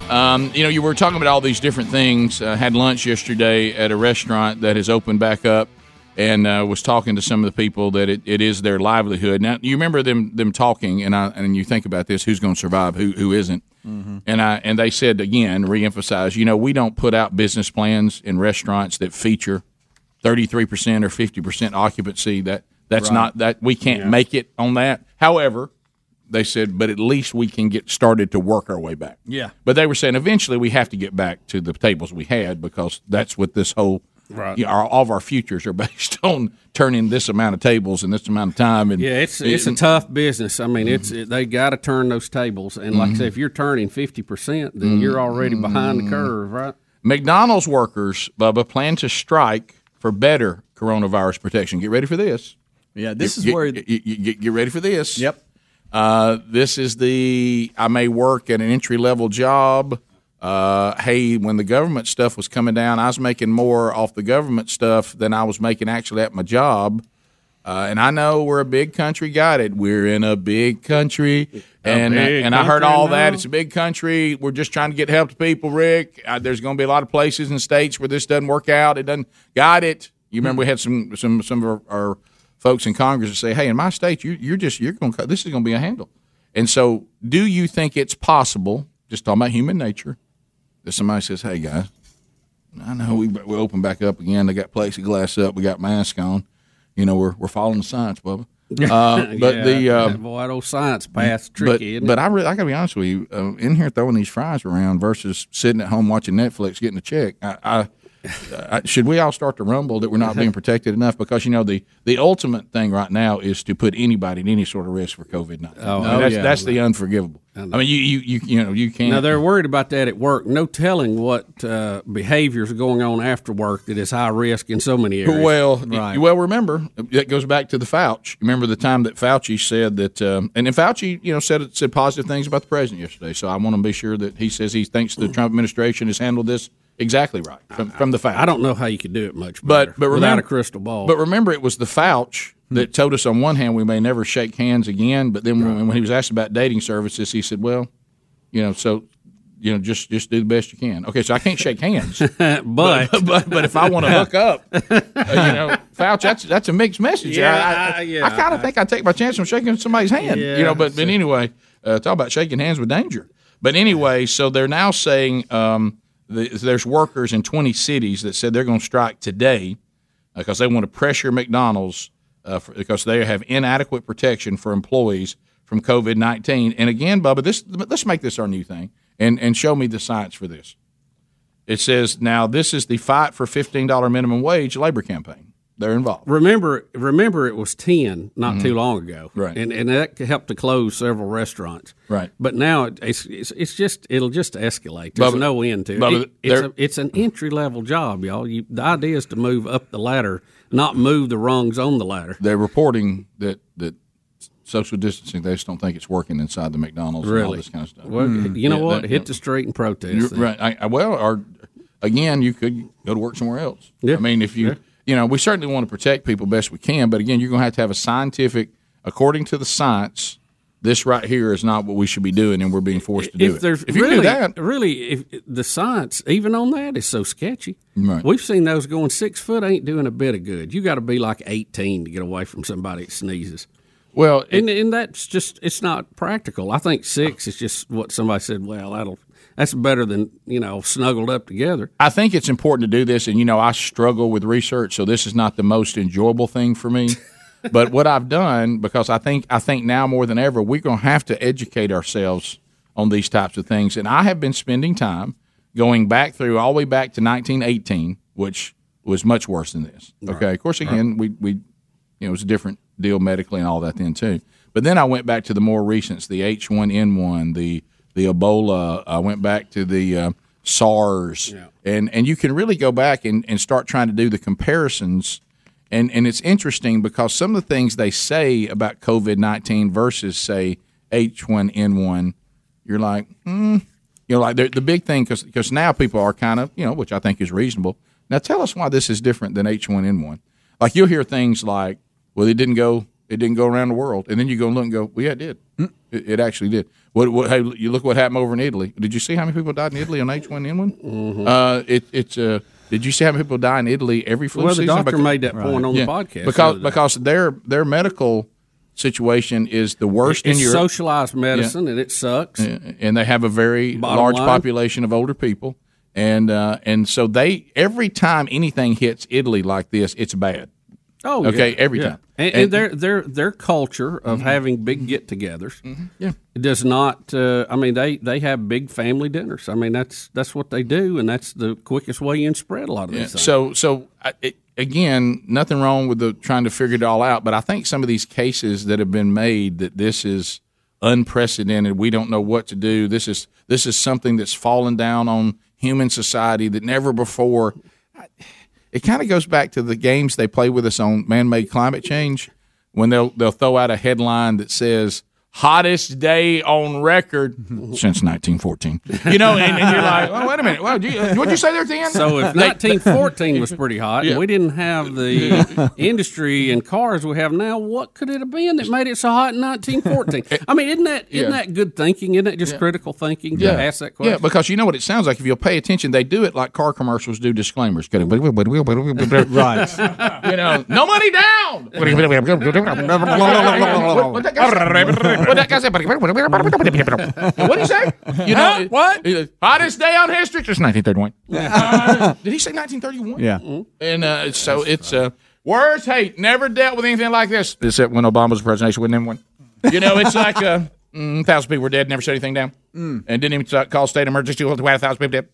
Speaker 15: Um, you know, you were talking about all these different things. Uh, had lunch yesterday at a restaurant that has opened back up and uh, was talking to some of the people that it, it is their livelihood. Now you remember them them talking, and I and you think about this: who's going to survive, who who isn't?
Speaker 23: Mm-hmm.
Speaker 15: And I and they said again, reemphasize. You know, we don't put out business plans in restaurants that feature thirty three percent or fifty percent occupancy. That that's
Speaker 23: Right.
Speaker 15: not that we can't
Speaker 23: Yeah.
Speaker 15: make it on that. However, they said, but at least we can get started to work our way back.
Speaker 23: Yeah.
Speaker 15: But they were saying eventually we have to get back to the tables we had because that's what this whole
Speaker 17: Right.
Speaker 15: you know, our, all of our futures are based on turning this amount of tables in this amount of time. And Mm-hmm.
Speaker 17: Yeah, it's it's a tough business. I mean, it's it, they got to turn those tables, and like I say, if you're turning fifty percent, then you're already behind the curve, right?
Speaker 15: Mm-hmm. McDonald's workers, Bubba, plan to strike for better coronavirus protection. Get ready for this. Yeah,
Speaker 3: this is
Speaker 15: where get, get- get ready for this. Yep. Uh, this is the I may work at an entry level job. Uh, hey, when the government stuff was coming down, I was making more off the government stuff than I was making actually at my job. Uh, and I know we're a big country. Got it. We're in a big country, and
Speaker 23: big
Speaker 15: and I heard
Speaker 23: country
Speaker 15: all that.
Speaker 23: now.
Speaker 15: It's a big country. We're just trying to get help to people, Rick. Uh, there's going to be a lot of places and states where this doesn't work out. It doesn't. Got it. You remember we had some some some of our, our folks in Congress that say, "Hey, in my state, you, you're just you're going. to This is going to be a handle." And so, do you think it's possible? Just talking about human nature, that somebody says, "Hey, guys, I know we we open back up again. They got plexiglass up. We got masks on. You know, we're we're following the science, Bubba. Uh, but
Speaker 17: Yeah,
Speaker 15: the uh,
Speaker 17: that boy, that old science path's
Speaker 15: but,
Speaker 17: tricky. isn't
Speaker 15: but
Speaker 17: it?
Speaker 15: I really, I gotta be honest with you. Uh, in here throwing these fries around versus sitting at home watching Netflix getting a check. I, I, uh, I should we all start to rumble that we're not being protected enough because you know the the ultimate thing right now is to put anybody at any sort of risk for COVID nineteen.
Speaker 17: Oh,
Speaker 15: that's,
Speaker 17: yeah.
Speaker 15: that's the unforgivable. I, mean, you you you you know you can't.
Speaker 17: Now they're worried about that at work. No telling what uh, behaviors are going on after work that is high risk in so many areas.
Speaker 15: Well, y- well, remember that goes back to the Fauci. Remember the time that Fauci said that, um, and then Fauci, you know, said said positive things about the president yesterday. So I want to be sure that he says he thinks the Trump administration has handled this exactly right from, from the fact.
Speaker 17: I don't know how you could do it much better,
Speaker 15: but but
Speaker 17: without
Speaker 15: remember,
Speaker 17: a crystal ball.
Speaker 15: But remember, it was the Fauci that told us on one hand we may never shake hands again, but then when, when he was asked about dating services, he said, "Well, you know, so." You know, just just do the best you can. Okay, so I can't shake hands, but,
Speaker 17: but
Speaker 15: but if I want to hook up, uh, you know, Fauci, that's that's a mixed message.
Speaker 17: Yeah,
Speaker 15: I,
Speaker 17: I- yeah,
Speaker 15: kind of
Speaker 17: I-
Speaker 15: think I take my chance on shaking somebody's hand.
Speaker 17: Yeah,
Speaker 15: you know, but, but anyway, uh, talk about shaking hands with danger. But anyway, so they're now saying um, the, there's workers in 20 cities that said they're going to strike today because they want to pressure McDonald's uh, for, because they have inadequate protection for employees from COVID 19. And again, Bubba, this let's make this our new thing and, and show me the science for this. It says now this is the fight for $15 minimum wage labor campaign. They're involved.
Speaker 17: Remember, remember, it was ten not
Speaker 15: Mhm.
Speaker 17: too long ago,
Speaker 15: Right.
Speaker 17: And and that helped to close several restaurants,
Speaker 15: Right.
Speaker 17: But now it- it's it's, it's just it'll just escalate. There's
Speaker 15: Bubba-
Speaker 17: no end to it.
Speaker 15: Bubba,
Speaker 17: It- it's,
Speaker 15: there-
Speaker 17: a, it's an entry level job, y'all. You, the idea is to move up the ladder, not move the rungs on the ladder.
Speaker 15: They're reporting that that social distancing they just don't think it's working inside the McDonald's and all
Speaker 17: Really?
Speaker 15: this kind of stuff. Mm-hmm.
Speaker 17: Well, you know
Speaker 15: Yeah,
Speaker 17: what?
Speaker 15: that-
Speaker 17: Hit the street and
Speaker 15: You're
Speaker 17: protest. then.
Speaker 15: right. I, I, well, or again, you could go to work somewhere else. I mean, if you, you know, we certainly want to protect people best we can, but again, you're going to have to have a scientific, according to the science, this right here is not what we should be doing, and we're being forced to do
Speaker 17: if
Speaker 15: it.
Speaker 17: there's
Speaker 15: if you
Speaker 17: really,
Speaker 15: do that,
Speaker 17: really, if the science even on that is so sketchy.
Speaker 15: Right.
Speaker 17: We've seen those going six foot ain't doing a bit of good. You got to be like eighteen to get away from somebody that sneezes.
Speaker 15: Well,
Speaker 17: and, and that's just it's not practical. I think six is just what somebody said. Well, that'll that's better than you know snuggled up together.
Speaker 15: I think it's important to do this, and you know, I struggle with research, so this is not the most enjoyable thing for me. but what I've done, because I think I think now more than ever, we're going to have to educate ourselves on these types of things, and I have been spending time going back through all the way back to 1918, which was much worse than this. Okay, of course, again, we we you know it was a different deal medically and all that then too. But then I went back to the more recents, the H1N1, the the Ebola. I went back to the uh, SARS, and and you can really go back and, and start trying to do the comparisons. And and it's interesting because some of the things they say about COVID nineteen versus say H1N1, you're like, hmm. You know, like the, the big thing, because now people are kind of, you know, which I think is reasonable. Now, tell us why this is different than H1N1. Like you'll hear things like, "Well, it didn't go, it didn't go around the world," and then you go and look and go, "Well, yeah, it did. It, it actually did." What, what? Hey, you look what happened over in Italy. Did you see how many people died in Italy on H1N1?
Speaker 17: Mm-hmm.
Speaker 15: Uh, it, it's uh, did you see how many people die in Italy every flu
Speaker 17: Well, the
Speaker 15: season?
Speaker 17: doctor made that point on the
Speaker 15: Yeah.
Speaker 17: podcast
Speaker 15: because
Speaker 17: the other day.
Speaker 15: because their their medical situation is the worst
Speaker 17: It's
Speaker 15: in Europe
Speaker 17: socialized medicine, and it sucks.
Speaker 15: and they have a very
Speaker 17: Bottom
Speaker 15: large
Speaker 17: line.
Speaker 15: population of older people, and uh, and so they every time anything hits Italy like this, it's bad.
Speaker 17: Oh,
Speaker 15: okay,
Speaker 17: yeah,
Speaker 15: every
Speaker 17: yeah.
Speaker 15: time. Mm-hmm.
Speaker 17: and, and their their their culture of having big get-togethers,
Speaker 15: Yeah.
Speaker 17: does not. Uh, I mean, they they have big family dinners. I mean, that's that's what they do, and that's the quickest way you can spread a lot of
Speaker 15: Yeah.
Speaker 17: these things.
Speaker 15: So, so I, it, again, nothing wrong with the trying to figure it all out, but I think some of these cases that have been made that this is unprecedented. We don't know what to do. This is this is something that's fallen down on human society that never before. It kind of goes back to the games they play with us on man-made climate change when they'll they'll throw out a headline that says hottest day on record since 1914. You know, and, and you're like, well, wait a minute. Well, do you, what'd you say there at the end?
Speaker 17: So if
Speaker 15: They-
Speaker 17: 1914 was pretty hot, and we didn't have the industry and cars we have now. What could it have been that made it so hot in 1914? I mean, isn't that isn't
Speaker 15: Yeah.
Speaker 17: that good thinking? Isn't that just
Speaker 15: Yeah.
Speaker 17: critical thinking to ask that question?
Speaker 15: Yeah, because you know what it sounds like. If you'll pay attention, they do it like car commercials do disclaimers. right. You know, no money down. what, what that guy said? What that guy said? What did he say? You know,
Speaker 23: Huh?
Speaker 15: what? Hottest day on history since 1931. Uh, did he say 1931?
Speaker 4: Yeah.
Speaker 15: And uh, so it's uh, words. Hey, never dealt with anything like this. Except when Obama's president, wouldn't even win. You know, it's like a mm, thousand people were dead, never shut anything down,
Speaker 4: Mm.
Speaker 15: and didn't even t- call state emergency. Well, A thousand people dead.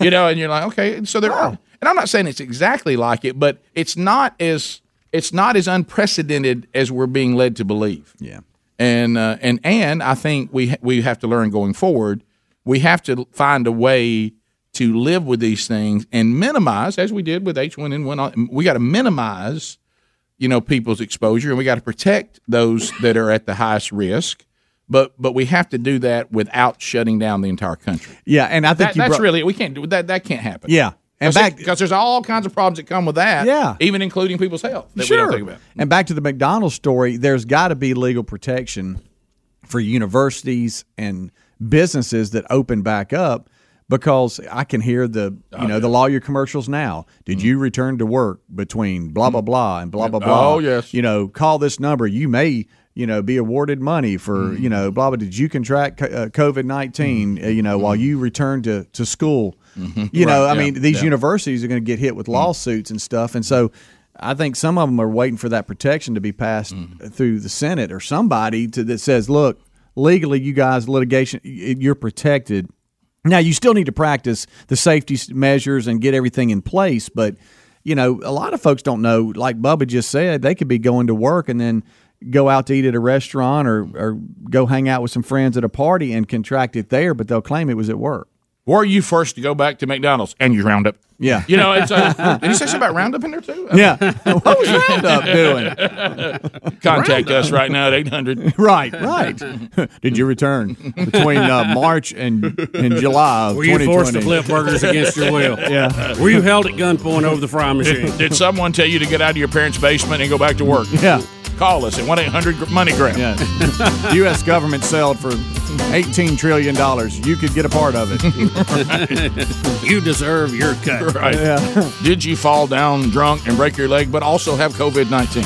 Speaker 15: You know, and you're like, okay. So there are, and I'm not saying it's exactly like it, but it's not as it's not as unprecedented as we're being led to believe.
Speaker 4: Yeah.
Speaker 15: And uh, and and I think we ha- we have to learn going forward. We have to find a way to live with these things and minimize, as we did with H1N1. We got to minimize you know people's exposure and we got to protect those that are at the highest risk but but we have to do that without shutting down the entire country
Speaker 4: Yeah, and I think
Speaker 15: that,
Speaker 4: you
Speaker 15: that's
Speaker 4: brought-
Speaker 15: really we can't do that that can't happen
Speaker 4: Yeah, and back
Speaker 15: because there's all kinds of problems that come with that
Speaker 4: Yeah.
Speaker 15: even including people's health that we don't think about
Speaker 4: And back to the McDonald's story, there's got to be legal protection for universities and businesses that open back up because I can hear the you
Speaker 15: Oh,
Speaker 4: know the lawyer commercials now. Did
Speaker 15: Mm-hmm.
Speaker 4: you return to work between blah blah blah and blah blah blah?
Speaker 15: Oh, yes.
Speaker 4: You know, call this number. You may you know be awarded money for
Speaker 15: Mm-hmm.
Speaker 4: you know blah blah. Did you contract co- uh, COVID 19 Uh, you know
Speaker 15: Mm-hmm.
Speaker 4: while you returned to to school? You know,
Speaker 15: Right,
Speaker 4: I
Speaker 15: yeah,
Speaker 4: mean, these
Speaker 15: yeah. Mm.
Speaker 4: universities are going to get hit with lawsuits and stuff, and so I think some of them are waiting for that protection to be passed
Speaker 15: Mm.
Speaker 4: through the Senate or somebody to, that says, "Look, legally, you guys, litigation, y- you're protected." Now, you still need to practice the safety s- measures and get everything in place, but you know, a lot of folks don't know. Like Bubba just said, they could be going to work and then go out to eat at a restaurant or, or go hang out with some friends at a party and contract it there, but they'll claim it was at work.
Speaker 15: were you first to go back to mcdonald's and you round up
Speaker 4: Yeah.
Speaker 15: you know it's uh, did you say something about roundup in there too
Speaker 4: Yeah. what was Roundup doing?
Speaker 15: contact us right now at 800
Speaker 4: Right, right. Did you return between uh, March and, and July of
Speaker 17: Were you forced to
Speaker 4: 2020?
Speaker 17: flip burgers against your will?
Speaker 4: Yeah.
Speaker 17: Were you held at gunpoint over the frying machine?
Speaker 15: Did someone tell you to get out of your parents' basement and go back to work?
Speaker 4: Yeah.
Speaker 15: Call us at 1 800 Money Grab.
Speaker 4: Yeah. U.S. government sold for $18 trillion. You could get a part of it.
Speaker 15: you deserve your cut. Right.
Speaker 4: Yeah.
Speaker 15: Did you fall down drunk and break your leg, but also have COVID 19?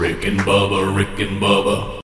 Speaker 8: Rick and Bubba, Rick and Bubba.